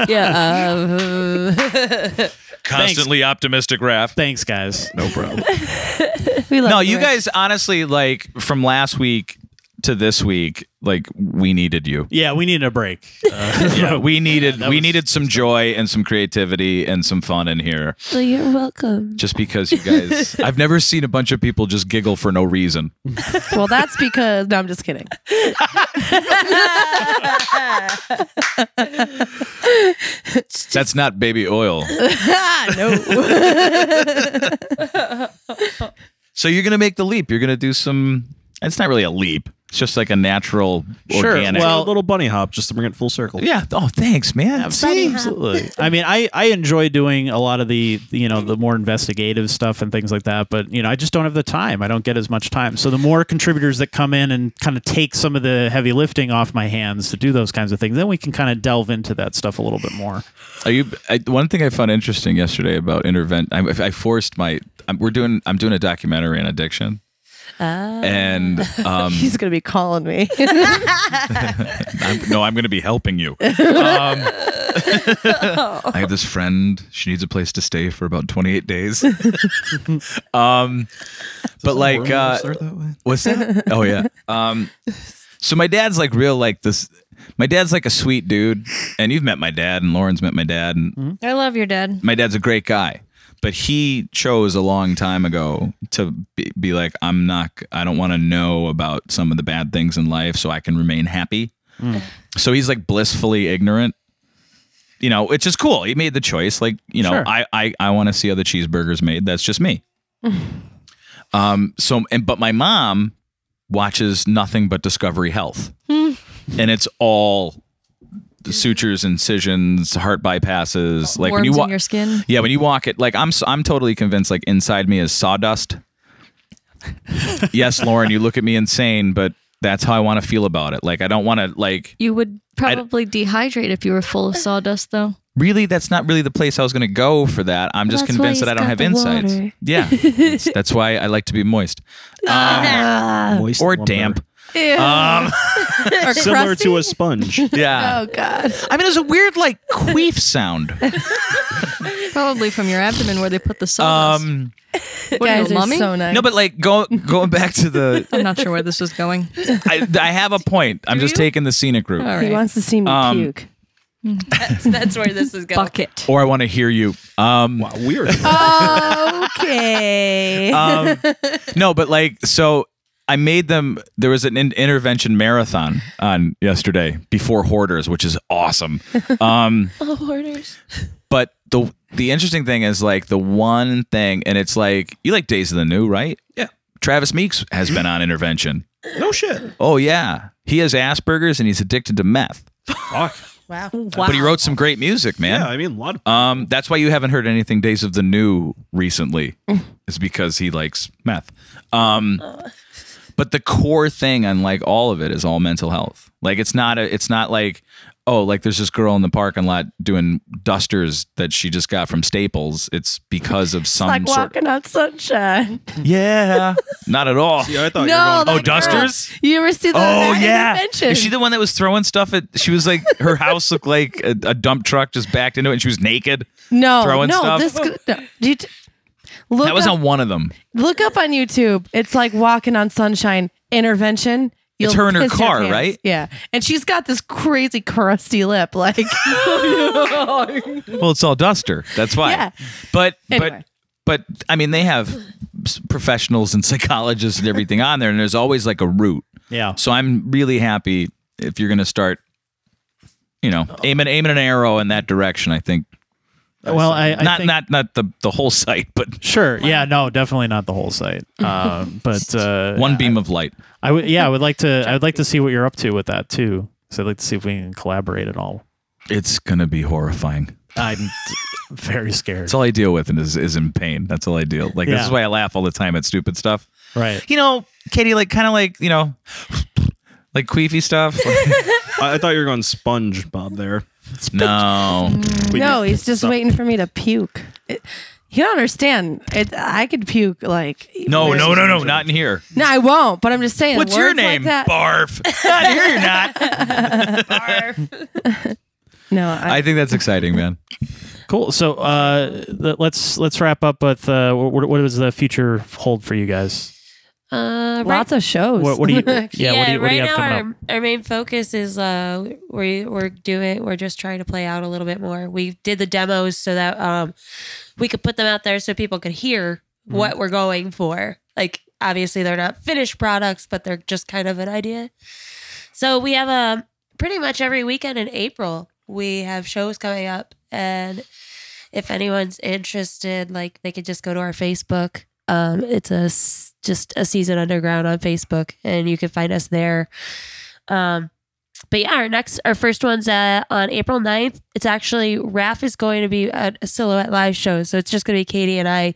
C: yeah. uh,
B: Constantly optimistic, Raph.
F: Thanks, guys.
D: no problem.
E: We love
B: No, you
E: Rich.
B: guys honestly like from last week to this week, like we needed you.
F: Yeah, we need a break. Uh,
B: Yeah, we needed
F: that
B: we
F: was-
B: needed some joy and some creativity and some fun in here.
C: well, you're welcome.
B: Just because you guys, I've never seen a bunch of people just giggle for no reason.
E: Well, that's because no, I'm just kidding.
B: That's not baby oil.
E: no,
B: So you're gonna make the leap. You're gonna do some. It's not really a leap. It's just like a natural, organic.
F: well-
D: Well, little bunny hop just to bring it full circle.
B: yeah. Oh, thanks, man. See?
F: absolutely. I mean, I I enjoy doing a lot of the you know the more investigative stuff and things like that, but you know I just don't have the time. I don't get as much time. So the more contributors that come in and kind of take some of the heavy lifting off my hands to do those kinds of things, then we can kind of delve into that stuff a little bit more.
B: Are you? I, one thing I found interesting yesterday about intervent. I, I forced my. I'm, we're doing. I'm doing a documentary on addiction. and um,
G: He's gonna be calling me.
B: I'm, no, I'm going to be helping you. Um, I have this friend. She needs a place to stay for about 28 days. um, but like, uh, what's that? Oh yeah. Um, so my dad's like real like this. My dad's like a sweet dude, and you've met my dad, and Lauren's met my dad, and
A: I love your dad.
B: my dad's a great guy but he chose a long time ago to be, be like i'm not i don't want to know about some of the bad things in life so i can remain happy
A: Mm.
B: so he's like blissfully ignorant you know which is cool he made the choice like you know
F: Sure.
B: i i, I want to see other cheeseburgers made that's just me um so and but my mom watches nothing but discovery health
A: Hmm.
B: and it's all sutures incisions heart bypasses like when
A: Worms
B: you wa-
A: in your skin.
B: yeah, when you walk it, like I'm, s- I'm totally convinced. Like inside me is sawdust. yes, Lauren, you look at me insane, but that's how I want to feel about it. Like I don't want to like
A: You would probably dehydrate if you were full of sawdust, though.
B: really. That's not really the place I was going to go for that. I'm just
C: That's why
B: convinced that
C: he's
B: I don't
C: got
B: have
C: the
B: insights.
C: water.
B: Yeah, that's, that's why I like to be moist um,
D: Moist
B: or
D: lumber.
B: damp.
E: Or
D: Similar
E: crusty?
D: to a sponge.
B: Yeah,
E: Oh God!
B: I mean it's a weird like queef sound.
A: Probably from your abdomen where they put the sawdust.
B: Um,
A: what are you,
E: Guys
A: a
E: are
A: mummy?
E: so nice.
B: no, but like go, going back to the,
A: I'm not sure where this was going.
B: I, I have a point. I'm just taking the scenic route,
A: All
G: he
A: right.
G: wants to see me
B: Um,
G: puke.
C: That's where this is going.
A: Bucket.
B: or I want to hear you. Um,
D: Wow, weird.
G: Okay.
B: um, no, but like, so I made them. There was an in- intervention marathon on yesterday before Hoarders, which is awesome. Um,
C: Hoarders.
B: but the the interesting thing is like the one thing, and it's like you like Days of the New, right?
D: Yeah.
B: Travis Meeks has been on intervention.
D: no shit.
B: Oh yeah, he has Asperger's and he's addicted to meth.
D: Fuck.
B: But he wrote some great music, man.
D: Yeah, I mean, a lot of
B: Um, that's why you haven't heard anything Days of the New recently, is because he likes meth. Um, but the core thing on like all of it is all mental health. Like it's not a, it's not like oh like there's this girl in the parking lot doing dusters that she just got from Staples. It's because of some
G: like
B: sort.
G: walking on sunshine.
B: yeah, not at all.
D: Yeah, I thought
E: No,
D: you were
B: oh,
D: going,
B: dusters.
E: You ever see the
B: Oh
E: that
B: yeah,
E: intervention?
B: is she the one that was throwing stuff at? She was like her house looked like a, a dump truck just backed into it, and she was naked.
E: no,
B: throwing
E: no,
B: stuff?
E: this could- no. You t- look
B: That was
E: up,
B: on one of them.
E: look up on YouTube. It's like walking on sunshine intervention. You'll
B: her in her
E: piss your
B: car,
E: pants.
B: right?
E: Yeah, and she's got this crazy crusty lip. Like,
B: Well, it's all duster. That's why.
E: Yeah.
B: But
E: Anyway.
B: but but I mean, they have s- professionals and psychologists and everything on there, and there's always like a route.
F: Yeah.
B: So I'm really happy if you're going to start, you know, aiming aiming an arrow in that direction. I think
F: Well, I, I
B: not
F: think,
B: not not the the whole site, but
F: sure. Yeah, no, definitely not the whole site. Um, but uh,
B: one beam of light.
F: I would. Yeah, I would like to. I would like to see what you're up to with that too. So I'd like to see if we can collaborate at all.
B: It's going to be horrifying.
F: I'm t- very scared.
B: That's all I deal with, and is is in pain. That's all I deal. Like this
F: Yeah.
B: is why I laugh all the time at stupid stuff.
F: Right.
B: You know, Katie, like kind of like you know, like queefy stuff.
D: I, I thought you were going sponge, Bob. There.
B: no.
E: no, he's just waiting for me to puke. It, you don't understand. It, I could puke. Like,
B: No, no, no, no, not in here.
E: no, I won't. But I'm just saying.
B: What's your
E: words like
B: name?
E: that-
B: Barf. not here, you're not.
E: no, I,
B: I think that's exciting, man.
F: Cool. So uh, th- let's let's wrap up with uh, what, what does the future hold for you guys?
C: Uh, right
E: lots of shows.
F: What, what do you? Yeah.
C: Yeah,
F: what do you, what
C: right
F: do you have
C: now
F: coming
C: our,
F: up?
C: our main focus is uh we we're doing we're just trying to play out a little bit more. We did the demos so that um we could put them out there so people could hear
F: Mm-hmm.
C: what we're going for. Like obviously they're not finished products, but they're just kind of an idea. So we have um pretty much every weekend in April we have shows coming up and if anyone's interested like they could just go to our Facebook um, it's a s- just a season underground on Facebook, and you can find us there. Um, but yeah, our next, our first one's uh, on April 9th. It's actually Raph is going to be at a silhouette live show, so it's just going to be Katie and I.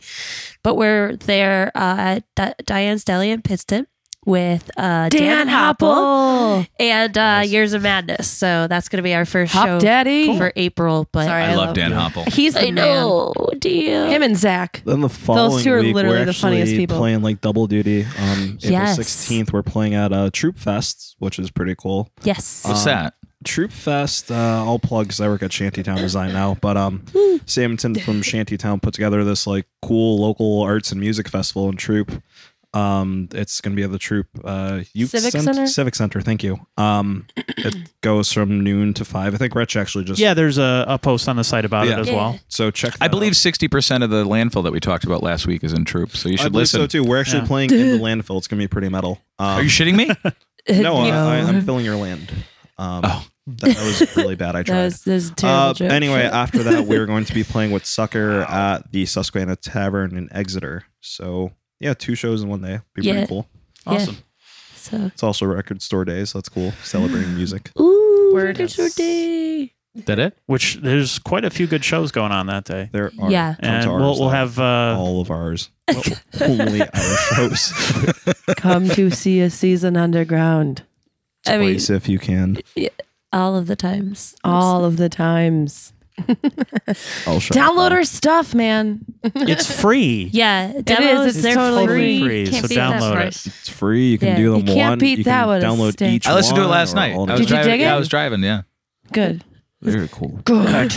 C: But we're there uh, at Di- Diane's Deli in Pittston. with uh,
E: Dan
C: Dan, Hopple and uh, Years of Madness. So that's going to be our first
E: Hop
C: show
E: Daddy.
C: for April. But
E: Sorry,
B: I,
E: I
B: love
E: love
B: Dan Hopple.
E: He's the
C: I know, damn.
E: man. Him and Zach.
D: Then the following
E: two are
D: week,
E: literally
D: we're
E: the
D: actually
E: funniest people.
D: playing like double duty. Um, April
C: Yes.
D: sixteenth, we're playing at uh, Troop Fest, which is pretty cool.
C: yes.
D: Uh,
B: What's that?
D: Troop Fest, uh, I'll plug because I work at Shantytown Design now. But um, Samington from Shantytown put together this like cool local arts and music festival in Troop. Um, it's gonna be at the Troop uh, Youth
E: Civic Center?
D: Civic Center, thank you. Um, it goes from noon to five. I think Rich actually just
F: Yeah, there's a, a post on the site about
D: Yeah.
F: it as
C: Yeah.
F: well.
D: So check.
B: I
D: that out.
B: believe sixty percent of the landfill that we talked about last week is in Troop, so you
D: I
B: should
D: believe
B: listen.
D: so too. We're actually
F: Yeah.
D: playing in the landfill. It's gonna be pretty metal. Um,
B: Are you shitting me?
D: no, I, I, I'm filling your land. Um,
B: Oh.
D: that, that was really bad. I
C: That
D: tried.
C: was, that was a terrible
D: Uh,
C: joke.
D: anyway, after that, we're going to be playing with Sucker at the Susquehanna Tavern in Exeter. So yeah, two shows in one day. Be
C: Yeah.
D: pretty cool.
C: Yeah.
F: Awesome.
C: So,
D: It's also record store day, so that's cool. Celebrating music.
C: ooh,
E: Word
C: look at your
E: is-
C: day.
B: That it?
F: Which there's quite a few good shows going on that day.
D: There are
C: Yeah.
D: come to
F: And
D: ours,
F: we'll, we'll
D: though.
F: have uh,
D: all of ours. Only our shows.
E: Come to see a season underground
C: I mean,
D: Twice if you can.
C: all of the times.
E: all of the times.
D: I'll show
E: Download our stuff, man.
F: it's free.
C: Yeah, demos,
E: it's
C: they're
E: totally
C: free.
F: free,
C: Can't
F: so
C: beat that
F: download it.
C: price.
D: It's free. You can
C: Yeah.
D: do them
E: You can't
D: one.
E: beat
D: you
E: that
D: can
E: with a
D: download
E: stick.
D: each
B: I listened to it
D: one
B: last
D: or
B: night.
D: all
B: I was
D: of
E: Did you
D: them.
B: driving.
E: dig
B: yeah,
E: it?
B: I was driving. Yeah.
E: Good.
D: Very cool.
E: Good.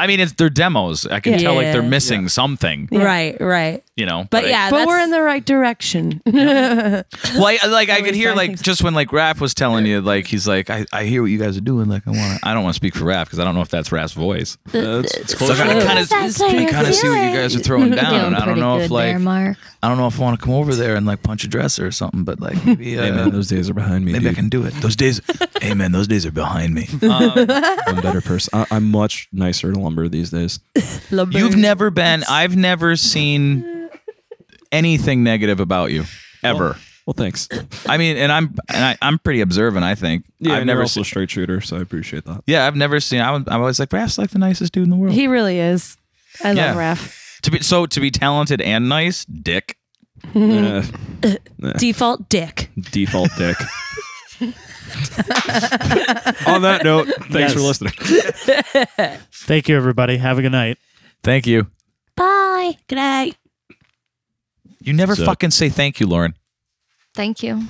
B: I mean, it's they're demos. I can
C: Yeah.
B: tell like they're missing something.
C: Right, right.
B: You know,
C: But
B: I-
C: yeah,
E: But we're
C: that's-
E: in the right direction.
B: Well, I, like I
E: Always
B: could hear
E: find
B: like
E: things-
B: just when like Raph was telling you like he's like I, I hear what you guys are doing like I want to I don't want to speak for Raph because I don't know if that's Raph's voice.
D: That's, it's
B: So I
D: close.
B: kind of kind of
G: That's how you
B: kind of see what you guys are throwing
H: Mm-hmm.
B: down. and I don't know if like
H: there, Mark.
B: I don't know if I want to come over there and like punch a dresser or something, but like maybe uh,
D: those days are behind me.
B: maybe I
D: dude.
B: can do it. Those days, hey man, those days are behind me.
D: I'm a better person. I, I'm much nicer to lumber these days.
B: Uh, You've never been. I've never seen anything negative about you ever.
D: Well, thanks.
B: I mean, and I'm and I, I'm pretty observant. I think.
D: Yeah,
B: I've
D: I've never
B: never
D: also
B: seen.
D: a straight shooter, so I appreciate that.
B: Yeah, I've never seen. I'm, I'm always like, Raph's like the nicest dude in the world.
E: he really is. I love
B: Yeah.
E: Raph.
B: to be so to be talented and nice, dick.
D: Uh,
C: Default dick.
D: default dick. On that note, thanks for
F: Yes.
D: listening.
F: Thank you, everybody. Have a good night.
B: Thank you.
C: Bye. Good night.
B: You never
D: So-
B: fucking say thank you, Lauren.
H: Thank you.